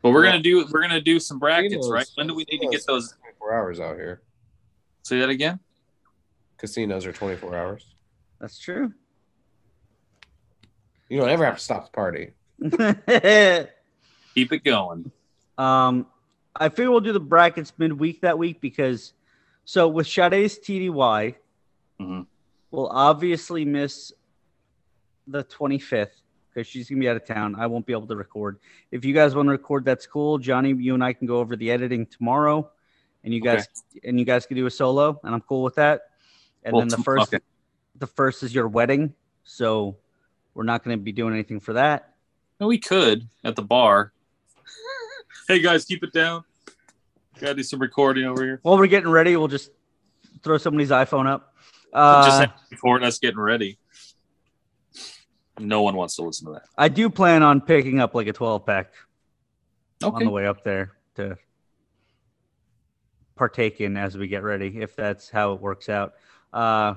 Speaker 1: But we're
Speaker 3: Well-
Speaker 1: gonna do we're gonna do some brackets,
Speaker 3: Casinos-
Speaker 1: right? When do we need to get those
Speaker 3: Twenty four hours out here.
Speaker 1: say that again?
Speaker 3: Casinos are twenty four hours.
Speaker 2: That's true.
Speaker 3: You don't ever have to stop the party.
Speaker 1: Keep it going.
Speaker 2: um, I figure we'll do the brackets midweek that week because so with Sade's TDY,
Speaker 1: Mhm.
Speaker 2: we'll obviously miss the 25th because she's gonna be out of town. I won't be able to record. If you guys want to record, that's cool. Johnny, you and I can go over the editing tomorrow, and you guys and you guys can do a solo, and I'm cool with that. And
Speaker 1: Well,
Speaker 2: then the
Speaker 1: tom-
Speaker 2: first
Speaker 1: okay.
Speaker 2: the first is your wedding, so we're not gonna be doing anything for that.
Speaker 1: No, we could at the bar. hey guys, keep it down. Gotta do some recording over here.
Speaker 2: While we're getting ready, we'll just throw somebody's iPhone up. Uh,
Speaker 1: Just have to record us getting ready. No one wants to listen to that.
Speaker 2: I do plan on picking up like a 12 pack on the
Speaker 3: Okay.
Speaker 2: way up there to partake in as we get ready, if that's how it works out. Uh,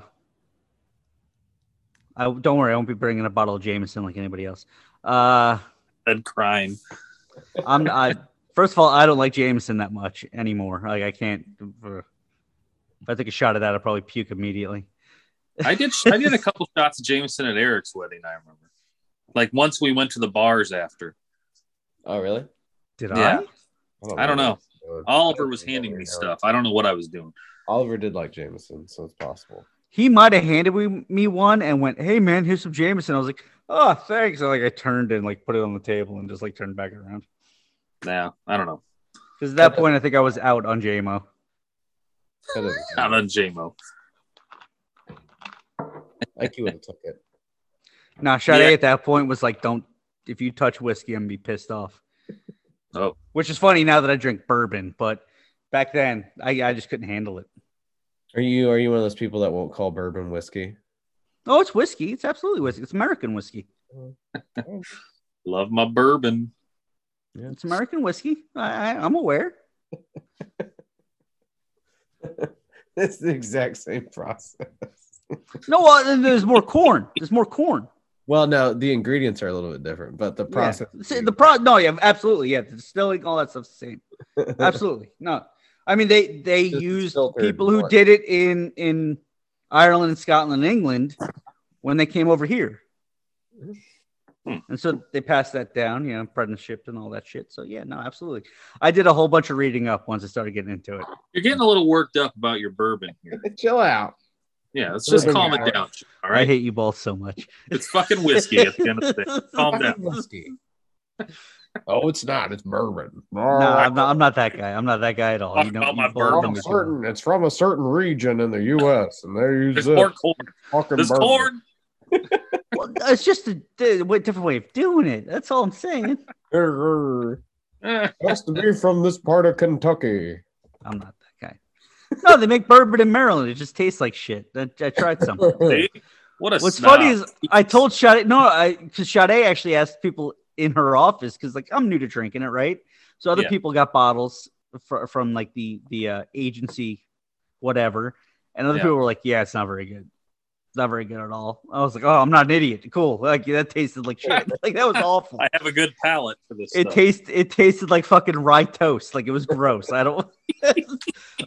Speaker 2: I don't worry, I won't be bringing a bottle of Jameson like anybody else. Uh,
Speaker 1: Dead crime.
Speaker 2: I'm I, first of all, I don't like Jameson that much anymore. Like I can't. If I take a shot of that, I'll probably puke immediately.
Speaker 1: I did. I did a couple shots of Jameson at Eric's wedding. I remember. Like once we went to the bars after.
Speaker 4: Oh, really?
Speaker 2: Did
Speaker 1: Yeah.
Speaker 2: I?
Speaker 1: I don't know.
Speaker 3: what I
Speaker 1: Oliver was
Speaker 3: Yeah,
Speaker 1: handing me
Speaker 3: yeah.
Speaker 1: stuff. I don't know what I was doing.
Speaker 3: Oliver did like Jameson, so it's possible.
Speaker 2: He might have handed me, me one and went, "Hey man, here's some Jameson." I was like, "Oh, thanks." And like I turned and like put it on the table and just like turned back around.
Speaker 1: Now I don't know.
Speaker 2: Because at that point, I think I was out on JMO.
Speaker 3: That doesn't
Speaker 1: Not
Speaker 3: count.
Speaker 1: on JMO.
Speaker 3: like you would have took it.
Speaker 2: Nah, Sade
Speaker 1: Yeah.
Speaker 2: at that point was like, "Don't if you touch whiskey, I'm gonna be pissed off."
Speaker 1: Oh.
Speaker 2: which is funny now that I drink bourbon, but back then I, I just couldn't handle it.
Speaker 3: Are you are you one of those people that won't call bourbon whiskey?
Speaker 2: Oh, it's whiskey. It's absolutely whiskey. It's American whiskey.
Speaker 1: Love my bourbon.
Speaker 3: Yeah.
Speaker 2: It's American whiskey. I, I, I'm aware.
Speaker 3: It's the exact same process.
Speaker 2: No, uh, there's more corn. There's more corn.
Speaker 3: Well, no, the ingredients are a little bit different, but the
Speaker 2: Yeah.
Speaker 3: process.
Speaker 2: See, the pro. No, yeah, absolutely. Yeah, the distilling, all that stuff's the same. absolutely no i mean they they
Speaker 3: Just
Speaker 2: used
Speaker 3: filtered
Speaker 2: people who
Speaker 3: water.
Speaker 2: did it in in ireland scotland and england when they came over here
Speaker 1: Hmm.
Speaker 2: and so they passed that down you know apprenticeship and all that shit so yeah no absolutely i did a whole bunch of reading up once i started getting into it
Speaker 1: You're getting a little worked up about your bourbon here.
Speaker 3: Chill out.
Speaker 1: Yeah, let's just
Speaker 3: Bourbon
Speaker 1: calm
Speaker 3: hour.
Speaker 1: it down. All
Speaker 2: i
Speaker 1: right,
Speaker 2: hate you both so much
Speaker 1: it's fucking whiskey at the end of the day. Calm down.
Speaker 3: Whiskey. oh, it's not. It's bourbon.
Speaker 2: no I'm not, I'm not that guy i'm not that guy at all
Speaker 1: Talk
Speaker 2: you know
Speaker 1: about my
Speaker 2: you both
Speaker 1: bourbon.
Speaker 2: know me
Speaker 3: It's
Speaker 2: too
Speaker 3: from a certain- it's from a certain region in the U.S. and they use
Speaker 1: There's
Speaker 3: this
Speaker 1: more corn.
Speaker 3: fucking
Speaker 1: There's
Speaker 3: bourbon.
Speaker 1: corn.
Speaker 2: well. Well, it's just a, di- wa- different way of doing it that's all i'm saying
Speaker 3: Err,
Speaker 1: Eh,
Speaker 3: Has to be from this part of Kentucky.
Speaker 2: i'm not that guy no they make bourbon in maryland it just tastes like shit i, I tried some
Speaker 1: see? What a
Speaker 2: What's
Speaker 1: snob.
Speaker 2: funny is I told Sade no, I because Sade actually asked people in her office because like I'm new to drinking it, right? So other
Speaker 1: Yeah.
Speaker 2: people got bottles fr- from like the the uh, agency, whatever, and other
Speaker 1: Yeah.
Speaker 2: people were like, "Yeah, it's not very good. It's not very good at all." I was like, "Oh, I'm not an idiot. Cool. Like that tasted like shit. like that was awful.
Speaker 1: I have a good palate for this.
Speaker 2: It
Speaker 1: stuff.
Speaker 2: tasted it tasted like fucking rye toast. Like it was gross. I don't.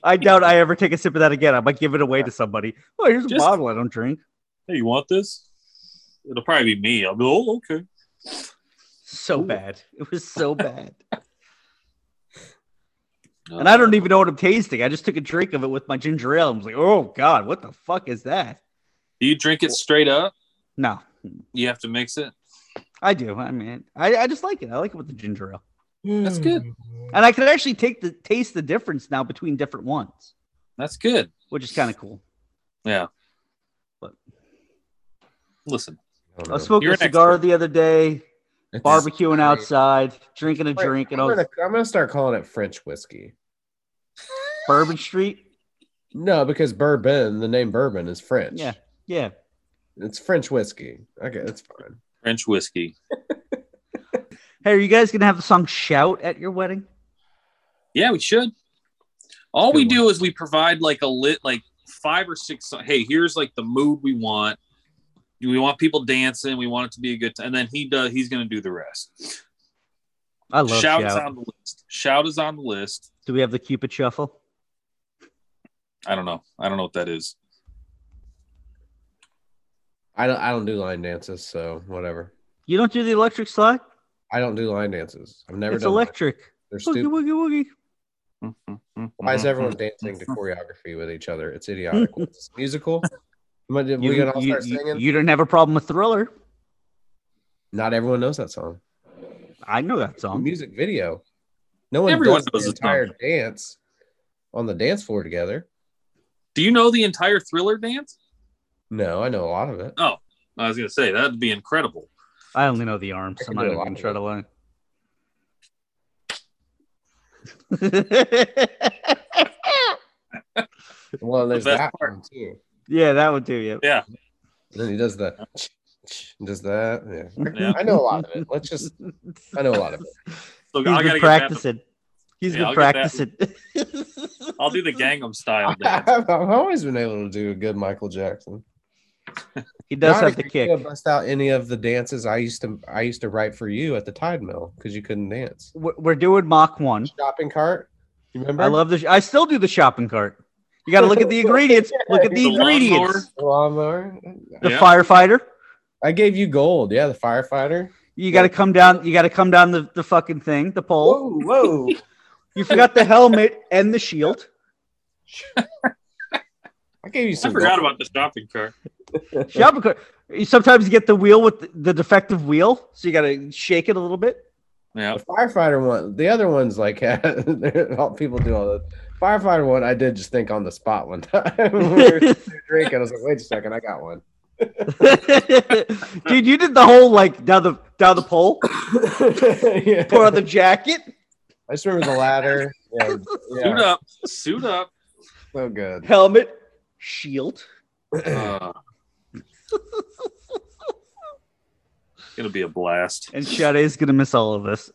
Speaker 2: I doubt I ever take a sip of that again. I might give it away to somebody. Oh, here's a
Speaker 1: Just-
Speaker 2: bottle. I don't drink.
Speaker 1: hey, you want this? It'll probably be me. I'll be, oh, okay.
Speaker 2: So bad. It was so bad. And
Speaker 1: Oh.
Speaker 2: I
Speaker 1: Uh,
Speaker 2: don't even know what I'm tasting. I just took a drink of it with my ginger ale. I was like, oh God, what the fuck is that?
Speaker 1: Do you drink it straight up?
Speaker 2: No,
Speaker 1: You have to mix it.
Speaker 2: I do. I mean, I, I just like it. I like it with the ginger ale.
Speaker 1: That's good.
Speaker 2: And I could actually take the taste the difference now between different ones,
Speaker 1: That's good.
Speaker 2: which is kind of cool.
Speaker 1: Listen,
Speaker 3: I
Speaker 2: I
Speaker 3: don't know.
Speaker 2: was smoking
Speaker 1: You're
Speaker 2: a
Speaker 1: an
Speaker 2: cigar
Speaker 1: expert.
Speaker 2: the other day,
Speaker 3: It's-
Speaker 2: barbecuing outside, drinking a
Speaker 3: Wait,
Speaker 2: drink,
Speaker 3: I'm
Speaker 2: and I was
Speaker 3: gonna, I'm gonna start calling it French whiskey.
Speaker 2: Bourbon Street.
Speaker 3: No, because bourbon, the name bourbon is French.
Speaker 2: Yeah. Yeah.
Speaker 3: It's French whiskey. Okay, that's fine.
Speaker 1: French whiskey.
Speaker 2: Hey, are you guys gonna have the song "Shout" at your wedding?
Speaker 1: Yeah, we should. All
Speaker 3: Good
Speaker 1: we
Speaker 3: one.
Speaker 1: do is we provide like a lit, like five or six. so- Hey, here's like the mood we want. We want people dancing. We want it to be a good time. And then he does. He's going to do the rest.
Speaker 2: I love
Speaker 1: Shout,
Speaker 2: "Shout."
Speaker 1: is on the list. Shout is on the list.
Speaker 2: Do we have the Cupid Shuffle?
Speaker 1: I don't know. I don't know what that is.
Speaker 3: I don't. I don't do line dances, so whatever.
Speaker 2: You don't do the electric slide?
Speaker 3: I don't do line dances. I've never
Speaker 2: it's
Speaker 3: done. Line.
Speaker 2: electric.
Speaker 3: They're
Speaker 2: Woogie
Speaker 3: stupid.
Speaker 2: woogie woogie.
Speaker 3: Mm-hmm. Why is
Speaker 2: Mm-hmm.
Speaker 3: everyone dancing to choreography with each other? It's idiotic. it's musical. Am I- we
Speaker 2: You,
Speaker 3: gonna all
Speaker 2: you-
Speaker 3: start
Speaker 2: you-
Speaker 3: singing?
Speaker 2: you didn't have a problem with Thriller.
Speaker 3: Not everyone knows that song.
Speaker 2: I know that
Speaker 3: The
Speaker 2: song.
Speaker 3: music video. No one
Speaker 1: Everyone
Speaker 3: does
Speaker 1: knows
Speaker 3: the
Speaker 1: the song.
Speaker 3: entire dance on the dance floor together.
Speaker 1: Do you know the entire Thriller dance?
Speaker 3: No, I know a lot of it.
Speaker 1: I was gonna say that'd be incredible.
Speaker 2: I only know the arms.
Speaker 3: I
Speaker 2: I'm
Speaker 3: can
Speaker 2: not
Speaker 3: do
Speaker 2: even
Speaker 3: a lot
Speaker 2: gonna
Speaker 3: of
Speaker 2: try
Speaker 3: it.
Speaker 2: to learn.
Speaker 3: Well, there's
Speaker 1: best
Speaker 3: that
Speaker 1: part.
Speaker 3: one too.
Speaker 2: yeah, that would do. Yeah.
Speaker 3: And then he does the and does that. Yeah.
Speaker 1: Yeah.
Speaker 3: I know a lot of it. Let's just I know a lot of it.
Speaker 1: So
Speaker 2: He's
Speaker 1: I gotta
Speaker 2: been
Speaker 1: get back
Speaker 2: practicing. He's
Speaker 1: Yeah,
Speaker 2: been
Speaker 1: I'll get
Speaker 2: practicing.
Speaker 1: to- I'll do the Gangnam Style dance.
Speaker 3: I've, I've always been able to do a good Michael Jackson.
Speaker 2: he does
Speaker 3: Not
Speaker 2: have
Speaker 3: if
Speaker 2: the
Speaker 3: you
Speaker 2: kick.
Speaker 3: could Bust out any of the dances I used to I used to write for you at the Tide Mill because you couldn't dance.
Speaker 2: We're, we're doing Mach one.
Speaker 3: Shopping cart. You remember?
Speaker 2: I love the. I still do the shopping cart. You got to look at the ingredients. Look at the
Speaker 1: The
Speaker 2: ingredients.
Speaker 3: The lawnmower.
Speaker 2: The
Speaker 1: Yeah.
Speaker 2: firefighter.
Speaker 3: I gave you gold. Yeah, the firefighter.
Speaker 2: You got to come down. You got to come down the, the fucking thing. The pole.
Speaker 3: whoa.
Speaker 2: You forgot the helmet and the shield.
Speaker 3: I gave you some.
Speaker 1: I forgot
Speaker 3: gold.
Speaker 1: about the shopping cart.
Speaker 2: Shopping cart. You sometimes get the wheel with the, the defective wheel, so you got to shake it a little bit.
Speaker 1: Yeah,
Speaker 3: The firefighter one. The other ones like they're- all people do all the firefighter one. I did just think on the spot one time. we were drinking. I was like, wait a second, I got one.
Speaker 2: Dude, you did the whole like down the down the pole,
Speaker 3: yeah.
Speaker 2: put on the jacket.
Speaker 3: I just remember the ladder. Yeah,
Speaker 1: suit
Speaker 3: yeah
Speaker 1: up, suit up.
Speaker 3: so good.
Speaker 2: helmet, shield.
Speaker 1: Uh, it'll be a blast.
Speaker 2: And Shade is gonna miss all of this.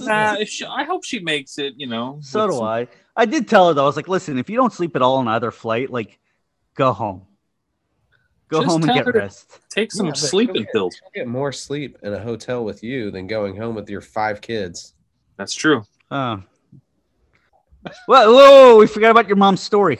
Speaker 1: Nah, if she, I hope she makes it. You know,
Speaker 2: so do I. I did tell her though. I was like, listen, if you don't sleep at all on either flight, like, go home. Go
Speaker 1: Just
Speaker 2: home and
Speaker 1: tell
Speaker 2: get
Speaker 1: her-
Speaker 2: rest.
Speaker 1: Take some
Speaker 3: Yeah, but
Speaker 1: sleeping
Speaker 3: you'll get-
Speaker 1: pills.
Speaker 3: you'll Get more sleep in a hotel with you than going home with your five kids.
Speaker 1: That's true.
Speaker 2: Oh. Whoa, whoa, we forgot about your mom's story.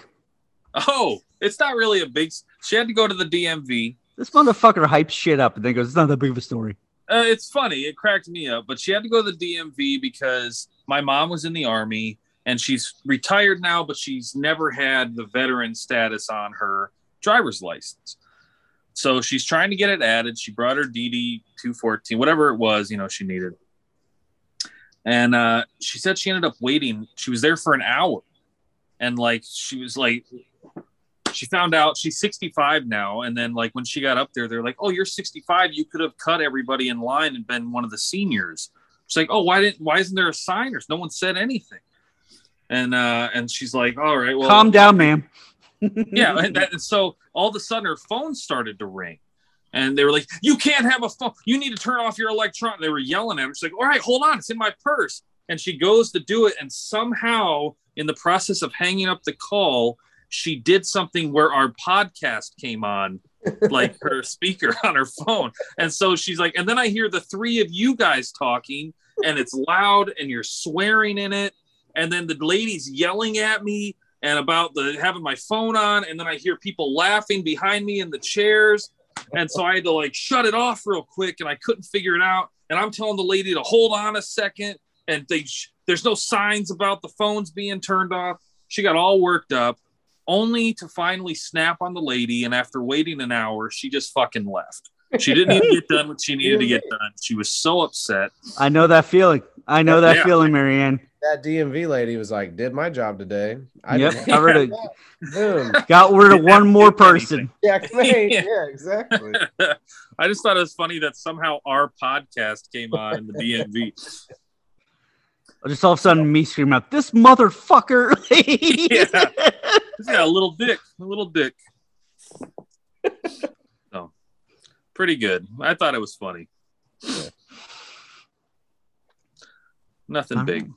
Speaker 1: Oh, it's not really a big. s- She had to go to the DMV.
Speaker 2: This motherfucker hypes shit up and then goes, it's not that big of a story.
Speaker 1: Uh, it's funny. It cracked me up, but she had to go to the DMV because my mom was in the army and she's retired now, but she's never had the veteran status on her driver's license. So she's trying to get it added. She brought her DD 214, whatever it was, you know, she needed. And uh, she said she ended up waiting. She was there for an hour. And like, she was like, she found out she's 65 now. And then, like, when she got up there, they're like, oh, you're 65. You could have cut everybody in line and been one of the seniors. She's like, oh, why didn't, why isn't there a signers? No one said anything. And, uh, and she's like, all right, well,
Speaker 2: Calm down, ma'am.
Speaker 1: yeah and, that, and so all of a sudden her phone started to ring and they were like you can't have a phone you need to turn off your electron they were yelling at her she's like all right hold on it's in my purse and she goes to do it and somehow in the process of hanging up the call she did something where our podcast came on like her speaker on her phone and so she's like and then i hear the three of you guys talking and it's loud and you're swearing in it and then the lady's yelling at me and about the having my phone on and then i hear people laughing behind me in the chairs and so i had to like shut it off real quick and i couldn't figure it out and i'm telling the lady to hold on a second and they sh- there's no signs about the phones being turned off she got all worked up only to finally snap on the lady and after waiting an hour she just fucking left she didn't even get done what she needed to get done she was so upset
Speaker 2: I know that feeling. I know that
Speaker 1: Yeah.
Speaker 2: feeling, Marianne.
Speaker 3: That DMV lady was like, "Did my job today." I
Speaker 2: Yep.
Speaker 3: did
Speaker 2: I read it.
Speaker 3: Boom.
Speaker 2: Got rid of
Speaker 1: Didn't have
Speaker 2: one
Speaker 1: to
Speaker 2: more
Speaker 1: do anything.
Speaker 2: person.
Speaker 3: Checkmate. yeah, exactly.
Speaker 1: I just thought it was funny that somehow our podcast came on in the DMV.
Speaker 2: Just all of a sudden, me scream out, "This motherfucker!"
Speaker 1: He's got a little dick, a little dick. So, pretty good. I thought it was funny. Nothing
Speaker 2: All
Speaker 1: big,
Speaker 2: right.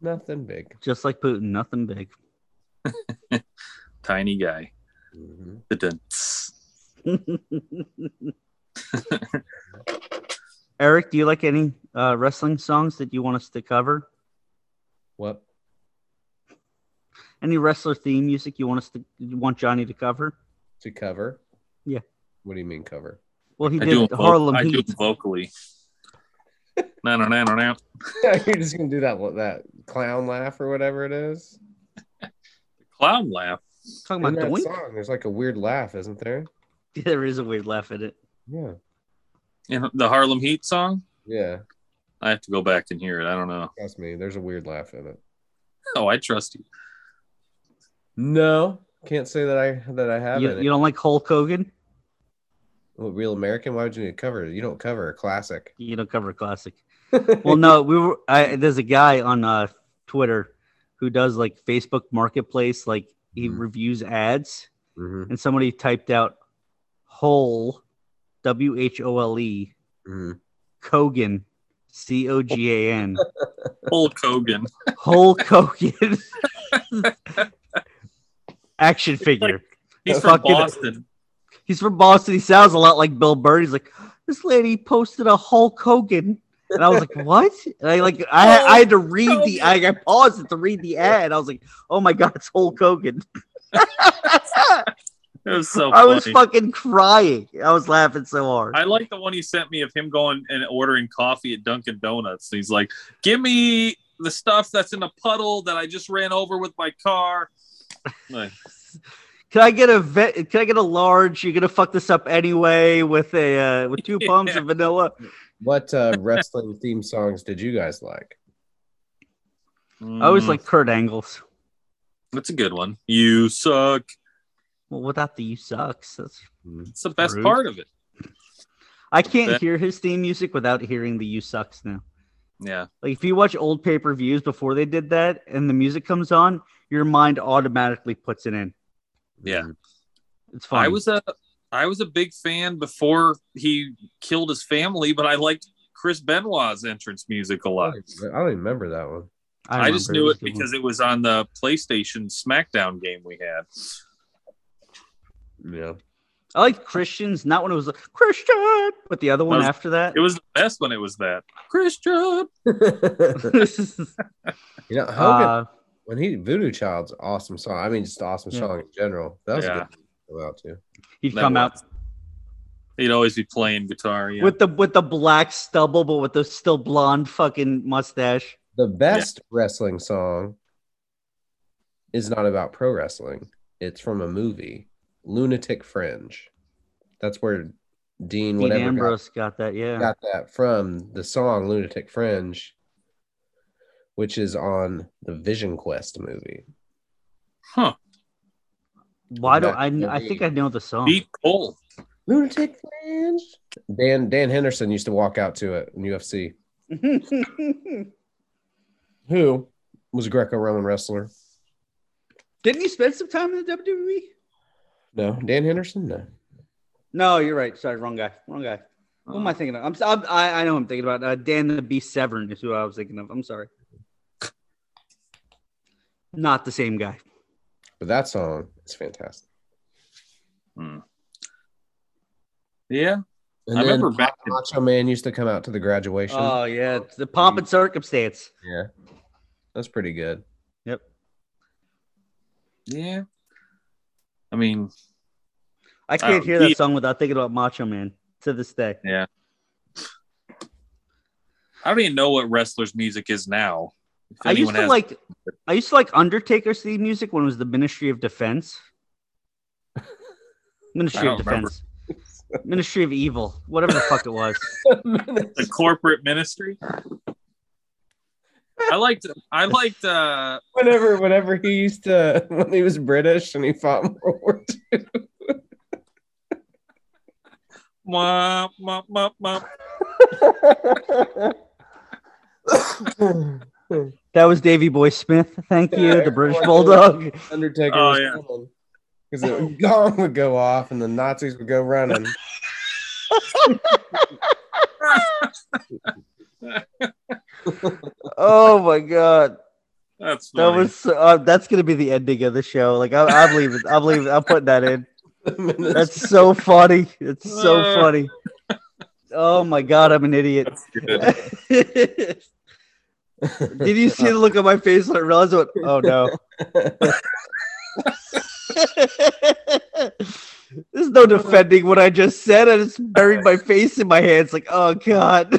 Speaker 3: Nothing big.
Speaker 2: Uh-huh. Just like Putin, nothing big.
Speaker 1: tiny guy.
Speaker 3: Mhm.
Speaker 1: Dun-dun.
Speaker 2: Eric, do you like any uh, wrestling songs that you want us to cover?
Speaker 3: What?
Speaker 2: Any wrestler theme music you want us to you want Johnny to cover?
Speaker 3: To cover?
Speaker 2: Yeah.
Speaker 3: What do you mean cover?
Speaker 2: Well, he
Speaker 1: I do,
Speaker 2: did
Speaker 1: it voc-
Speaker 2: Harlem
Speaker 1: I do
Speaker 2: Heat.
Speaker 1: it vocally. No, no, no, no, no.
Speaker 3: You're just gonna do that that clown laugh or whatever it is.
Speaker 1: Clown laugh.
Speaker 2: Talking
Speaker 3: In
Speaker 2: about
Speaker 3: that
Speaker 2: doink.
Speaker 3: song, there's like a weird laugh, isn't there?
Speaker 2: There is a weird laugh in it.
Speaker 3: Yeah.
Speaker 1: And the Harlem Heat song?
Speaker 3: Yeah,
Speaker 1: I have to go back and hear it. I don't know.
Speaker 3: trust me. There's a weird laugh in it.
Speaker 1: Oh, I trust you.
Speaker 3: No, can't say that I that I have
Speaker 2: You,
Speaker 3: it.
Speaker 2: you don't like Hulk Hogan?
Speaker 3: What, Oh, Real American? Why would you need to cover it? You don't cover a classic.
Speaker 2: You don't cover classic. well, no, we were. I, there's a guy on uh, Twitter who does like Facebook Marketplace. Like he
Speaker 1: Mm-hmm.
Speaker 3: Mhm.
Speaker 2: reviews ads,
Speaker 3: hmm
Speaker 2: and somebody typed out "Hole," W H O L E,
Speaker 3: hmm
Speaker 2: Kogan, C O G A N,
Speaker 1: Hulk Hogan.
Speaker 2: Hole Kogan action figure.
Speaker 1: He's from
Speaker 2: Fucking-
Speaker 1: Boston.
Speaker 2: He's from Boston. He sounds a lot like Bill Burr. He's like, this lady posted a Hulk Hogan. And I was like, what? And I like I, I had to read the I, I paused it to read the ad. I was like, oh my god, it's Hulk Hogan.
Speaker 1: It was so
Speaker 2: I was
Speaker 1: funny.
Speaker 2: fucking crying. I was laughing so hard.
Speaker 1: I like the one he sent me of him going and ordering coffee at Dunkin' Donuts. He's like, "Give me the stuff that's in a puddle that I just ran over with my car." Like,
Speaker 2: Can I get a vet, can I get a large? You're gonna fuck this up anyway with a uh, with two pumps of vanilla.
Speaker 3: What uh, wrestling theme songs did you guys like?
Speaker 2: I always
Speaker 1: mm,
Speaker 2: like Kurt Angles.
Speaker 1: that's a good one. You suck.
Speaker 2: Well, without the you sucks. That's,
Speaker 1: It's the best
Speaker 2: Rude.
Speaker 1: part of it.
Speaker 2: I can't
Speaker 1: That-
Speaker 2: hear his theme music without hearing the you sucks now.
Speaker 1: Yeah,
Speaker 2: Like if you watch old pay per views before they did that, and the music comes on, your mind automatically puts it in.
Speaker 1: Yeah.
Speaker 2: It's fine.
Speaker 1: I was a I was a big fan before he killed his family, but I liked Chris Benoit's entrance music a
Speaker 3: I
Speaker 1: lot.
Speaker 3: don't even- I don't even remember that one.
Speaker 1: I, just
Speaker 2: Oh, remember
Speaker 1: knew it
Speaker 2: was a good
Speaker 1: because it was on the PlayStation SmackDown game we had.
Speaker 3: Yeah.
Speaker 2: one. I liked Christians, not when it was like, Christian, but the other one
Speaker 1: was-
Speaker 2: after that.
Speaker 1: It was the best when it was that Christian.
Speaker 3: you know, Hogan,
Speaker 2: uh,
Speaker 3: when he Voodoo Child's awesome song. I mean, just awesome
Speaker 2: Yeah.
Speaker 3: song in general. That was a
Speaker 1: Yeah.
Speaker 3: good one out too.
Speaker 2: he'd
Speaker 1: That
Speaker 2: come out
Speaker 1: was. He'd always be playing guitar. Yeah.
Speaker 2: with the with the black stubble, but with the still blonde fucking mustache.
Speaker 3: The best wrestling song is not about pro wrestling. It's from a movie, Lunatic Fringe. That's where Dean
Speaker 2: Dean
Speaker 3: whatever got-
Speaker 2: Ambrose got, that. Yeah,
Speaker 3: got that from the song Lunatic Fringe, which is on the Vision Quest movie.
Speaker 1: huh.
Speaker 2: why do
Speaker 3: that
Speaker 2: I? I think
Speaker 3: movie.
Speaker 2: I know the song.
Speaker 1: Beat Cole.
Speaker 3: Lunatic Fringe. Dan Dan Henderson used to walk out to it in UFC.
Speaker 2: Didn't
Speaker 3: Who was a Greco-Roman wrestler?
Speaker 2: you spend some time in the E? WWE?
Speaker 3: No, Dan Henderson. No,
Speaker 2: No, you're right. Sorry, wrong guy. Wrong guy. What Oh. am I
Speaker 1: Uh-huh.
Speaker 2: thinking of? I'm, s- I'm I, I know who I'm thinking about uh, Dan the Beast Severn is who I was thinking of. I'm sorry. Not the same guy.
Speaker 3: but that song is fantastic.
Speaker 1: Hmm. Yeah.
Speaker 3: And
Speaker 1: I
Speaker 3: then
Speaker 1: remember back in-
Speaker 3: Macho Man used to come out to the graduation.
Speaker 2: Oh yeah, it's the pomp and circumstance.
Speaker 3: yeah, that's pretty good.
Speaker 1: Yeah. I mean,
Speaker 2: I can't
Speaker 1: Oh,
Speaker 2: hear that
Speaker 1: yeah.
Speaker 2: song without thinking about Macho Man to this day.
Speaker 1: I don't even know what wrestlers' music is now. If
Speaker 2: I used
Speaker 1: anyone
Speaker 2: to
Speaker 1: has-
Speaker 2: like. I used to like Undertaker's theme music when it was the Ministry of Defense.
Speaker 1: I
Speaker 2: Ministry
Speaker 1: don't
Speaker 2: of Defense. Ministry of Evil, whatever the fuck it was.
Speaker 1: the corporate ministry. I liked. I liked. uh
Speaker 3: whenever, whenever he used to, when he was British and he fought in World War II.
Speaker 1: wah, wah, wah, wah.
Speaker 2: That was Davy Boy Smith. Thank you, the British
Speaker 3: Yeah.
Speaker 2: Bulldog.
Speaker 3: Undertaker
Speaker 1: Oh,
Speaker 3: was
Speaker 1: yeah.
Speaker 3: coming. Because the gong would go off and the Nazis would go running.
Speaker 2: Oh my god.
Speaker 1: That's
Speaker 2: That
Speaker 1: funny.
Speaker 2: was uh, that's gonna be the ending of the show. Like I, I'm leaving. I'm leaving. I'm putting that in. That's so funny. It's so
Speaker 1: Uh.
Speaker 2: funny. Oh my god, I'm an idiot.
Speaker 1: That's good.
Speaker 2: Did you see the look on my face when I realized what? Oh no. There's no defending what I just said. I just buried my face in my hands. Like, oh god.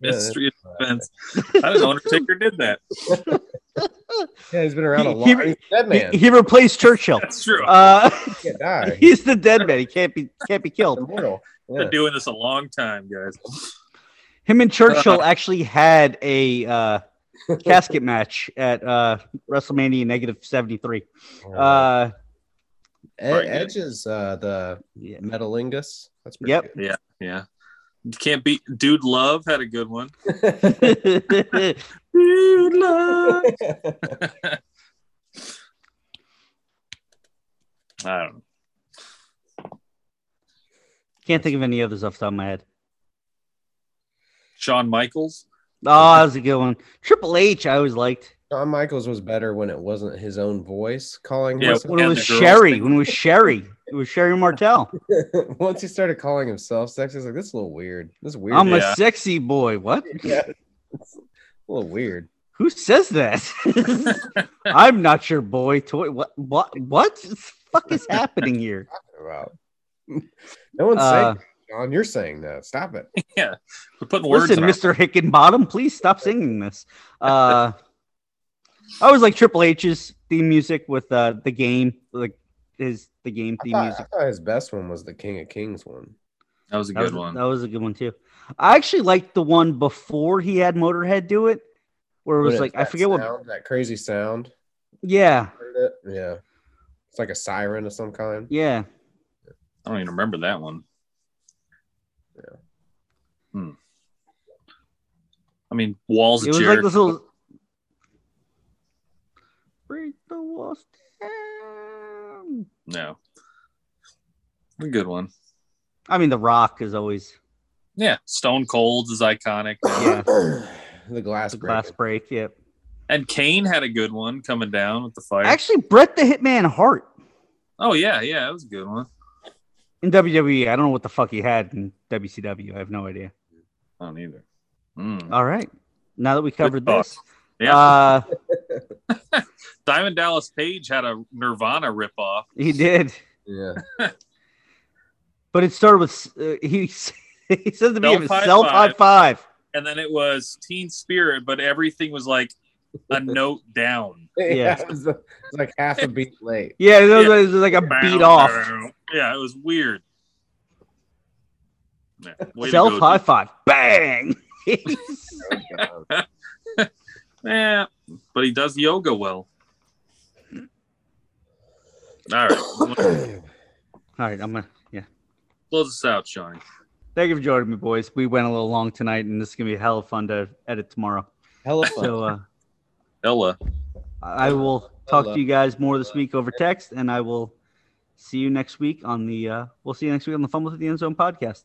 Speaker 1: Ministry of defense. I didn't know Undertaker did that.
Speaker 3: Yeah, he's been around a
Speaker 2: He- he-
Speaker 3: long. He's a dead man.
Speaker 2: He, he replaced Churchill.
Speaker 1: That's true.
Speaker 2: Uh,
Speaker 3: He can't die.
Speaker 2: he's the dead man. He can't be can't be
Speaker 3: He's
Speaker 2: killed.
Speaker 3: immortal.
Speaker 1: Been doing this a long time, guys.
Speaker 2: Him and Churchill actually had a uh, casket match at uh, WrestleMania negative seventy three.
Speaker 1: Oh.
Speaker 2: Uh,
Speaker 3: Ed-
Speaker 1: Right, yeah.
Speaker 3: E- Edge is uh, the
Speaker 2: yeah.
Speaker 3: Metalingus. That's
Speaker 2: Yep.
Speaker 3: good.
Speaker 1: Yeah. Can't beat Dude Love had a good one. Dude Love. I don't know.
Speaker 2: Can't think of any others off the top of my head.
Speaker 1: Shawn Michaels.
Speaker 2: Oh, that was a good one. Triple H, I always liked.
Speaker 3: Shawn Michaels was better when it wasn't his own voice calling
Speaker 1: Yeah.
Speaker 3: himself.
Speaker 2: When it
Speaker 1: And
Speaker 2: was
Speaker 1: the girls
Speaker 2: Sherry,
Speaker 1: thing.
Speaker 2: when it was Sherry, it was Sherry Martel.
Speaker 3: Once he started calling himself sexy, it's like this is a little weird. This is weird.
Speaker 2: I'm
Speaker 1: Yeah.
Speaker 2: a sexy boy. What?
Speaker 3: yeah. It's a little weird.
Speaker 2: Who says that? I'm not your boy toy. What? What? What? The fuck is happening here?
Speaker 3: Wow. No one's
Speaker 2: Uh,
Speaker 3: saying that, John. You're saying that. Stop it.
Speaker 1: We're putting words
Speaker 2: Listen,
Speaker 1: in our-
Speaker 2: Mister Hickenbottom, please stop singing this. Uh, I was like Triple H's theme music with uh, the game, like his the game
Speaker 3: I
Speaker 2: theme
Speaker 3: thought,
Speaker 2: music.
Speaker 3: I thought his best one was the King of Kings one.
Speaker 1: That was a
Speaker 2: That
Speaker 1: good
Speaker 2: was,
Speaker 1: one.
Speaker 2: That was a good one too. I actually liked the one before he had Motorhead do it, where it was
Speaker 3: When
Speaker 2: like I
Speaker 3: that
Speaker 2: forget what.
Speaker 3: sound, that crazy sound.
Speaker 2: Yeah,
Speaker 3: Heard it? Yeah. It's like a siren of some kind.
Speaker 2: yeah.
Speaker 1: I don't even remember that one.
Speaker 3: Yeah.
Speaker 1: Hmm. I mean, Walls of
Speaker 2: It was
Speaker 1: Jericho.
Speaker 2: like this little. Break the walls down.
Speaker 1: no. A good one.
Speaker 2: I mean, The Rock is always
Speaker 1: Yeah. Stone Cold's is iconic.
Speaker 2: Yeah.
Speaker 3: the glass.
Speaker 2: the glass
Speaker 3: breaking.
Speaker 2: break. Yeah.
Speaker 1: And Kane had a good one coming down with the fire.
Speaker 2: Actually, Brett the Hitman Hart
Speaker 1: oh, yeah. Yeah. That was a good one.
Speaker 2: in WWE. I don't know what the fuck he had in WCW. I have no idea.
Speaker 1: I don't either. Hmm.
Speaker 2: All right. Now that we covered
Speaker 1: talk.
Speaker 2: this,
Speaker 1: Yeah.
Speaker 2: uh,
Speaker 1: Diamond Dallas Page had a Nirvana ripoff.
Speaker 2: he did.
Speaker 3: Yeah.
Speaker 2: But it started with uh, he. s- He says to me,
Speaker 1: Self high
Speaker 2: "Self high
Speaker 1: five.
Speaker 2: five.
Speaker 1: And then it was Teen Spirit, but everything was like a note down.
Speaker 2: Yeah.
Speaker 3: it was, it was like half a beat late.
Speaker 2: Yeah, it was, it was like a beat off.
Speaker 1: Yeah, it was weird. Yeah, way to
Speaker 2: Self
Speaker 1: go,
Speaker 2: high five. Bang.
Speaker 1: dude. Yeah, but he does yoga well. All right, I'm gonna
Speaker 2: All right, I'm gonna. Yeah.
Speaker 1: close this out, Sean.
Speaker 2: Thank you for joining me, boys. We went a little long tonight, and this is gonna be hell of fun to edit tomorrow.
Speaker 3: Hella fun.
Speaker 2: So uh,
Speaker 1: Ella,
Speaker 2: I I will talk to you guys more this week over text, and I will see you next week on the. Uh, we'll see you next week on the Fumble to the End Zone podcast.